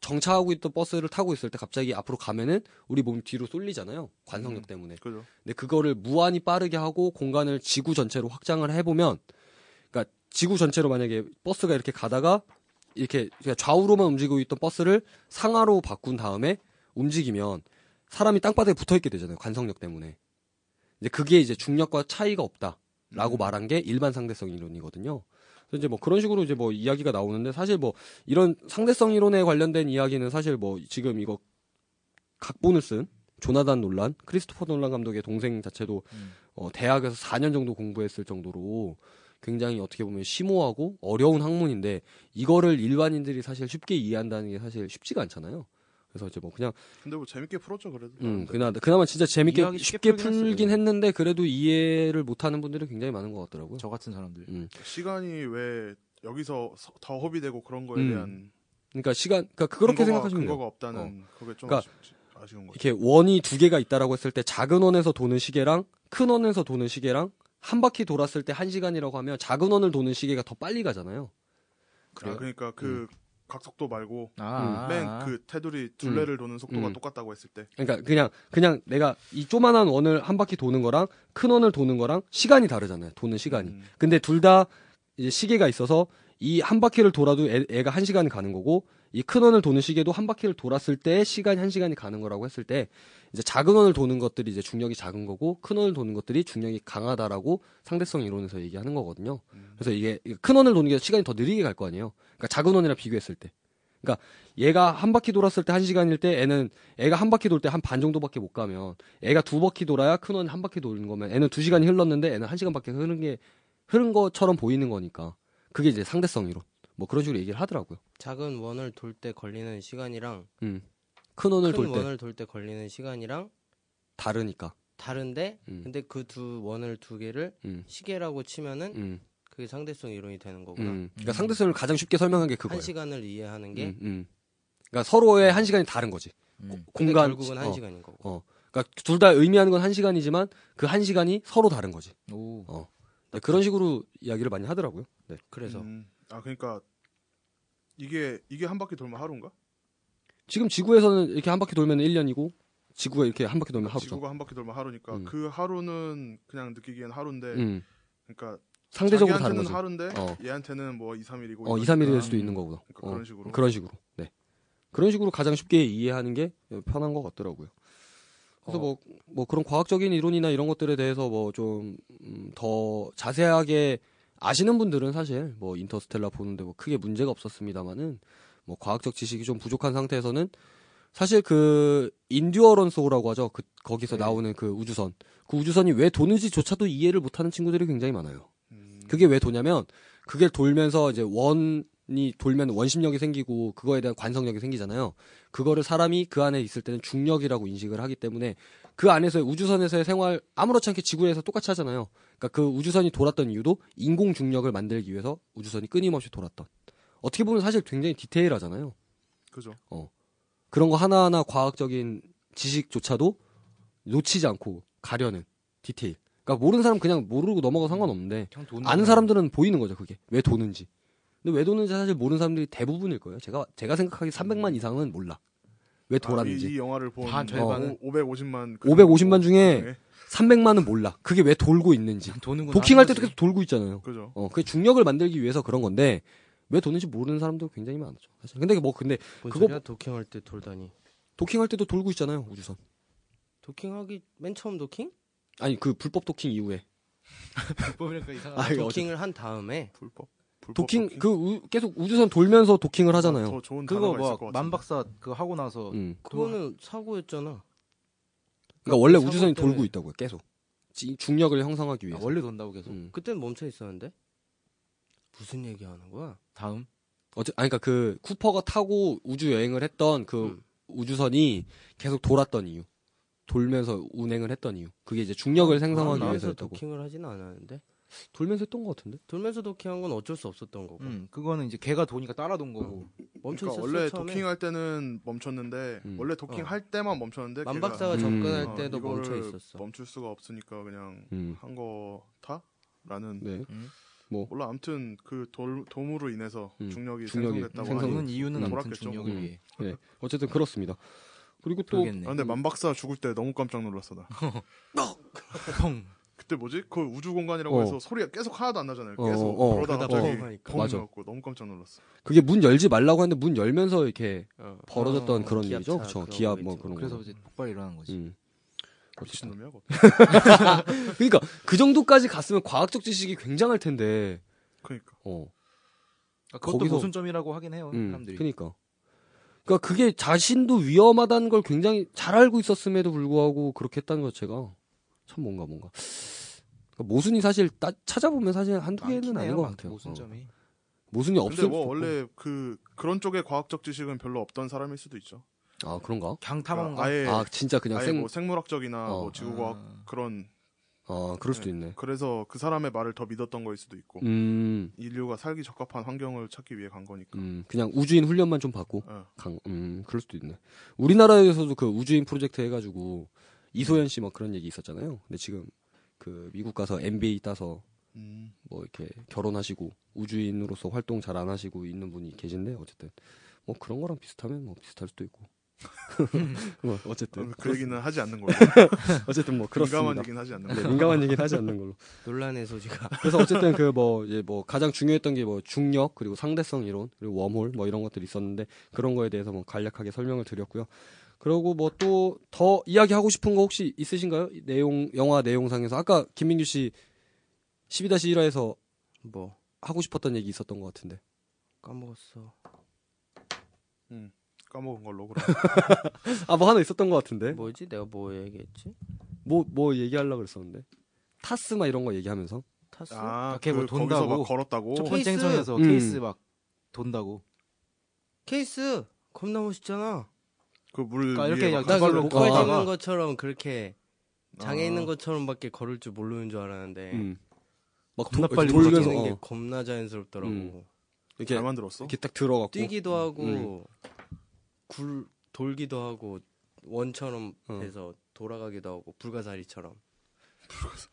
Speaker 1: 정차하고 있던 버스를 타고 있을 때 갑자기 앞으로 가면은 우리 몸이 뒤로 쏠리잖아요. 관성력
Speaker 3: 음.
Speaker 1: 때문에.
Speaker 3: 그죠.
Speaker 1: 근데 그거를 무한히 빠르게 하고 공간을 지구 전체로 확장을 해보면, 그러니까 지구 전체로 만약에 버스가 이렇게 가다가 이렇게 그냥 좌우로만 움직이고 있던 버스를 상하로 바꾼 다음에 움직이면 사람이 땅바닥에 붙어 있게 되잖아요. 관성력 때문에. 이제 그게 이제 중력과 차이가 없다라고 말한 게 일반 상대성 이론이거든요. 그래서 이제 뭐 그런 식으로 이제 뭐 이야기가 나오는데 사실 뭐 이런 상대성 이론에 관련된 이야기는 사실 뭐 지금 이거 각본을 쓴 조나단 논란, 크리스토퍼 논란 감독의 동생 자체도
Speaker 4: 음.
Speaker 1: 어, 대학에서 4년 정도 공부했을 정도로 굉장히 어떻게 보면 심오하고 어려운 학문인데 이거를 일반인들이 사실 쉽게 이해한다는 게 사실 쉽지가 않잖아요. 그래서 이제 뭐 그냥
Speaker 3: 근데 뭐 재밌게 풀었죠 그래도.
Speaker 1: 음, 그나, 그나마 진짜 재밌게
Speaker 4: 이해하기
Speaker 1: 쉽게
Speaker 4: 쉽게
Speaker 1: 풀긴
Speaker 4: 풀긴
Speaker 1: 했는데 그래도 이해를 못하는 분들이 굉장히 많은 것 같더라고요.
Speaker 4: 저 같은 사람들.
Speaker 1: 음.
Speaker 3: 시간이 왜 여기서 서- 더 허비되고 그런 거에
Speaker 1: 음.
Speaker 3: 대한
Speaker 1: 그러니까 시간, 그러니까 그렇게
Speaker 3: 근거가-
Speaker 1: 생각하시면 돼요.
Speaker 3: 근거가 없다는 그게 좀
Speaker 1: 그러니까
Speaker 3: 아쉽지- 아쉬운 거죠.
Speaker 1: 이렇게 원이 두 개가 있다라고 했을 때 작은 원에서 도는 시계랑 큰 원에서 도는 시계랑 한 바퀴 돌았을 때 한 시간이라고 하면 작은 원을 도는 시계가 더 빨리 가잖아요.
Speaker 3: 아, 그러니까
Speaker 1: 음.
Speaker 3: 그 각속도 말고
Speaker 4: 아,
Speaker 3: 맨
Speaker 4: 아.
Speaker 3: 그 테두리 둘레를 도는 속도가
Speaker 1: 음.
Speaker 3: 똑같다고 했을 때
Speaker 1: 그러니까 그냥 그냥 내가 이 조만한 원을 한 바퀴 도는 거랑 큰 원을 도는 거랑 시간이 다르잖아요. 도는 시간이.
Speaker 3: 음.
Speaker 1: 근데 둘 다 이제 시계가 있어서 이 한 바퀴를 돌아도 애, 애가 한 시간 가는 거고 이 큰 원을 도는 시계도 한 바퀴를 돌았을 때 시간이 한 시간이 가는 거라고 했을 때 이제 작은 원을 도는 것들이 이제 중력이 작은 거고 큰 원을 도는 것들이 중력이 강하다라고 상대성 이론에서 얘기하는 거거든요. 그래서 이게 큰 원을 도는 게 시간이 더 느리게 갈 거 아니에요. 그러니까 작은 원이랑 비교했을 때. 그러니까 얘가 한 바퀴 돌았을 때 한 시간일 때 애는 애가 한 바퀴 돌 때 한 반 정도밖에 못 가면 애가 두 바퀴 돌아야 큰 원 한 바퀴 도는 거면 애는 두 시간이 흘렀는데 애는 한 시간밖에 흐른 게 흐른 것처럼 보이는 거니까 그게 이제 상대성 이론 뭐 그런 식으로 얘기를 하더라고요.
Speaker 2: 작은 원을 돌 때 걸리는 시간이랑
Speaker 1: 큰 원을
Speaker 2: 큰
Speaker 1: 돌 때
Speaker 2: 원을 돌 때 걸리는 시간이랑
Speaker 1: 다르니까.
Speaker 2: 다른데
Speaker 1: 음.
Speaker 2: 근데 그 두 원을 두 개를
Speaker 1: 음.
Speaker 2: 시계라고 치면은
Speaker 1: 음,
Speaker 2: 그게 상대성 이론이 되는 거구나.
Speaker 1: 음. 그러니까 상대성을 가장 쉽게 설명한 게 그거예요.
Speaker 2: 한 시간을 이해하는 게
Speaker 1: 음, 음. 그러니까 서로의 한 시간이 다른 거지.
Speaker 4: 음.
Speaker 2: 근데
Speaker 1: 공간
Speaker 2: 결국은 한
Speaker 1: 어.
Speaker 2: 시간인 거고.
Speaker 1: 그러니까 둘 다 의미하는 건 한 시간이지만 그 한 시간이 서로 다른 거지.
Speaker 4: 오.
Speaker 1: 네, 그런 식으로 이야기를 많이 하더라고요. 네.
Speaker 2: 그래서
Speaker 3: 음. 아 그러니까 이게 이게 한 바퀴 돌면 하루인가?
Speaker 1: 지금 지구에서는 이렇게 한 바퀴 돌면 1년이고 지구가 이렇게 한 바퀴 돌면 하루죠.
Speaker 3: 지구가 한 바퀴 돌면 하루니까
Speaker 1: 음.
Speaker 3: 그 하루는 그냥 느끼기엔 하루인데
Speaker 1: 음.
Speaker 3: 그러니까
Speaker 1: 상대적으로 다른
Speaker 3: 자기한테는
Speaker 1: 거지.
Speaker 3: 하루인데
Speaker 1: 어.
Speaker 3: 얘한테는 뭐 2, 3일이고
Speaker 1: 어, 2, 3일일 수도 있는 거구나.
Speaker 3: 그러니까
Speaker 1: 어,
Speaker 3: 그런 식으로.
Speaker 1: 그런 식으로. 네. 그런 식으로 가장 쉽게 이해하는 게 편한 것 같더라고요. 그래서
Speaker 2: 어.
Speaker 1: 뭐, 뭐 그런 과학적인 이론이나 이런 것들에 대해서 뭐 좀 더 자세하게 아시는 분들은 사실 뭐 인터스텔라 보는데 뭐 크게 문제가 없었습니다만은 뭐 과학적 지식이 좀 부족한 상태에서는 사실 그 인듀어런스호라고 하죠. 그 거기서
Speaker 3: 네.
Speaker 1: 나오는 그 우주선. 그 우주선이 왜 도는지조차도 이해를 못하는 친구들이 굉장히 많아요.
Speaker 3: 음.
Speaker 1: 그게 왜 도냐면 그게 돌면서 이제 원이 돌면 원심력이 생기고 그거에 대한 관성력이 생기잖아요. 그거를 사람이 그 안에 있을 때는 중력이라고 인식을 하기 때문에 그 안에서의 우주선에서의 생활 아무렇지 않게 지구에서 똑같이 하잖아요. 그러니까 그 우주선이 돌았던 이유도 인공 중력을 만들기 위해서 우주선이 끊임없이 돌았던. 어떻게 보면 사실 굉장히 디테일하잖아요.
Speaker 3: 그죠.
Speaker 1: 그런 거 하나하나 과학적인 지식조차도 놓치지 않고 가려는 디테일. 그러니까 모르는 사람 그냥 모르고 넘어가도 상관없는데
Speaker 4: 그냥 돈
Speaker 1: 아는
Speaker 4: 내고.
Speaker 1: 사람들은 보이는 거죠, 그게. 왜 도는지. 근데 왜 도는지 사실 모르는 사람들이 대부분일 거예요. 제가 제가 생각하기 300만 이상은 몰라. 왜
Speaker 3: 아, 이,
Speaker 1: 돌았는지.
Speaker 3: 이 영화를 본
Speaker 4: 반, 절반은?
Speaker 3: 오, 550만 그 네,
Speaker 1: 550만 중에 300만은 몰라. 그게 왜 돌고 있는지.
Speaker 4: 도는 건
Speaker 1: 도킹할
Speaker 4: 하는
Speaker 1: 때도
Speaker 4: 거지.
Speaker 1: 계속 돌고 있잖아요.
Speaker 3: 그죠.
Speaker 1: 어, 그게 중력을 만들기 위해서 그런 건데 왜 도는지 모르는 사람도 굉장히 많죠. 사실. 근데 뭐 근데
Speaker 2: 뭔
Speaker 1: 그거-
Speaker 2: 소리야? 도킹할 때 돌다니.
Speaker 1: 도킹할 때도 돌고 있잖아요, 우주선.
Speaker 2: 도킹하기 맨 처음 도킹?
Speaker 1: 아니, 그 불법 도킹 이후에.
Speaker 4: 불법이랄까 이상한.
Speaker 1: 아, 이거
Speaker 2: 도킹을 한 다음에
Speaker 3: 불법. 불법
Speaker 1: 도킹 그 우- 계속 우주선 돌면서 도킹을
Speaker 3: 아,
Speaker 1: 하잖아요.
Speaker 3: 더 좋은
Speaker 4: 그거
Speaker 3: 단어가 있을 것
Speaker 4: 뭐
Speaker 3: 같아.
Speaker 4: 만박사 그거 하고 나서
Speaker 1: 음.
Speaker 2: 그거는 사고였잖아.
Speaker 1: 그러니까 원래
Speaker 2: 사고
Speaker 1: 우주선이
Speaker 2: 때문에.
Speaker 1: 돌고 있다고요. 계속 지- 중력을 형성하기
Speaker 4: 아,
Speaker 1: 위해서.
Speaker 4: 원래 돈다고 계속.
Speaker 1: 음.
Speaker 2: 그때 멈춰 있었는데 무슨 얘기 하는 거야?
Speaker 4: 다음.
Speaker 1: 어째 아니 그러니까 그 쿠퍼가 타고 우주 여행을 했던 그
Speaker 2: 음.
Speaker 1: 우주선이 계속 돌았던 이유. 돌면서 운행을 했던 이유. 그게 이제 중력을 생성하기
Speaker 2: 아, 돌면서
Speaker 1: 위해서였다고.
Speaker 2: 도킹을 하진 않았는데
Speaker 1: 돌면서 했던 것 같은데.
Speaker 2: 돌면서 도킹한 건 어쩔 수 없었던 거고
Speaker 4: 음. 그거는 이제 걔가 도니까 따라 돈 거고.
Speaker 2: 멈춰
Speaker 3: 그러니까
Speaker 2: 있었어
Speaker 3: 원래
Speaker 2: 처음에. 어.
Speaker 3: 도킹할 때는 멈췄는데
Speaker 1: 음.
Speaker 3: 원래 도킹할 때만 멈췄는데
Speaker 2: 만
Speaker 3: 걔가
Speaker 2: 박사가
Speaker 1: 음.
Speaker 2: 접근할
Speaker 3: 어,
Speaker 2: 때도
Speaker 3: 이거를
Speaker 2: 멈춰 있었어.
Speaker 3: 멈출 수가 없으니까 그냥
Speaker 1: 음.
Speaker 3: 한 거다? 라는
Speaker 1: 네.
Speaker 4: 음.
Speaker 3: 몰라 아무튼 그 돌, 도무로 인해서
Speaker 1: 음,
Speaker 3: 중력이,
Speaker 1: 중력이
Speaker 3: 생성됐다고
Speaker 1: 생성-
Speaker 3: 하니
Speaker 4: 생성은 이유는
Speaker 1: 음.
Speaker 4: 아무튼
Speaker 3: 돌았겠죠.
Speaker 4: 중력을
Speaker 1: 음.
Speaker 4: 위해.
Speaker 1: 네. 어쨌든 그렇습니다. 그리고 또 (laughs)
Speaker 4: 돌겠네.
Speaker 1: 어.
Speaker 3: 아, 근데 만박사 죽을 때 너무 깜짝 놀랐어 나
Speaker 4: 펑.
Speaker 3: 그때 뭐지? 그 우주 공간이라고
Speaker 1: 어.
Speaker 3: 해서 소리가 계속 하나도 안 나잖아요.
Speaker 1: 어,
Speaker 3: 계속
Speaker 1: 어, 어.
Speaker 3: 그러다
Speaker 2: 그러다
Speaker 3: 갑자기
Speaker 2: 뻥 하니까.
Speaker 3: 뻥
Speaker 1: 맞아.
Speaker 3: 나갖고 너무 깜짝 놀랐어.
Speaker 1: 그게 문 열지 말라고 했는데 문 열면서 이렇게
Speaker 2: 어.
Speaker 1: 벌어졌던
Speaker 2: 어,
Speaker 1: 그런
Speaker 2: 기압차
Speaker 1: 일이죠. 그렇죠.
Speaker 2: 그런
Speaker 1: 기압
Speaker 2: 거
Speaker 1: 뭐
Speaker 2: 있죠.
Speaker 1: 그런 거.
Speaker 4: 그래서 이제 폭발이 일어난 거지.
Speaker 1: 음.
Speaker 3: 미친 놈이야. 그거.
Speaker 1: 네. 그러니까 그 정도까지 갔으면 과학적 지식이 굉장할 텐데.
Speaker 3: 그러니까
Speaker 1: 어.
Speaker 4: 그러니까 그것도
Speaker 1: 거기서-
Speaker 4: 모순점이라고 하긴 해요.
Speaker 1: 음,
Speaker 4: 사람들이.
Speaker 1: 그러니까. 그러니까 그게 자신도 위험하다는 걸 굉장히 잘 알고 있었음에도 불구하고 그렇게 했다는 것 자체가 참 뭔가 뭔가 그러니까 모순이 사실 따- 찾아보면 사실 한두 개는
Speaker 4: 많긴
Speaker 1: 아닌
Speaker 4: 해요,
Speaker 1: 것
Speaker 4: 많-
Speaker 1: 같아요. 어.
Speaker 4: 모순점이.
Speaker 1: 모순이
Speaker 3: 근데
Speaker 1: 없을
Speaker 3: 뭐
Speaker 1: 수도
Speaker 3: 원래 그 그런 쪽의 과학적 지식은 별로 없던 사람일 수도 있죠. 그러니까
Speaker 1: 있고. 아 그런가?
Speaker 4: 강탐험가.
Speaker 3: 아예
Speaker 1: 아 진짜 그냥
Speaker 3: 아예
Speaker 1: 생.
Speaker 3: 뭐 생물학적이나
Speaker 1: 어.
Speaker 3: 뭐 지구과학
Speaker 4: 아.
Speaker 3: 그런
Speaker 1: 아 그럴
Speaker 3: 예.
Speaker 1: 수도 있네.
Speaker 3: 그래서 그 사람의 말을 더 믿었던 거일 수도 있고
Speaker 1: 음,
Speaker 3: 인류가 살기 적합한 환경을 찾기 위해 간 거니까.
Speaker 1: 음 그냥 우주인 훈련만 좀 받고.
Speaker 3: 어.
Speaker 1: 강, 음, 그럴 수도 있네. 우리나라에서도 그 우주인 프로젝트 해가지고 이소연 씨 막 그런 얘기 있었잖아요. 근데 지금 그 미국 가서 MBA 따서
Speaker 3: 음.
Speaker 1: 뭐 이렇게 결혼하시고 우주인으로서 활동 잘 안 하시고 있는 분이 계신데 어쨌든 뭐 그런 거랑 비슷하면 뭐 비슷할 수도
Speaker 3: (laughs)
Speaker 1: 있고. 뭐 어쨌든
Speaker 3: 그 얘기는 하지
Speaker 1: (laughs)
Speaker 3: 않는 걸로.
Speaker 1: 어쨌든 뭐 그렇습니다.
Speaker 3: 민감한 얘기는 하지 않는
Speaker 1: 네,
Speaker 3: 걸로.
Speaker 1: 민감한 얘기는 하지 않는 걸로.
Speaker 2: 논란의 소지가 (laughs)
Speaker 1: 그래서 어쨌든 그 뭐 이제 뭐 가장 중요했던 게 뭐 중력 그리고 상대성 이론 그리고 웜홀 뭐 이런 것들이 있었는데 그런 거에 대해서 뭐 간략하게 설명을 드렸고요. 그리고 뭐 또 더 이야기하고 싶은 거 혹시 있으신가요? 이 내용 영화 내용상에서 아까 김민규 씨 12-1화에서
Speaker 2: 뭐
Speaker 1: 하고 싶었던 얘기 있었던 것 같은데.
Speaker 2: 까먹었어.
Speaker 3: 음. 까먹은 걸로 그럼.
Speaker 1: 아 뭐 하나 있었던 것 같은데.
Speaker 2: 뭐지? 내가 뭐 얘기했지?
Speaker 1: 뭐 뭐 얘기하려고 그랬었는데. 타스 막 이런 거 얘기하면서.
Speaker 2: 타스?
Speaker 3: 아,
Speaker 4: 걔뭐
Speaker 3: 그 거기서 막
Speaker 4: 돈다고.
Speaker 3: 걸었다고.
Speaker 4: 첫
Speaker 2: 케이스!
Speaker 4: 번째 행성에서
Speaker 1: 음.
Speaker 4: 케이스 막 돈다고.
Speaker 2: 케이스 겁나 멋있잖아.
Speaker 3: 그물
Speaker 4: 그러니까
Speaker 3: 위에
Speaker 4: 이렇게
Speaker 3: 막
Speaker 4: 약간
Speaker 2: 나그
Speaker 4: 그걸로
Speaker 2: 목걸
Speaker 1: 아.
Speaker 2: 잡는 것처럼 그렇게 장애 있는
Speaker 3: 아.
Speaker 2: 것처럼밖에 걸을 줄 모르는 줄 알았는데
Speaker 1: 음. 막
Speaker 4: 겁나
Speaker 1: 도-
Speaker 4: 빨리
Speaker 1: 돌면서
Speaker 2: 뛰는 게
Speaker 1: 어,
Speaker 2: 겁나 자연스럽더라고.
Speaker 1: 음. 이렇게
Speaker 3: 잘 만들었어.
Speaker 1: 이렇게 딱 들어갔고.
Speaker 2: 뛰기도 하고
Speaker 1: 음.
Speaker 2: 굴 돌기도 하고 원처럼
Speaker 1: 어.
Speaker 2: 돼서 돌아가기도 하고 불가사리처럼.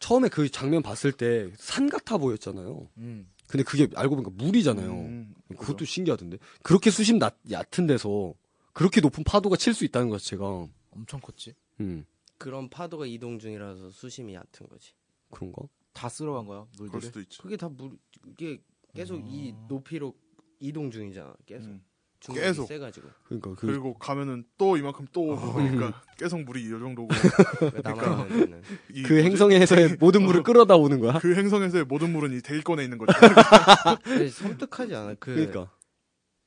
Speaker 1: 처음에 그 장면 봤을 때 산 같아 보였잖아요.
Speaker 4: 음.
Speaker 1: 근데 그게 알고 보니까 물이잖아요.
Speaker 3: 음,
Speaker 1: 그것도 신기하던데. 그렇게 수심 낮, 얕은 데서 그렇게 높은 파도가 칠 수 있다는 것 자체가
Speaker 4: 엄청 컸지.
Speaker 1: 음,
Speaker 2: 그런 파도가 이동 중이라서 수심이 얕은 거지.
Speaker 1: 그런가?
Speaker 4: 다 쓸어간 거야
Speaker 3: 그럴
Speaker 4: 물들을.
Speaker 3: 수도 있지.
Speaker 2: 그게 다 물 이게 계속 이 높이로 이동 중이잖아. 계속
Speaker 3: 음.
Speaker 2: 중력이
Speaker 3: 계속. (laughs)
Speaker 2: 세가지고
Speaker 1: 그러니까 그
Speaker 3: 그리고 가면은 또 이만큼 또 오고 (laughs) 그러니까 계속 물이 이 정도고
Speaker 2: 남아있는
Speaker 3: 그러니까.
Speaker 2: 데는.
Speaker 3: 이
Speaker 1: 그
Speaker 3: 뭐지?
Speaker 1: 행성에서의 모든 물을 끌어다 오는 거야.
Speaker 3: 그 행성에서의 모든 물은 이 대기권에 있는 거지.
Speaker 2: 근데 섬뜩하지 않아. 그
Speaker 1: 그러니까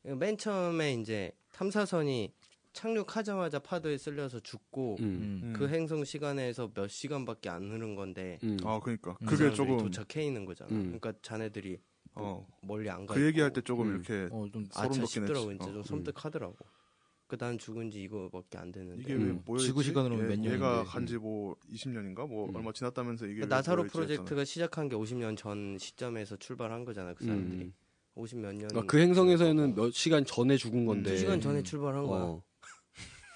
Speaker 2: 맨 처음에 이제 탐사선이 착륙하자마자 파도에 쓸려서 죽고
Speaker 1: 음,
Speaker 4: 음.
Speaker 2: 그 행성 시간에서 몇 시간밖에 안 흐른 건데
Speaker 1: 음.
Speaker 3: 아 그러니까
Speaker 4: 음.
Speaker 3: 그게
Speaker 2: 그 사람들이
Speaker 3: 조금
Speaker 2: 도착해 있는 거잖아.
Speaker 1: 음.
Speaker 2: 그러니까 자네들이
Speaker 3: 어,
Speaker 2: 멀리 안 가.
Speaker 3: 그 얘기할 때 조금
Speaker 1: 음.
Speaker 3: 이렇게
Speaker 4: 어좀
Speaker 3: 소름
Speaker 2: 아차
Speaker 3: 돋긴
Speaker 2: 싶더라고
Speaker 3: 했지. 어.
Speaker 2: 진짜 좀 섬뜩하더라고. 그난 죽은 지 이거밖에 안 됐는데.
Speaker 3: 이게
Speaker 1: 음.
Speaker 3: 왜 뭐였지?
Speaker 4: 지구 시간으로 몇 년인데.
Speaker 3: 얘가 간지 뭐 20년인가 뭐
Speaker 1: 음.
Speaker 3: 얼마 지났다면서 이게
Speaker 2: 그러니까
Speaker 3: 왜
Speaker 2: 나사로
Speaker 3: 뭐였지 했잖아.
Speaker 2: 프로젝트가 시작한 게 50년 전 시점에서 출발한 거잖아 그 사람들이.
Speaker 1: 음.
Speaker 2: 50몇 년. 네.
Speaker 1: 그러니까 그 행성에서는 몇 시간 전에 죽은 건데.
Speaker 2: 음, 두 시간 전에 출발한 거야.
Speaker 1: 어.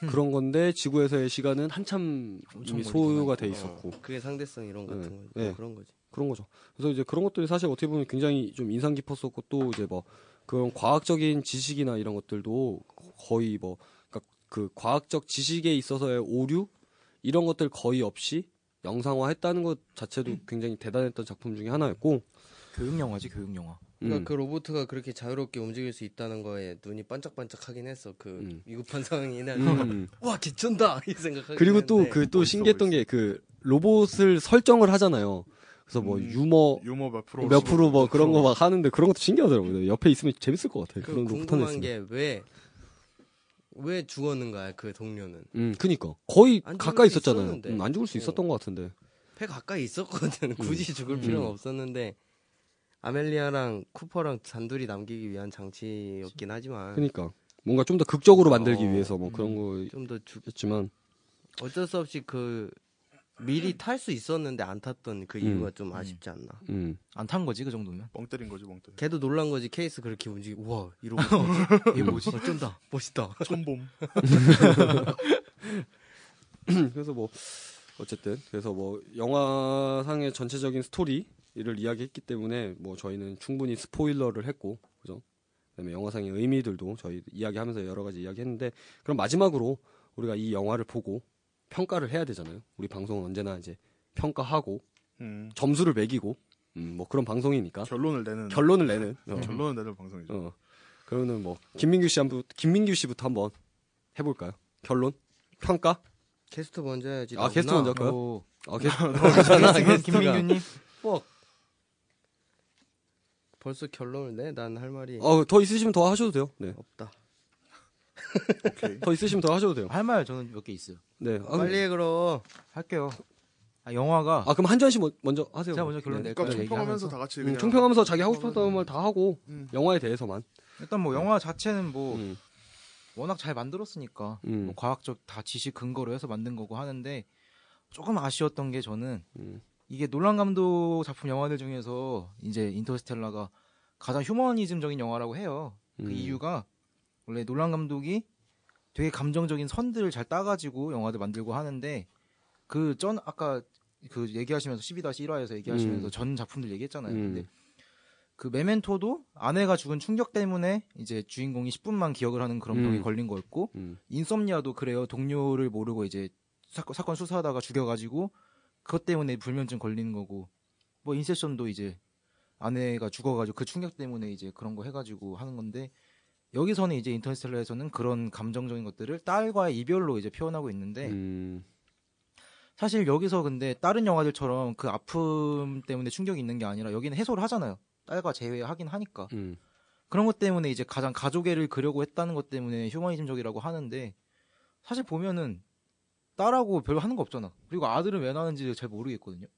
Speaker 1: (laughs) 그런 건데 지구에서의 시간은 한참
Speaker 4: 엄청
Speaker 1: 이미
Speaker 4: 멀리
Speaker 1: 소요가
Speaker 4: 떠나
Speaker 1: 돼
Speaker 4: 있구나.
Speaker 1: 있었고
Speaker 2: 그게 상대성 이론 같은
Speaker 1: 네.
Speaker 2: 거지. 뭐
Speaker 1: 네.
Speaker 2: 그런 거지.
Speaker 1: 그런 거죠. 그래서 이제 그런 것들이 사실 어떻게 보면 굉장히 좀 인상 깊었었고 또 이제 뭐 그런 과학적인 지식이나 이런 것들도 거의 뭐 그러니까 그 과학적 지식에 있어서의 오류 이런 것들 거의 없이 영상화했다는 것 자체도
Speaker 2: 음.
Speaker 1: 굉장히 대단했던 작품 중에 하나였고
Speaker 4: 교육 영화지 교육 영화.
Speaker 2: 그러니까
Speaker 1: 음,
Speaker 2: 그 로봇가 그렇게 자유롭게 움직일 수 있다는 거에 눈이 반짝반짝하긴 했어. 그
Speaker 1: 음.
Speaker 2: 위급한 상황이 날.
Speaker 1: 음.
Speaker 2: (laughs) 와 개쩐다 (laughs) 이 생각하긴
Speaker 1: 그리고 또 그
Speaker 2: 했는데.
Speaker 1: 또
Speaker 3: 멋있어
Speaker 1: 신기했던 게 그 로봇을 설정을 하잖아요. 그래서 뭐
Speaker 3: 음.
Speaker 1: 유머
Speaker 3: 유머 몇 프로
Speaker 1: 몇 프로 뭐 그런 거 막 하는데 그런 것도 신기하더라고요. 옆에 있으면 재밌을 것 같아요.
Speaker 2: 그
Speaker 1: 그런 로봇 하나
Speaker 2: 궁금한
Speaker 1: 있으면.
Speaker 2: 게 왜 왜 죽었는 거야 그 동료는
Speaker 1: 음, 그니까 거의
Speaker 2: 안 죽을
Speaker 1: 가까이
Speaker 2: 수
Speaker 1: 있었잖아요.
Speaker 2: 있었는데. 어. 네.
Speaker 1: 음, 안 죽을 수 있었던 것 같은데.
Speaker 2: 폐 가까이 있었거든 (laughs) 굳이 죽을
Speaker 4: 음.
Speaker 2: 필요는 없었는데 아멜리아랑 쿠퍼랑 잔둘이 남기기 위한 장치였긴 하지만
Speaker 1: 그니까 뭔가 좀 더 극적으로 만들기
Speaker 2: 어,
Speaker 1: 위해서 뭐 그런
Speaker 2: 좀 더 주...
Speaker 1: 거였지만,
Speaker 2: 어쩔 수 없이 그 미리 탈 수 있었는데 안 탔던 그 이유가
Speaker 1: 음.
Speaker 2: 좀 아쉽지 않나
Speaker 1: 음,
Speaker 4: 안 탄 거지
Speaker 1: (laughs)
Speaker 4: 그 정도면.
Speaker 3: 뻥 때린 거지 뻥 때린.
Speaker 2: 걔도 놀란 거지 케이스 그렇게 움직이 우와
Speaker 1: (laughs)
Speaker 2: 이러고
Speaker 1: 어.
Speaker 4: 이게 뭐지?
Speaker 2: 어쩐다 멋있다
Speaker 3: 촌봄.
Speaker 1: 그래서 뭐 어쨌든 그래서 뭐 영화상의 전체적인 스토리를 이야기했기 때문에 뭐 저희는 충분히 스포일러를 했고 그죠? 그다음에 영화상의 의미들도 저희 이야기하면서 여러 가지 이야기했는데 그럼 마지막으로 우리가 이 영화를 보고 평가를 해야 되잖아요. 우리 방송은 언제나 이제 평가하고 (laughs)
Speaker 5: 음.
Speaker 1: 점수를 매기고 음, 뭐 그런 방송이니까
Speaker 3: 결론을 내는
Speaker 1: 결론을 내는 어.
Speaker 5: 결론을 내는 방송이죠.
Speaker 1: 어. 그러면은 뭐 김민규 씨 한부 김민규 씨부터 한번 해볼까요? 결론 평가?
Speaker 2: 캐스트 먼저 해야지.
Speaker 1: 아 게스트 먼저 할까요? (laughs)
Speaker 4: 오,
Speaker 5: (laughs)
Speaker 1: 아 게스트
Speaker 4: 어. 김민규님
Speaker 1: 어.
Speaker 2: 뻑. 벌써 결론을 내? 난 할 말이
Speaker 1: 어더 있으시면 더 하셔도 돼요. 네.
Speaker 2: 없다.
Speaker 3: 오케이.
Speaker 1: 더 있으시면 더 하셔도 돼요.
Speaker 4: 할 말 저는 몇 개 있어요.
Speaker 1: 네. 아, 그럼-
Speaker 2: 빨리 해 그럼.
Speaker 4: 할게요. 아, 영화가
Speaker 1: 아 그럼 한지환 씨 먼- 먼저 하세요.
Speaker 4: 제가 먼저 결론
Speaker 1: 네.
Speaker 4: 낼
Speaker 3: 그러니까
Speaker 4: 거예요.
Speaker 3: 총평하면서 다 같이
Speaker 1: 음,
Speaker 3: 그냥
Speaker 1: 총평하면서 자기 하고 싶었던 말 다 하고
Speaker 3: 음.
Speaker 1: 영화에 대해서만.
Speaker 4: 일단 뭐 영화 자체는 뭐
Speaker 1: 음.
Speaker 4: 워낙 잘 만들었으니까
Speaker 1: 음.
Speaker 4: 뭐 과학적 다 지식 근거로 해서 만든 거고 하는데 조금 아쉬웠던 게 저는
Speaker 1: 음.
Speaker 4: 이게 놀란 감독 작품 영화들 중에서 이제 인터스텔라가 가장 휴머니즘적인 영화라고 해요. 그
Speaker 1: 음.
Speaker 4: 이유가 원래 놀란 감독이 되게 감정적인 선들을 잘 따가지고 영화들 만들고 하는데 그 전 아까 그 얘기하시면서 12-1화에서 얘기하시면서
Speaker 1: 음.
Speaker 4: 전 작품들 얘기했잖아요.
Speaker 1: 음.
Speaker 4: 근데 그 메멘토도 아내가 죽은 충격 때문에 이제 주인공이 10분만 기억을 하는 그런 병에
Speaker 1: 음.
Speaker 4: 걸린 거였고
Speaker 1: 음.
Speaker 4: 인썸니아도 그래요. 동료를 모르고 이제 사건, 사건 수사하다가 죽여가지고 그것 때문에 불면증 걸리는 거고 뭐 인셉션도 이제 아내가 죽어가지고 그 충격 때문에 이제 그런 거 해가지고 하는 건데 여기서는 이제 인터스텔라에서는 그런 감정적인 것들을 딸과의 이별로 이제 표현하고 있는데
Speaker 1: 음.
Speaker 4: 사실 여기서 근데 다른 영화들처럼 그 아픔 때문에 충격이 있는 게 아니라 여기는 해소를 하잖아요. 딸과 재회하긴 하니까
Speaker 1: 음.
Speaker 4: 그런 것 때문에 이제 가장 가족애를 그려고 했다는 것 때문에 휴머니즘적이라고 하는데 사실 보면은 딸하고 별로 하는 거 없잖아. 그리고 아들은 왜 나는지 잘 모르겠거든요.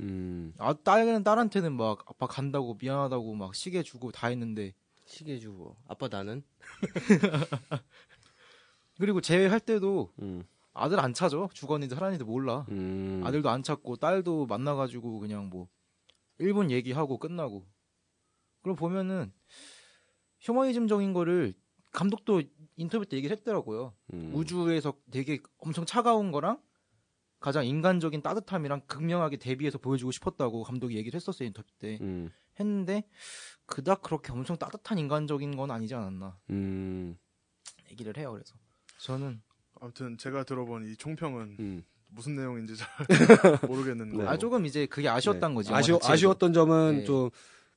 Speaker 1: 음.
Speaker 4: 아, 딸은 딸한테는 막 아빠 간다고 미안하다고 막 시계 주고 다 했는데
Speaker 2: 시계 주고. 아빠 나는?
Speaker 4: 그리고 재회할 때도
Speaker 1: 음.
Speaker 4: 아들 안 찾아. 죽었는지 살았는지 몰라.
Speaker 1: 음.
Speaker 4: 아들도 안 찾고 딸도 만나가지고 그냥 뭐 일본 얘기하고 끝나고 그럼 보면은 휴머니즘적인 거를 감독도 인터뷰 때 얘기를 했더라고요.
Speaker 1: 음.
Speaker 4: 우주에서 되게 엄청 차가운 거랑 가장 인간적인 따뜻함이랑 극명하게 대비해서 보여주고 싶었다고 감독이 얘기를 했었어요 인터뷰 때
Speaker 1: 음.
Speaker 4: 했는데 그닥 그렇게 엄청 따뜻한 인간적인 건 아니지 않았나
Speaker 1: 음.
Speaker 4: 얘기를 해요 그래서 저는
Speaker 3: 아무튼 제가 들어본 이 총평은
Speaker 1: 음.
Speaker 3: 무슨 내용인지
Speaker 1: (laughs)
Speaker 3: 잘 (laughs) 모르겠는데
Speaker 1: 네.
Speaker 4: 아 조금 이제 그게 아쉬웠다는 거지 영화
Speaker 1: 아쉬워,
Speaker 4: 자체에서.
Speaker 1: 아쉬웠던 점은
Speaker 4: 네.
Speaker 1: 좀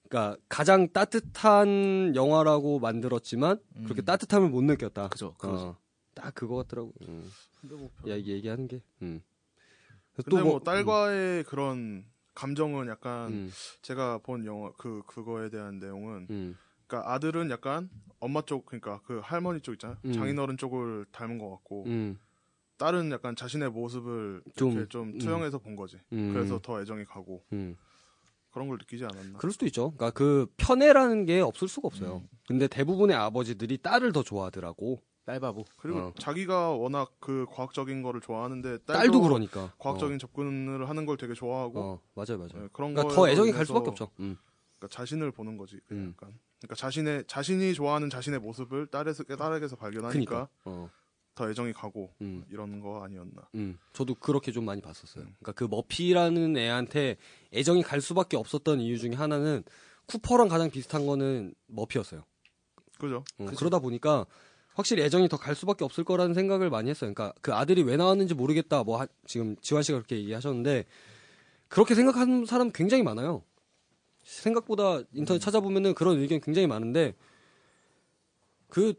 Speaker 1: 그러니까 가장 따뜻한 영화라고 만들었지만 그렇게
Speaker 4: 음.
Speaker 1: 따뜻함을 못 느꼈다.
Speaker 4: 그죠 그거지.
Speaker 1: 어, 딱 그거 같더라고. 음.
Speaker 3: 근데 뭐 별-
Speaker 1: 야 이게 얘기하는 게. 음.
Speaker 3: 근데 뭐
Speaker 1: 뭐-
Speaker 3: 딸과의 그런 감정은 약간
Speaker 1: 음.
Speaker 3: 제가 본 영화 그 그거에 대한 내용은
Speaker 1: 음.
Speaker 3: 그러니까 아들은 약간 엄마 쪽 그러니까 그 할머니 쪽 있잖아요
Speaker 1: 음.
Speaker 3: 장인어른 쪽을 닮은 것 같고
Speaker 1: 음.
Speaker 3: 딸은 약간 자신의 모습을
Speaker 1: 좀,
Speaker 3: 이렇게 좀 투영해서 본 거지
Speaker 1: 음.
Speaker 3: 그래서 더 애정이 가고
Speaker 1: 음.
Speaker 3: 그런 걸 느끼지 않았나
Speaker 1: 그럴 수도 있죠. 그러니까 그 편애라는 게 없을 수가 없어요.
Speaker 3: 음.
Speaker 1: 근데 대부분의 아버지들이 딸을 더 좋아하더라고.
Speaker 4: 딸바보
Speaker 3: 그리고
Speaker 1: 어.
Speaker 3: 자기가 워낙 그 과학적인 거를 좋아하는데 딸도,
Speaker 1: 딸도, 그러니까.
Speaker 3: 과학적인 접근을 하는 걸 되게
Speaker 1: 어,
Speaker 3: 좋아하고
Speaker 1: 어, 맞아요, 맞아요.
Speaker 3: 네, 그런
Speaker 1: 그러니까
Speaker 3: 거에
Speaker 1: 더 애정이 갈
Speaker 3: 의해서
Speaker 1: 수밖에 없죠. 음.
Speaker 3: 그러니까 자신을 보는 거지 그냥
Speaker 1: 음.
Speaker 3: 약간 그러니까 자신의 자신이 좋아하는 자신의 모습을 딸에서 딸에게서 발견하니까
Speaker 1: 그러니까. 어.
Speaker 3: 더 애정이 가고
Speaker 1: 음.
Speaker 3: 이런 거 아니었나
Speaker 1: 음, 저도 그렇게 좀 많이 봤었어요.
Speaker 3: 음.
Speaker 1: 그러니까 그 머피라는 애한테 애정이 갈 수밖에 없었던 이유 중에 하나는 쿠퍼랑 가장 비슷한 거는 머피였어요.
Speaker 3: 음, 그죠
Speaker 1: 어, 그러다 보니까 확실히 애정이 더 갈 수밖에 없을 거라는 생각을 많이 했어요. 그러니까 그 아들이 왜 나왔는지 모르겠다. 뭐 하- 지금 지환 씨가 그렇게 얘기하셨는데 그렇게 생각하는 사람 굉장히 많아요. 생각보다
Speaker 3: 음.
Speaker 1: 인터넷 찾아보면은 그런 의견 굉장히 많은데 그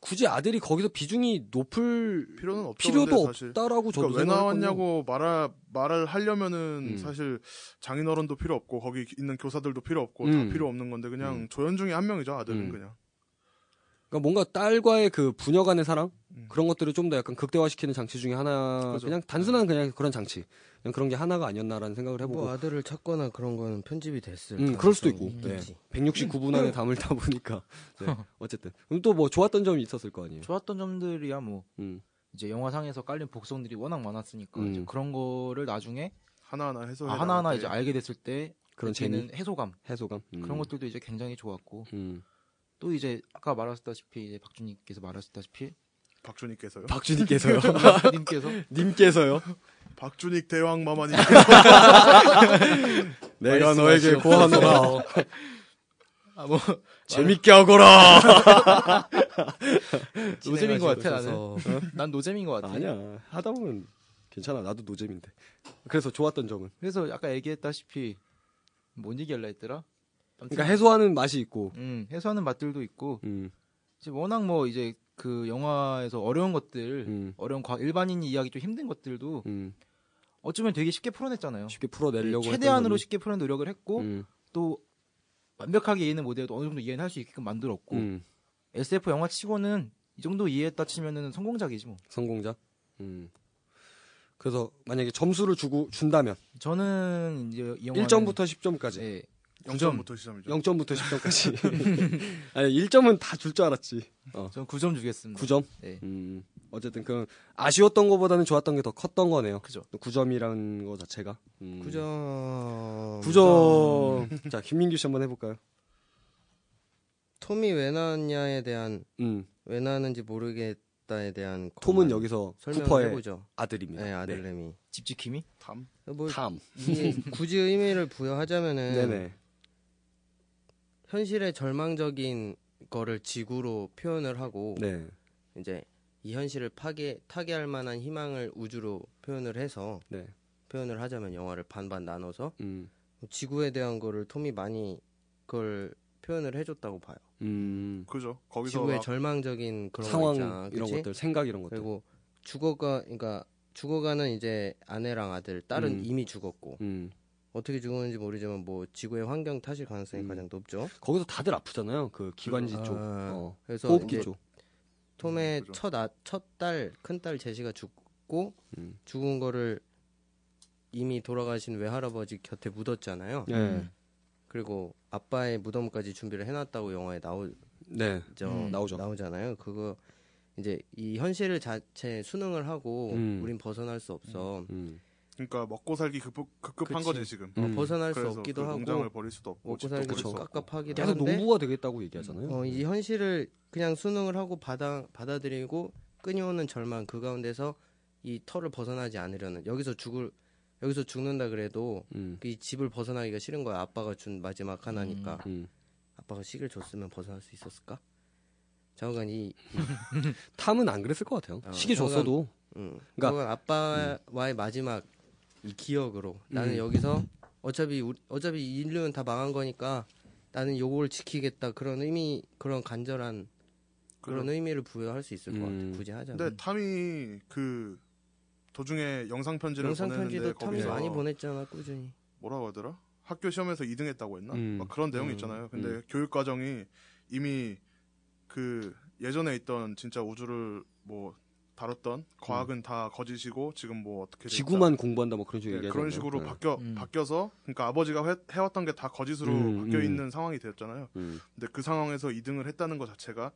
Speaker 1: 굳이 아들이 거기서 비중이 높을
Speaker 3: 필요는 없죠
Speaker 1: 필요도
Speaker 3: 근데 사실
Speaker 1: 없다라고 저도
Speaker 3: 그러니까 왜
Speaker 1: 생각했거든요.
Speaker 3: 나왔냐고 말아 말을 하려면은
Speaker 1: 음.
Speaker 3: 사실 장인어른도 필요 없고 거기 있는 교사들도 필요 없고
Speaker 1: 음.
Speaker 3: 다 필요 없는 건데 그냥
Speaker 1: 음.
Speaker 3: 조연 중에 한 명이죠 아들은
Speaker 1: 음.
Speaker 3: 그냥
Speaker 1: 그러니까 뭔가 딸과의 그 부녀 간의 사랑
Speaker 3: 음.
Speaker 1: 그런 것들을 좀 더 약간 극대화시키는 장치 중에 하나
Speaker 3: 그죠.
Speaker 1: 그냥 단순한 그냥 그런 장치 그냥 그런 게 하나가 아니었나라는 생각을 해보고
Speaker 2: 뭐 아들을 찾거나 그런 거는 편집이 됐을
Speaker 1: 음, 그럴 수도 있고
Speaker 2: 가능성이 네, 있겠지.
Speaker 1: 169분
Speaker 4: 음.
Speaker 1: 안에 담을다
Speaker 4: (laughs)
Speaker 1: 보니까 네, 어쨌든 그럼 또 뭐 좋았던 점이 있었을 거 아니에요.
Speaker 4: 좋았던 점들이야 뭐
Speaker 1: 예. 음,
Speaker 4: 이제 영화상에서 깔린 복선들이 워낙 많았으니까
Speaker 1: 음.
Speaker 4: 이제 그런 거를 나중에
Speaker 3: 하나하나 해서
Speaker 4: 아, 하나하나 이제 알게 됐을 때
Speaker 1: 그런 재미
Speaker 4: 느끼는 해소감
Speaker 1: 해소감 음,
Speaker 4: 그런 것들도 이제 굉장히 좋았고
Speaker 1: 음.
Speaker 4: 또 이제 아까 말하셨다시피 이제 박준님께서
Speaker 1: (laughs)
Speaker 4: 말하셨다시피
Speaker 3: 박준익께서요
Speaker 1: 박준희께서요.
Speaker 4: 님께서
Speaker 1: (laughs) 님께서요.
Speaker 3: 박준익
Speaker 1: (laughs)
Speaker 3: 대왕 마마님
Speaker 1: 내가
Speaker 4: 말씀,
Speaker 1: 너에게
Speaker 4: 말씀. (laughs)
Speaker 1: 고하노라.
Speaker 4: 아, 뭐
Speaker 1: 재밌게 하거라.
Speaker 4: 노잼인 것 같아 나는
Speaker 2: 진행하시고 있어서.
Speaker 4: 난 노잼인 것 같아
Speaker 1: 아니야 하다 보면 괜찮아 나도 노잼인데 그래서 좋았던 점은
Speaker 4: 그래서 아까 얘기했다시피 뭔 얘기할라 했더라? 아무튼
Speaker 1: 그러니까 해소하는 맛이 있고
Speaker 4: 음, 해소하는 맛들도 있고
Speaker 1: 음,
Speaker 4: 이제 워낙 뭐 이제 그 영화에서 어려운 것들
Speaker 1: 음,
Speaker 4: 어려운 과- 일반인이 이해하기 좀 힘든 것들도
Speaker 1: 음.
Speaker 4: 어쩌면 되게 쉽게 풀어냈잖아요.
Speaker 1: 쉽게 풀어내려고
Speaker 4: 음. 최대한으로
Speaker 1: 했던
Speaker 4: 쉽게 풀어낸 노력을 했고
Speaker 1: 거는, 음,
Speaker 4: 또 완벽하게 이해는 못해도 어느 정도 이해는 할 수 있게끔 만들었고
Speaker 1: 음,
Speaker 4: SF 영화 치고는 이 정도 이해했다 치면은 성공작이지 뭐.
Speaker 1: 성공작 음. 그래서 만약에 점수를 주고 준다면
Speaker 4: 저는 이제 이 영화는
Speaker 1: 1점부터 10점까지
Speaker 4: 예.
Speaker 5: 0점부터 시점이죠.
Speaker 1: 0점부터
Speaker 2: (laughs)
Speaker 1: 10점까지 (laughs) 아니 1점은 다 줄 줄 알았지
Speaker 4: 저는 9점 주겠습니다.
Speaker 1: 9점
Speaker 4: 네.
Speaker 1: 음, 어쨌든 그 아쉬웠던 것보다는 좋았던 게 더 컸던 거네요
Speaker 4: 그죠.
Speaker 1: 9점이라는 거 자체가 음.
Speaker 2: 9점.
Speaker 1: 9점 자 김민규 씨 한번 해볼까요
Speaker 2: 톰이 왜 나왔냐에 대한
Speaker 1: 음,
Speaker 2: 왜 나왔는지 모르겠다에 대한
Speaker 1: 톰은
Speaker 2: 것만
Speaker 1: 여기서
Speaker 2: 설명을
Speaker 1: 쿠퍼의
Speaker 2: 해보죠.
Speaker 1: 아들입니다
Speaker 2: 네, 아들내미.
Speaker 4: 집지킴이?
Speaker 3: 탐.
Speaker 2: 뭐
Speaker 1: 탐
Speaker 2: 이게 굳이 의미를
Speaker 1: (laughs)
Speaker 2: 부여하자면은
Speaker 1: 네네
Speaker 2: 현실의 절망적인 거를 지구로 표현을 하고
Speaker 1: 네
Speaker 2: 이제 이 현실을 파괴 타개할 만한 희망을 우주로 표현을 해서
Speaker 1: 네.
Speaker 2: 표현을 하자면 영화를 반반 나눠서
Speaker 1: 음.
Speaker 2: 지구에 대한 거를 톰이 많이 그걸 표현을 해줬다고 봐요.
Speaker 1: 음,
Speaker 3: 그죠. 거기서
Speaker 2: 지구의
Speaker 3: 막
Speaker 2: 절망적인 그런 거
Speaker 1: 상황
Speaker 2: 있잖아,
Speaker 1: 이런
Speaker 2: 그치?
Speaker 1: 것들 생각 이런 것들
Speaker 2: 그리고 죽어가 그러니까 죽어가는 이제 아내랑 아들 딸은
Speaker 1: 음.
Speaker 2: 이미 죽었고
Speaker 1: 음.
Speaker 2: 어떻게 죽었는지 모르지만 뭐 지구의 환경 탓일 가능성이
Speaker 1: 음.
Speaker 2: 가장 높죠.
Speaker 1: 거기서 다들 아프잖아요 그 기관지
Speaker 2: 아,
Speaker 1: 쪽 어.
Speaker 2: 그래서
Speaker 1: 호흡기
Speaker 2: 이제
Speaker 1: 쪽
Speaker 2: 톰의 아,
Speaker 3: 음, 그죠.
Speaker 2: 첫첫딸 큰 딸 제시가 죽고
Speaker 1: 음.
Speaker 2: 죽은 거를 이미 돌아가신 외할아버지 곁에 묻었잖아요.
Speaker 1: 네,
Speaker 2: 그리고 아빠의 무덤까지 준비를 해놨다고 영화에 나오죠.
Speaker 1: 네.
Speaker 4: 음,
Speaker 1: 나오죠.
Speaker 2: 나오잖아요. 그거 이제 이 현실을 자체 수능을 하고
Speaker 1: 음.
Speaker 2: 우린 벗어날 수 없어.
Speaker 1: 음.
Speaker 3: 그러니까 먹고 살기 급급, 급급한
Speaker 2: 그치.
Speaker 3: 거지 지금.
Speaker 1: 음.
Speaker 2: 벗어날 수
Speaker 3: 그래서
Speaker 2: 없기도
Speaker 3: 그
Speaker 2: 하고
Speaker 3: 농장을 버릴 수도 없고
Speaker 2: 먹고
Speaker 3: 집도
Speaker 2: 살기
Speaker 3: 버릴
Speaker 2: 좀
Speaker 3: 수 없고.
Speaker 2: 깝깝하기도
Speaker 1: 계속
Speaker 2: 한데
Speaker 1: 농부가 되겠다고 얘기하잖아요
Speaker 2: 어, 이 현실을 그냥 수능을 하고 받아 받아들이고 끊이오는 절망 그 가운데서 이 털을 벗어나지 않으려는 여기서 죽을 여기서 죽는다 그래도
Speaker 1: 음.
Speaker 2: 이 집을 벗어나기가 싫은 거야 아빠가 준 마지막 하나니까
Speaker 1: 음.
Speaker 2: 아빠가 식을 줬으면 벗어날 수 있었을까? 자오간 이
Speaker 1: 탐은 안 그랬을 것 같아요
Speaker 2: 어,
Speaker 1: 시계
Speaker 2: 저건-
Speaker 1: 줬어도
Speaker 2: 음,
Speaker 1: 그러니까- 음.
Speaker 2: 그건 아빠와의 마지막 이 기억으로 나는 여기서 어차피 우리- 어차피 이 인류는 다 망한 거니까 나는 요걸 지키겠다 그런 의미 그런 간절한 그런 의미를 부여할 수 있을 것
Speaker 1: 음.
Speaker 2: 같아 굳이 하자면
Speaker 3: 근데 탐이 그 도중에 영상 편지를
Speaker 2: 영상
Speaker 3: 보내는데
Speaker 2: 편지도 탐이
Speaker 3: 거기서 음.
Speaker 2: 많이 보냈잖아 꾸준히
Speaker 3: 뭐라고 하더라? 학교 시험에서 2등했다고 했나?
Speaker 1: 음.
Speaker 3: 막 그런 내용이
Speaker 2: 음.
Speaker 3: 있잖아요. 근데
Speaker 1: 음.
Speaker 3: 교육 과정이 이미 그 예전에 있던 진짜 우주를 뭐 다뤘던
Speaker 2: 음.
Speaker 3: 과학은 다 거짓이고 지금 뭐 어떻게 돼 있다.
Speaker 1: 지구만 공부한다 뭐 그런 식으로
Speaker 3: 네,
Speaker 1: 얘기하잖아요
Speaker 3: 그런 식으로
Speaker 1: 네.
Speaker 3: 바뀌어
Speaker 4: 음.
Speaker 3: 바뀌어서 그러니까 아버지가 해, 해왔던 게 다 거짓으로
Speaker 1: 음,
Speaker 3: 바뀌어
Speaker 1: 음.
Speaker 3: 있는 상황이 되었잖아요.
Speaker 1: 음.
Speaker 3: 근데 그 상황에서 2등을 했다는 것 자체가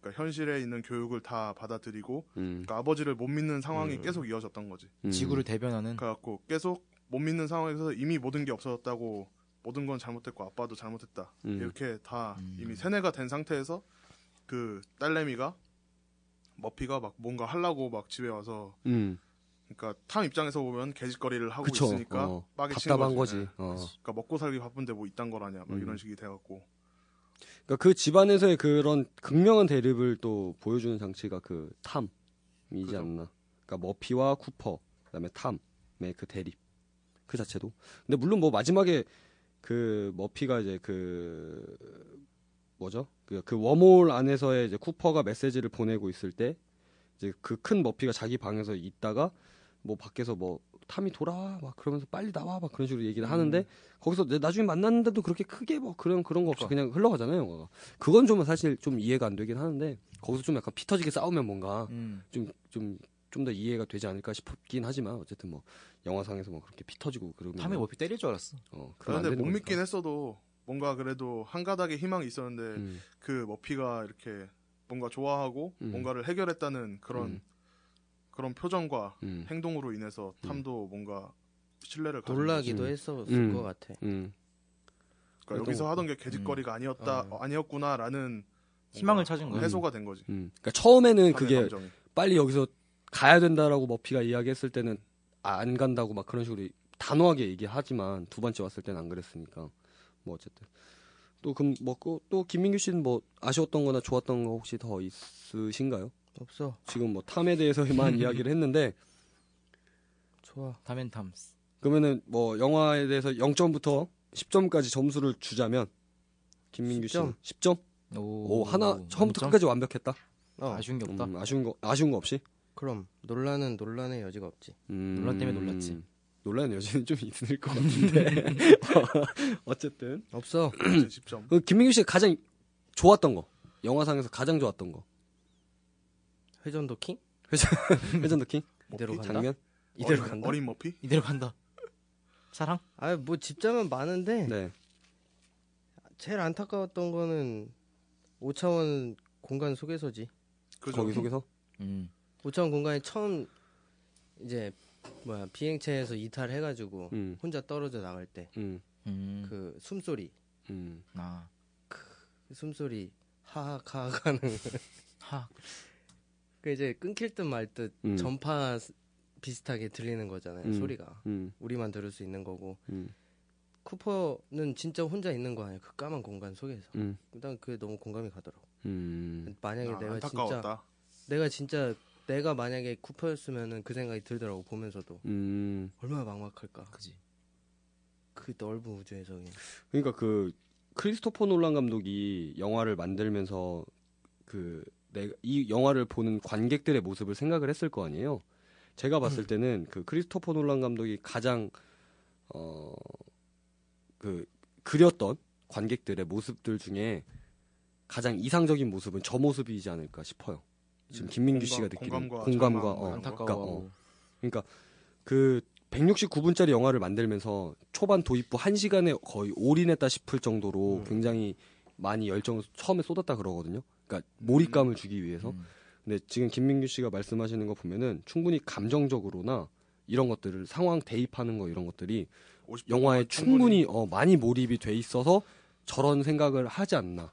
Speaker 3: 그러니까 현실에 있는 교육을 다 받아들이고
Speaker 1: 음.
Speaker 3: 그러니까 아버지를 못 믿는 상황이
Speaker 1: 네.
Speaker 2: 음.
Speaker 3: 계속 이어졌던 거지.
Speaker 1: 음.
Speaker 4: 지구를 대변하는
Speaker 3: 그래갖고 계속 못 믿는 상황에서 이미 모든 게 없어졌다고 모든 건 잘못됐고 아빠도 잘못했다
Speaker 1: 음.
Speaker 3: 이렇게 다
Speaker 4: 음.
Speaker 3: 이미 세뇌가 된 상태에서 그 딸내미가 머피가 막 뭔가 하려고 막 집에 와서
Speaker 1: 음.
Speaker 3: 그러니까 탐 입장에서 보면 개짓거리를 하고
Speaker 1: 그쵸.
Speaker 3: 있으니까
Speaker 1: 어,
Speaker 3: 빡이 친
Speaker 1: 답답한
Speaker 3: 거지.
Speaker 1: 거지.
Speaker 3: 네.
Speaker 1: 어.
Speaker 3: 그러니까 먹고 살기 바쁜데 뭐 이딴 거라냐 막
Speaker 1: 음.
Speaker 3: 이런 식이 돼갖고
Speaker 1: 그러니까 그 집안에서의 그런 극명한 대립을 또 보여주는 장치가 그 탐이지
Speaker 3: 그죠.
Speaker 1: 않나. 그러니까 머피와 쿠퍼, 그다음에 탐의 그 대립 그 자체도. 근데 물론 뭐 마지막에 그 머피가 이제 그 뭐죠? 그, 그 웜홀 안에서의 이제 쿠퍼가 메시지를 보내고 있을 때 이제 그 큰 머피가 자기 방에서 있다가 뭐 밖에서 뭐 탐이 돌아와 막 그러면서 빨리 나와 막 그런 식으로 얘기를
Speaker 3: 음.
Speaker 1: 하는데 거기서 내- 나중에 만났는데도 그렇게 크게 뭐 그런 그런 거 없이 그냥 흘러가잖아요 영화가 그건 좀 사실 좀 이해가 안 되긴 하는데 거기서 좀 약간 피터지게 싸우면 뭔가
Speaker 4: 음.
Speaker 1: 좀 좀 좀 더 이해가 되지 않을까 싶긴 하지만 어쨌든 뭐 영화상에서 뭐 그렇게 피터지고 그러면
Speaker 4: 탐에 워피 때릴 줄 알았어.
Speaker 1: 어 그러면
Speaker 3: 그런데
Speaker 1: 안 되는
Speaker 3: 못
Speaker 1: 거니까.
Speaker 3: 믿긴 했어도 뭔가 그래도 한 가닥의 희망이 있었는데
Speaker 1: 음,
Speaker 3: 그 머피가 이렇게 뭔가 좋아하고
Speaker 1: 음.
Speaker 3: 뭔가를 해결했다는 그런
Speaker 1: 음.
Speaker 3: 그런 표정과
Speaker 1: 음,
Speaker 3: 행동으로 인해서
Speaker 1: 음.
Speaker 3: 탐도 뭔가 신뢰를 가진 거지.
Speaker 2: 놀라기도
Speaker 1: 음.
Speaker 2: 했었을
Speaker 1: 음.
Speaker 2: 것 같아
Speaker 1: 음.
Speaker 3: 그러니까 여기서 하던 게 개짓거리가 아니었다
Speaker 2: 음.
Speaker 3: 어, 아니었구나라는 뭔가
Speaker 4: 희망을 찾은 거야.
Speaker 3: 해소가 된 거지.
Speaker 1: 음. 그러니까 처음에는
Speaker 3: 탐의
Speaker 1: 그게 (clears throat)
Speaker 3: 감정이.
Speaker 1: 빨리 여기서 가야 된다라고 머피가 이야기했을 때는 아, 안 간다고 막 그런 식으로 단호하게 얘기하지만 두 번째 왔을 때는 안 그랬으니까 뭐 어쨌든 또그뭐또 김민규 씨는 뭐 아쉬웠던 거나 좋았던 거 혹시 더 있으신가요?
Speaker 2: 없어
Speaker 1: 지금 뭐 탐에 대해서만 이야기를 했는데
Speaker 2: 좋아.
Speaker 4: 탐앤탐스.
Speaker 1: 그러면은 뭐 영화에 대해서 0점부터 10점까지 점수를 주자면 김민규
Speaker 2: 10점.
Speaker 1: 씨는 10점? 오, 하나 처음부터
Speaker 4: 점?
Speaker 1: 끝까지 완벽했다.
Speaker 2: 어,
Speaker 4: 아쉬운 게 없다.
Speaker 1: 음, 아쉬운 거 아쉬운 거 없이.
Speaker 2: 그럼 논란은 논란의 여지가 없지.
Speaker 1: 음,
Speaker 4: 논란 때문에 놀랐지.
Speaker 1: 논란 여지는 좀 있을 것 같은데. (laughs) 어쨌든
Speaker 2: 없어.
Speaker 3: 이제 10점.
Speaker 1: 그 김민규 씨가 가장 좋았던 거. 영화상에서 가장 좋았던 거.
Speaker 2: 회전 도킹?
Speaker 1: 회전
Speaker 4: (laughs)
Speaker 1: 더킹
Speaker 2: 이대로
Speaker 3: 머피?
Speaker 2: 간다.
Speaker 1: 장면.
Speaker 2: 이대로
Speaker 3: 어린-
Speaker 2: 간다.
Speaker 3: 어린 머피?
Speaker 4: 이대로 간다. 사랑?
Speaker 2: 아, 뭐 집장은 많은데
Speaker 1: 네.
Speaker 2: 제일 안타까웠던 거는 5차원 공간 소개서지.
Speaker 3: 그죠.
Speaker 1: 거기 속에서.
Speaker 4: 음.
Speaker 2: 5차원 공간에 처음 이제 뭐야 비행체에서 이탈해가지고
Speaker 1: 음.
Speaker 2: 혼자 떨어져 나갈 때 그
Speaker 1: 음.
Speaker 4: 음.
Speaker 2: 숨소리,
Speaker 1: 음.
Speaker 4: 아.
Speaker 2: 숨소리 하하하하는
Speaker 4: 하.
Speaker 2: 그 이제 끊길 듯 말 듯
Speaker 1: 음.
Speaker 2: 전파 스- 비슷하게 들리는 거잖아요
Speaker 1: 음.
Speaker 2: 소리가
Speaker 1: 음.
Speaker 2: 우리만 들을 수 있는 거고
Speaker 1: 음.
Speaker 2: 쿠퍼는 진짜 혼자 있는 거 아니야 그 까만 공간 속에서
Speaker 1: 음.
Speaker 2: 일단 그게 너무 공감이 가더라고
Speaker 1: 음.
Speaker 2: 만약에
Speaker 4: 네,
Speaker 3: 아,
Speaker 2: 내가 진짜
Speaker 3: 안타까웠다.
Speaker 2: 내가 진짜 내가 만약에 쿠퍼였으면은 그 생각이 들더라고 보면서도
Speaker 1: 음.
Speaker 2: 얼마나 막막할까
Speaker 4: 그지.
Speaker 2: 그 넓은 우주에서 그냥
Speaker 1: 그러니까 그 크리스토퍼 놀란 감독이 영화를 만들면서 그 내가 이 영화를 보는 관객들의 모습을 생각을 했을 거 아니에요. 제가 봤을
Speaker 3: 음.
Speaker 1: 때는 그 크리스토퍼 놀란 감독이 가장 어그 그 그렸던 관객들의 모습들 중에 가장 이상적인 모습은 저 모습이지 않을까 싶어요. 지금
Speaker 3: 음,
Speaker 1: 김민규
Speaker 3: 공감-
Speaker 1: 씨가 느끼는
Speaker 3: 공감과
Speaker 1: 공감과
Speaker 3: 절망,
Speaker 1: 어,
Speaker 3: 이런
Speaker 1: 그러니까,
Speaker 3: 거?
Speaker 1: 어,
Speaker 4: 안타까워. 음.
Speaker 1: 그 169분짜리 영화를 만들면서 초반 도입부 1시간에 거의 올인했다 싶을 정도로
Speaker 2: 음.
Speaker 1: 굉장히 많이 열정을 처음에 쏟았다 그러거든요. 그러니까 몰입감을 주기 위해서.
Speaker 4: 음.
Speaker 1: 근데 지금 김민규 씨가 말씀하시는 거 보면은 충분히 감정적으로나 이런 것들을 상황 대입하는 거 이런 것들이
Speaker 3: 50
Speaker 1: 영화에
Speaker 3: 충분히.
Speaker 1: 충분히 어, 많이 몰입이 돼 있어서 저런 생각을 하지 않나.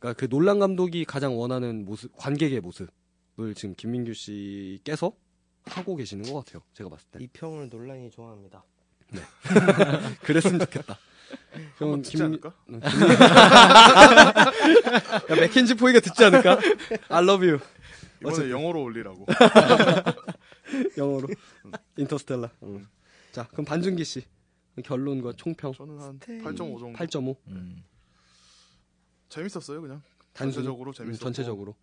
Speaker 1: 그러니까 그 놀란 감독이 가장 원하는 모습, 관객의 모습을 지금 김민규 씨께서 하고 계시는 것 같아요. 제가 봤을 때.
Speaker 2: 이 평을 논란이 좋아합니다
Speaker 1: 그랬으면 (laughs) 좋겠다.
Speaker 3: 한번 듣지 않을까?
Speaker 1: 아, 네. (laughs) 야, 맥켄지 포이가 듣지 않을까? I love you.
Speaker 3: 이번에
Speaker 1: 어쨌든.
Speaker 3: 영어로 올리라고.
Speaker 1: (laughs) 영어로. 인터스텔라. 응. 자, 그럼 반준기 씨. 결론과 총평.
Speaker 3: 저는 한 8.5 정도.
Speaker 1: 8.5.
Speaker 4: 음.
Speaker 3: 재밌었어요, 그냥.
Speaker 1: 단순히.
Speaker 3: 전체적으로
Speaker 1: 음,
Speaker 3: 재밌었고.
Speaker 1: 전체적으로.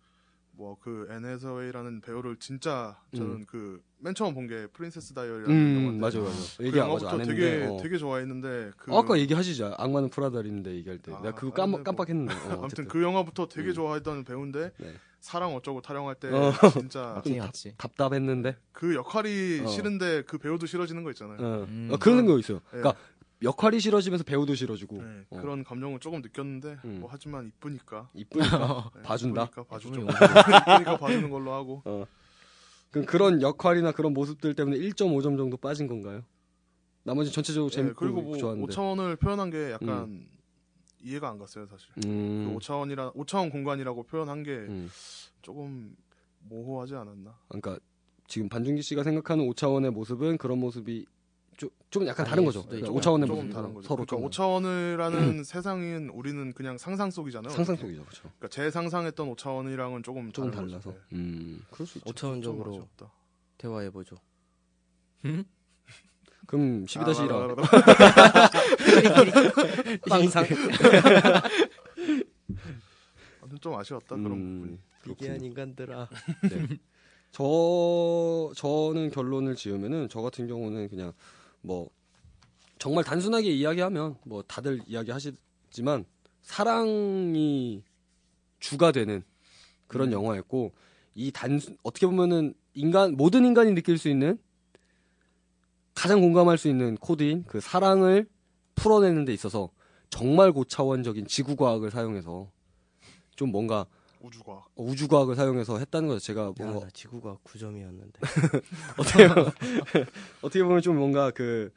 Speaker 3: 뭐그 앤해서웨이라는 배우를 진짜 저는
Speaker 1: 음.
Speaker 3: 그 맨 처음 본 게 프린세스 다이어리라는
Speaker 1: 음,
Speaker 3: 영화인데
Speaker 1: 맞아요, 맞아요.
Speaker 3: 예, 그
Speaker 1: 얘기 안, 맞아,
Speaker 3: 영화부터
Speaker 1: 안 했는데.
Speaker 3: 되게
Speaker 1: 어.
Speaker 3: 되게 좋아했는데 그
Speaker 1: 아까 얘기하시죠. 악마는 프라다리인데 얘기할 때.
Speaker 3: 아,
Speaker 1: 내가 그거 깜,
Speaker 3: 아니, 뭐.
Speaker 1: 깜빡했는데. 어,
Speaker 3: 아무튼
Speaker 1: 어쨌든.
Speaker 3: 그 영화부터 되게
Speaker 1: 음.
Speaker 3: 좋아했던 배우인데
Speaker 1: 네.
Speaker 3: 사랑 어쩌고 타령할 때
Speaker 1: 어. (laughs)
Speaker 3: 진짜
Speaker 4: 맞지, 맞지.
Speaker 1: 답답했는데.
Speaker 3: 그 역할이
Speaker 1: 어.
Speaker 3: 싫은데 그 배우도 싫어지는 거 있잖아요.
Speaker 1: 어.
Speaker 4: 음.
Speaker 1: 어, 그런 거 있어요.
Speaker 3: 예.
Speaker 1: 그러니까 역할이 싫어지면서 배우도 싫어지고.
Speaker 3: 네,
Speaker 1: 어.
Speaker 3: 그런 감정을 조금 느꼈는데
Speaker 1: 음.
Speaker 3: 뭐 하지만 이쁘니까
Speaker 1: 이쁘니까.
Speaker 3: 네,
Speaker 1: 봐준다?
Speaker 3: 이쁘니까 봐주죠.
Speaker 4: 이쁘면
Speaker 3: (laughs) 이쁘니까 봐주는 걸로 하고
Speaker 1: 그럼 그런 역할이나 그런 모습들 때문에 1.5점 정도 빠진 건가요? 나머지 전체적으로
Speaker 3: 네,
Speaker 1: 재밌고
Speaker 3: 그리고 뭐
Speaker 1: 좋았는데.
Speaker 3: 5차원을 표현한 게 약간 이해가 안 갔어요 사실.
Speaker 1: 음.
Speaker 3: 그 5차원이라 5차원 공간이라고 표현한 게
Speaker 1: 음.
Speaker 3: 조금 모호하지 않았나?
Speaker 1: 그러니까 지금 반준기 씨가 생각하는 5차원의 모습은 그런 모습이 좀, 좀 약간
Speaker 2: 아닐
Speaker 1: 다른 거죠.
Speaker 2: 수도 있죠.
Speaker 1: 그러니까 5차원의
Speaker 3: 조금
Speaker 1: 모습이
Speaker 3: 다른 거죠.
Speaker 1: 서로
Speaker 3: 그러니까
Speaker 1: 좀 음.
Speaker 3: 5차원이라는 세상인 우리는 그냥 상상 속이잖아요.
Speaker 1: 상상 속이죠. 그렇죠.
Speaker 3: 그러니까 제 상상했던 5차원이랑은 조금
Speaker 1: 조금
Speaker 3: 다른
Speaker 1: 달라서.
Speaker 3: 거죠. 네.
Speaker 1: 음. 그럴 수 있죠.
Speaker 2: 5차원적으로
Speaker 3: 좀 아쉽다.
Speaker 1: (laughs)
Speaker 2: 대화해보죠
Speaker 1: 그럼 12-1
Speaker 3: 아,
Speaker 1: 아,
Speaker 3: 라, 라, 라, 라.
Speaker 1: (laughs)
Speaker 2: 항상 (laughs)
Speaker 3: 아무튼 좀 아쉬웠다 그런
Speaker 1: 음.
Speaker 3: 부분이.
Speaker 2: 비계한 인간들아
Speaker 1: (laughs) 저 저는 결론을 지으면은 저 같은 경우는 그냥 뭐 정말 단순하게 이야기하면 뭐 다들 이야기하시지만 사랑이 주가 되는 그런 영화였고 이 단순 어떻게 보면은 인간 모든 인간이 느낄 수 있는 가장 공감할 수 있는 코드인 그 사랑을 풀어내는 데 있어서 정말 고차원적인 지구과학을 사용해서 좀 뭔가
Speaker 3: 우주과학.
Speaker 1: 우주과학을 사용해서 했다는 거죠. 제가 뭐 뭔가
Speaker 2: 야나 지구가 9점이었는데
Speaker 1: 어떻게 보면, 어떻게 보면 좀 뭔가 그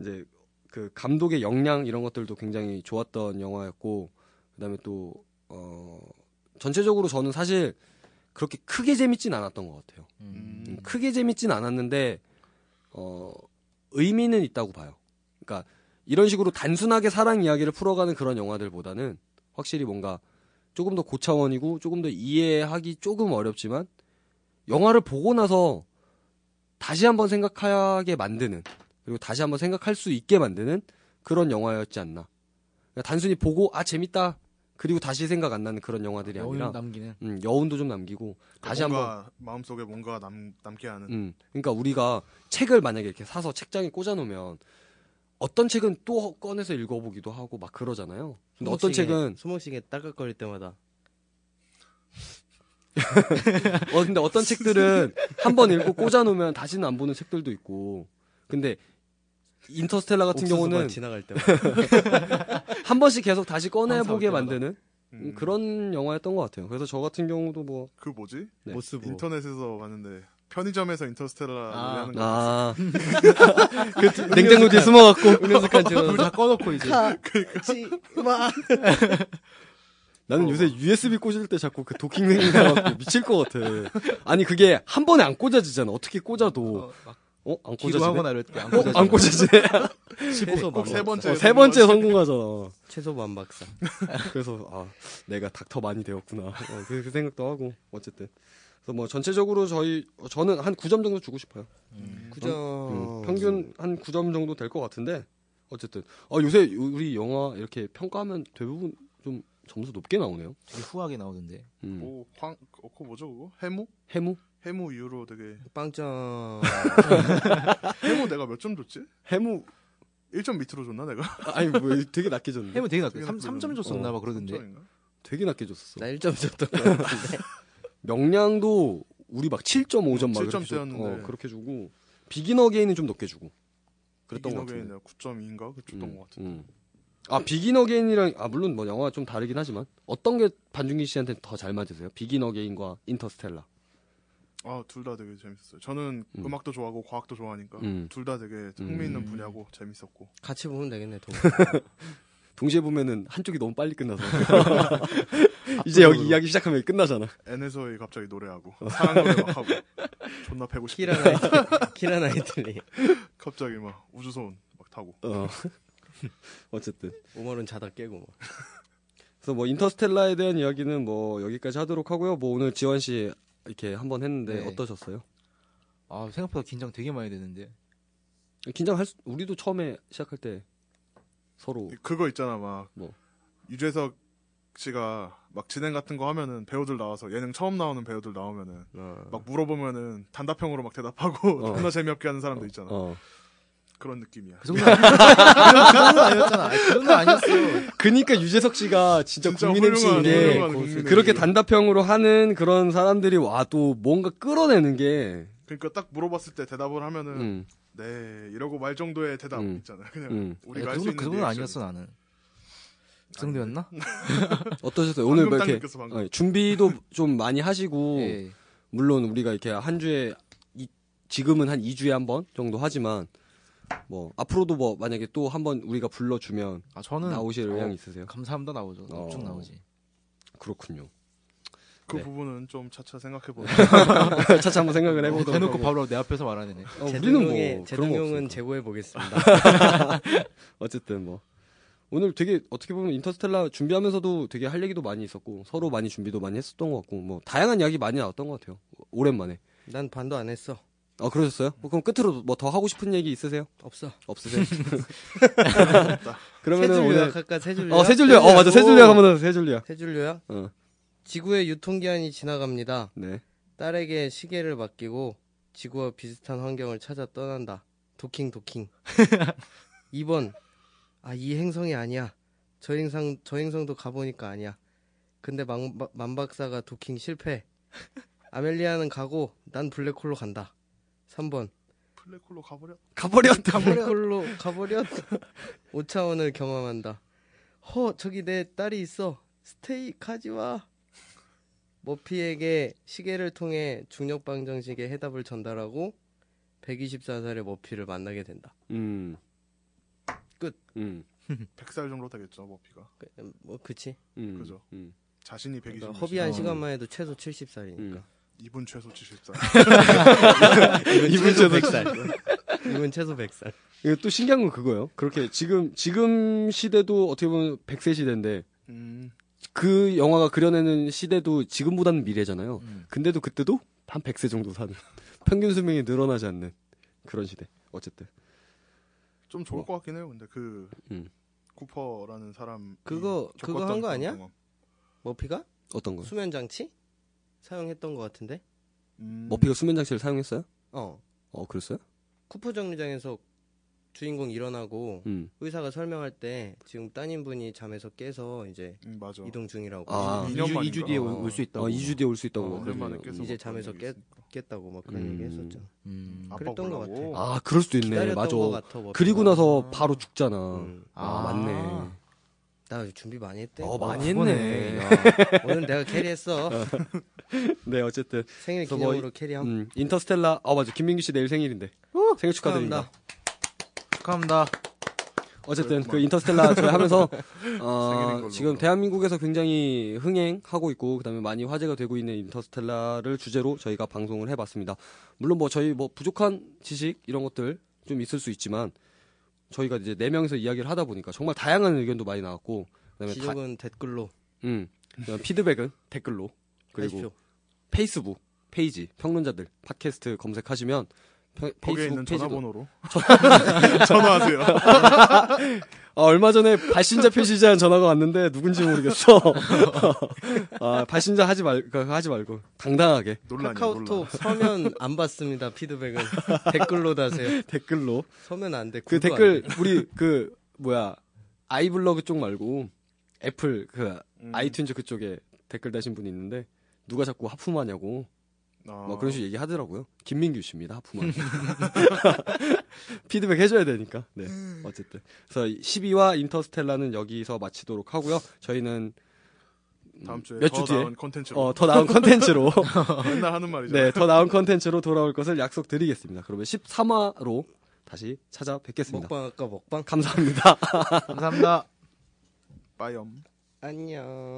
Speaker 1: 이제 그 감독의 역량 이런 것들도 굉장히 좋았던 영화였고 그다음에 또어 전체적으로 저는 사실 그렇게 크게 재밌진 않았던 것 같아요.
Speaker 4: 음.
Speaker 1: 음,
Speaker 3: 음.
Speaker 1: 크게 재밌진 않았는데 어 의미는 있다고 봐요. 그러니까 이런 식으로 단순하게 사랑 이야기를 풀어가는 그런 영화들보다는 확실히 뭔가 조금 더 고차원이고 조금 더 이해하기 조금 어렵지만 영화를 보고 나서 다시 한번 생각하게 만드는 그리고 다시 한번 생각할 수 있게 만드는 그런 영화였지 않나. 그러니까 단순히 보고 아 재밌다 그리고 다시 생각 안 나는 그런 영화들이
Speaker 4: 여운
Speaker 1: 아니라
Speaker 4: 남기는
Speaker 1: (laughs) 음, 여운도 좀 남기고 다시 한번
Speaker 3: 뭔가 마음속에 뭔가 남, 남게 하는
Speaker 1: 음, 그러니까 우리가 책을 만약에 이렇게 사서 책장에 꽂아놓으면 어떤 책은 또 꺼내서 읽어보기도 하고 막 그러잖아요. 근데 어떤 책은
Speaker 2: 소목시계 따깍거릴 때마다
Speaker 1: 어, 근데 어떤 책들은 한 번 읽고 꽂아놓으면 다시는 안 보는 책들도 있고. 근데 인터스텔라 같은
Speaker 2: 옥수수 밭
Speaker 1: 경우는 (laughs)
Speaker 2: 지나갈 때마다
Speaker 1: 한 번씩 계속 다시
Speaker 2: 항상 올
Speaker 1: 꺼내보게
Speaker 2: 때마다.
Speaker 1: 만드는
Speaker 3: 음,
Speaker 1: 그런 영화였던 것 같아요. 그래서 저 같은 경우도 뭐.
Speaker 3: 그 뭐지?
Speaker 1: 네.
Speaker 2: 못 쓰고 (laughs)
Speaker 3: 인터넷에서 봤는데 편의점에서 인터스텔라
Speaker 4: 아.
Speaker 3: 노래하는 거
Speaker 2: (laughs)
Speaker 1: 아.
Speaker 2: 그
Speaker 1: 냉장고
Speaker 2: 음.
Speaker 1: 뒤에 숨어갖고.
Speaker 2: 은연숙한
Speaker 4: (laughs) 불 다 꺼놓고 이제
Speaker 1: (laughs)
Speaker 2: 지마
Speaker 1: 나는 요새 USB 꽂을 때 자꾸 그 도킹 생각하고 (laughs) 미칠 것 같아. 아니, 그게 한 번에 안 꽂아지잖아. 어떻게 꽂아도.
Speaker 4: 어, 막
Speaker 1: 어? 안
Speaker 4: 기도
Speaker 1: 꽂아지네?
Speaker 4: 하거나 이럴 때안
Speaker 1: 어? 안 (laughs) 꽂아지네?
Speaker 2: 최소
Speaker 3: 꼭 세
Speaker 2: 만박사
Speaker 3: 번째
Speaker 1: 어, 세 번째 (laughs) 성공하잖아.
Speaker 2: 최소 만박사
Speaker 1: 그래서 아 내가 닥터 많이 되었구나 어, 그, 그 생각도 하고 어쨌든 그래서 뭐 전체적으로 저희 어, 저는 한 9점 정도 주고 싶어요
Speaker 2: 구정
Speaker 1: 음, 평균 한 9점 정도 될 것 같은데 어쨌든 어, 요새 우리 영화 이렇게 평가하면 대부분 좀 점수 높게 나오네요
Speaker 4: 되게 후하게 나오던데
Speaker 1: 음.
Speaker 3: 뭐황 어, 그거 뭐죠 그거? 해무?
Speaker 1: 해무
Speaker 3: 해무 이후로 되게
Speaker 1: (laughs)
Speaker 2: 빵점
Speaker 3: 해무 내가 몇 점 줬지?
Speaker 1: 해무
Speaker 3: 1점 밑으로 줬나 내가?
Speaker 1: 아니 뭐 되게 낮게 줬는데
Speaker 4: 해면 되게 낮게
Speaker 3: 되게
Speaker 4: 3,
Speaker 3: 낮게
Speaker 4: 그 3점 줬었나 막 그러던데
Speaker 3: 어, 3점인가?
Speaker 1: 되게 낮게 줬었어
Speaker 2: 나 1점
Speaker 1: (laughs)
Speaker 2: 줬던 거 같은데
Speaker 1: 명량도 우리 막 7.5점 막 이렇게
Speaker 3: 7점
Speaker 1: 줬-
Speaker 3: 때였는데.
Speaker 1: 어, 그렇게 주고 비긴 어게인은 좀 높게 주고 그랬던 것 같은데
Speaker 3: 9.2인가? 그 줬던 것 같은데
Speaker 1: 음. 아 비긴 어게인이랑 아 물론 뭐 영화 좀 다르긴 하지만 어떤 게 반준기 씨한테 더 잘 맞으세요? 비긴 어게인과 인터스텔라.
Speaker 3: 아둘 다 되게 재밌었어요 저는
Speaker 1: 음.
Speaker 3: 음. 악도 좋아하고 과학도 좋아하니까
Speaker 1: 음.
Speaker 3: 둘 다 되게 흥미있는
Speaker 4: 음.
Speaker 3: 분야고 재밌었고
Speaker 2: 같이 보면 되겠네
Speaker 1: (laughs)
Speaker 2: 동
Speaker 1: 동시에 보면은 한쪽이 너무 빨리
Speaker 3: (laughs)
Speaker 1: 끝나서 (laughs) 이제 여기 이야기 시작하면 끝나잖아.
Speaker 3: N에서의 갑자기 노래하고 사랑 노래 막 하고 존나 패고 싶고
Speaker 2: 키라 나이트 키라 나이트리
Speaker 3: (laughs) 갑자기 막 우주선 막 타고
Speaker 1: 어. (laughs) 어쨌든
Speaker 2: 오마론 자다 깨고 뭐. 막
Speaker 1: 그래서 뭐 인터스텔라에 대한 이야기는 뭐 여기까지 하도록 하고요. 뭐 오늘 지원 씨 이렇게 한번 했는데
Speaker 4: 네.
Speaker 1: 어떠셨어요?
Speaker 4: 아 생각보다 긴장 되게 많이 되는데
Speaker 1: 긴장할 수, 우리도 처음에 시작할 때 서로
Speaker 3: 그거 있잖아 막
Speaker 1: 뭐.
Speaker 3: 유재석 씨가 막 진행 같은 거 하면은 배우들 나와서 예능 처음 나오는 배우들 나오면은
Speaker 2: 어.
Speaker 3: 막 물어보면은 단답형으로 막 대답하고
Speaker 1: 어.
Speaker 3: 존나 재미없게 하는 사람도 있잖아
Speaker 1: 어.
Speaker 3: 그런 느낌이야
Speaker 4: 그 정도 아니- 그 정도 아니었잖아 아니, 그 정도 아니었어
Speaker 1: 그니까 유재석 씨가 진짜,
Speaker 3: 진짜
Speaker 1: 국민 MC인
Speaker 3: 훌륭한,
Speaker 1: 게
Speaker 3: 훌륭한 국민
Speaker 1: 그렇게
Speaker 3: MC.
Speaker 1: 단답형으로 하는 그런 사람들이 와 또 뭔가 끌어내는 게
Speaker 3: 그러니까 딱 물어봤을 때 대답을 하면은 (laughs)
Speaker 1: 음,
Speaker 3: 네 이러고 말 정도의 대답
Speaker 1: 음.
Speaker 3: 있잖아 그냥
Speaker 1: 음.
Speaker 3: 우리가
Speaker 4: 그
Speaker 3: 할 수
Speaker 4: 정도
Speaker 3: 있는
Speaker 4: 그 정도는
Speaker 3: 리액션.
Speaker 4: 아니었어 나는 그 정도였나?
Speaker 1: 어떠셨어요?
Speaker 3: 방금
Speaker 1: 오늘 뭐
Speaker 3: 딱
Speaker 1: 이렇게
Speaker 3: 느꼈어, 방금.
Speaker 1: 어, 준비도 좀 많이 하시고
Speaker 4: 예.
Speaker 1: 물론 우리가 이렇게 한 주에 이- 지금은 한 2주에 한 번 정도 하지만 뭐 앞으로도 뭐 만약에 또 한 번 우리가 불러주면
Speaker 4: 아 저는
Speaker 1: 나오실
Speaker 4: 어,
Speaker 1: 의향 있으세요?
Speaker 4: 감사합니다 나오죠
Speaker 1: 어.
Speaker 4: 엄청 나오지
Speaker 1: 그렇군요.
Speaker 3: 그
Speaker 1: 네.
Speaker 3: 부분은 좀 차차 생각해보자
Speaker 1: (laughs) 차차 한번 생각을
Speaker 4: 어,
Speaker 1: 해보도록
Speaker 4: 대놓고
Speaker 1: 하고.
Speaker 4: 바로 내 앞에서 말하네
Speaker 1: 어, 우리는 뭐 그런 거 없으니까.
Speaker 2: 제동용의 제동용은 제고해 보겠습니다
Speaker 1: (laughs) 어쨌든 뭐 오늘 되게 어떻게 보면 인터스텔라 준비하면서도 되게 할 얘기도 많이 있었고 서로 많이 준비도 많이 했었던 것 같고 뭐 다양한 이야기 많이 나왔던 것 같아요 오랜만에
Speaker 2: 난 반도 안 했어
Speaker 1: 아 그러셨어요? 뭐 그럼 끝으로 뭐 더 하고 싶은 얘기 있으세요?
Speaker 2: 없어 (laughs)
Speaker 1: 없으세요? (laughs)
Speaker 2: 세
Speaker 1: 그러면은
Speaker 2: 줄
Speaker 1: 오늘
Speaker 2: 요약 할까 세 줄요
Speaker 1: 어세 줄리야 어 맞아 세 줄리야 한번 해서 세 줄리야
Speaker 2: 세 줄요약
Speaker 1: 어네 네.
Speaker 2: 지구의 유통기한이 지나갑니다 딸에게 시계를 맡기고 지구와 비슷한 환경을 찾아 떠난다. 도킹 도킹. 2번. 아, 이 행성이 아니야. 저 행성 저 행성도 가 보니까 아니야. 근데 만, 마- 만 박사가 도킹 실패. 아멜리아는 가고 난 블랙홀로 간다. 3번.
Speaker 3: 플랫콜로 가버려
Speaker 1: 가버렸다
Speaker 2: 블랙홀로 가버렸. (laughs) 5차원을 경험한다. 허, 저기 내 딸이 있어. 스테이 가지와. 머피에게 시계를 통해 중력 방정식의 해답을 전달하고 124살의 머피를 만나게 된다.
Speaker 1: (laughs) 음
Speaker 2: 끝.
Speaker 1: 음.
Speaker 3: 100살 정도 되겠죠 머피가
Speaker 2: 그, 뭐 그치?
Speaker 1: 음.
Speaker 3: 그죠.
Speaker 1: 음.
Speaker 3: 자신이 120
Speaker 2: 그러니까
Speaker 3: 이면
Speaker 2: 허비한
Speaker 4: 어.
Speaker 2: 시간만 해도 최소 70살이니까.
Speaker 3: 이분 최소 70살
Speaker 1: 이분 최소
Speaker 2: 100살. 이분 최소 100살.
Speaker 1: 이거 또 신기한 건 그거예요 그렇게 지금 지금 시대도 어떻게 보면 100세 시대인데
Speaker 3: 음,
Speaker 1: 그 영화가 그려내는 시대도 지금보다는 미래잖아요
Speaker 4: 음.
Speaker 1: 근데도 그때도 한 100세 정도 사는 (laughs) 평균 수명이 늘어나지 않는 그런 시대. 어쨌든
Speaker 3: 좀
Speaker 2: 뭐.
Speaker 3: 좋을 것 같긴 해요. 근데 그
Speaker 1: 음.
Speaker 3: 쿠퍼라는 사람
Speaker 2: 그거- 그거 한거 아니야? 머피가
Speaker 1: 어떤 거?
Speaker 2: 수면 장치 사용했던 것 같은데.
Speaker 3: 음.
Speaker 1: 머피가 수면 장치를 사용했어요?
Speaker 2: 어.
Speaker 1: 어, 그랬어요?
Speaker 2: 쿠퍼 정류장에서 주인공 일어나고
Speaker 1: 음.
Speaker 2: 의사가 설명할 때 지금 따님 분이 잠에서 깨서 이제
Speaker 3: 음, 맞아.
Speaker 2: 이동 중이라고 음,
Speaker 1: 아.
Speaker 3: 이 년
Speaker 4: 주
Speaker 3: 만인가?
Speaker 4: 2주 뒤에 올 수
Speaker 1: 아,
Speaker 4: 있다고.
Speaker 1: 2주 뒤에 올 수 있다고.
Speaker 2: 어,
Speaker 1: 그러네요.
Speaker 3: 오랜만에 계속
Speaker 2: 이제
Speaker 3: 어떤 음.
Speaker 2: 잠에서
Speaker 3: 얘기
Speaker 2: 깼-
Speaker 3: 있으니까.
Speaker 2: 깼다고 막 그런
Speaker 1: 음.
Speaker 2: 얘기 했었죠.
Speaker 4: 음.
Speaker 3: 아빠
Speaker 2: 그랬던 것
Speaker 3: 보려고.
Speaker 1: 아, 그럴 수도 있네.
Speaker 2: 기다렸던
Speaker 1: 맞아.
Speaker 2: 것 같아. 머피가.
Speaker 1: 그리고 나서
Speaker 4: 아.
Speaker 1: 바로 죽잖아.
Speaker 2: 음. 네,
Speaker 1: 아, 맞네.
Speaker 2: 나 준비 많이 했대. 아,
Speaker 1: 어, 많이
Speaker 2: (laughs)
Speaker 4: 그거네.
Speaker 1: 했네.
Speaker 4: 야.
Speaker 1: (laughs)
Speaker 2: 오늘 내가 캐리했어.
Speaker 1: 네, 어쨌든.
Speaker 2: 생일
Speaker 1: 그래서 뭐
Speaker 2: 기념으로 캐리함.
Speaker 1: 음, 인터스텔라. 아, 맞아. 김민규 씨 내일 생일인데. 생일 축하드립니다.
Speaker 2: 축하합니다.
Speaker 4: 축하합니다.
Speaker 1: 어쨌든 그
Speaker 3: 그렇구만.
Speaker 1: 인터스텔라 저희 하면서
Speaker 3: 생일인
Speaker 1: 어,
Speaker 3: 걸로.
Speaker 1: 지금 대한민국에서 굉장히 흥행하고 있고 그다음에 많이 화제가 되고 있는 인터스텔라를 주제로 저희가 방송을 해봤습니다. 물론 뭐 저희 뭐 부족한 지식 이런 것들 좀 있을 수 있지만 저희가 이제 네 명이서 이야기를 하다 보니까 정말 다양한 의견도 많이 나왔고 그다음에 다,
Speaker 2: 지적은 댓글로
Speaker 1: 음, 그다음에 피드백은 댓글로 그리고
Speaker 2: 하십시오.
Speaker 1: 페이스북 페이지 평론자들 팟캐스트 검색하시면 페, 페이스북
Speaker 3: 거기에 있는
Speaker 1: 페이지도
Speaker 3: 전화번호로 (laughs) 전화하세요.
Speaker 1: 아, 얼마 전에 발신자 표시제한 전화가 왔는데 누군지 모르겠어. (laughs) 아, 발신자 하지 말, 그, 하지 말고 당당하게
Speaker 3: 논란이야, 논란.
Speaker 2: 카카오톡 서면 안 받습니다.
Speaker 1: (laughs)
Speaker 2: 피드백은 댓글로 다세요.
Speaker 1: 댓글로
Speaker 2: 서면 안 돼.
Speaker 1: 그
Speaker 2: 구도 안
Speaker 1: 댓글
Speaker 2: 돼.
Speaker 1: 우리 그 뭐야 아이블로그 쪽 말고 애플 그
Speaker 3: 음.
Speaker 1: 아이튠즈 그쪽에 댓글 다신 분이 있는데 누가 자꾸 하품하냐고
Speaker 3: 아,
Speaker 1: 뭐 그런 식으로 얘기하더라고요. 김민규 씨입니다. 하품한. (laughs) 피드백 해줘야 되니까. 네.
Speaker 3: 음.
Speaker 1: 어쨌든. 그래서 12화 인터스텔라는 여기서 마치도록 하고요. 저희는
Speaker 3: 다음 주에
Speaker 1: 몇
Speaker 3: 더
Speaker 1: 주 뒤에?
Speaker 3: 나은 컨텐츠로
Speaker 1: 어, 더 나은
Speaker 3: (laughs)
Speaker 1: 컨텐츠로
Speaker 3: 맨날 하는 말이죠.
Speaker 1: 네, 더 나은 컨텐츠로 돌아올 것을 약속드리겠습니다. 그러면 13화로 다시 찾아뵙겠습니다.
Speaker 2: 먹방 아까 먹방.
Speaker 1: 감사합니다.
Speaker 4: 감사합니다.
Speaker 3: 빠염.
Speaker 2: 안녕.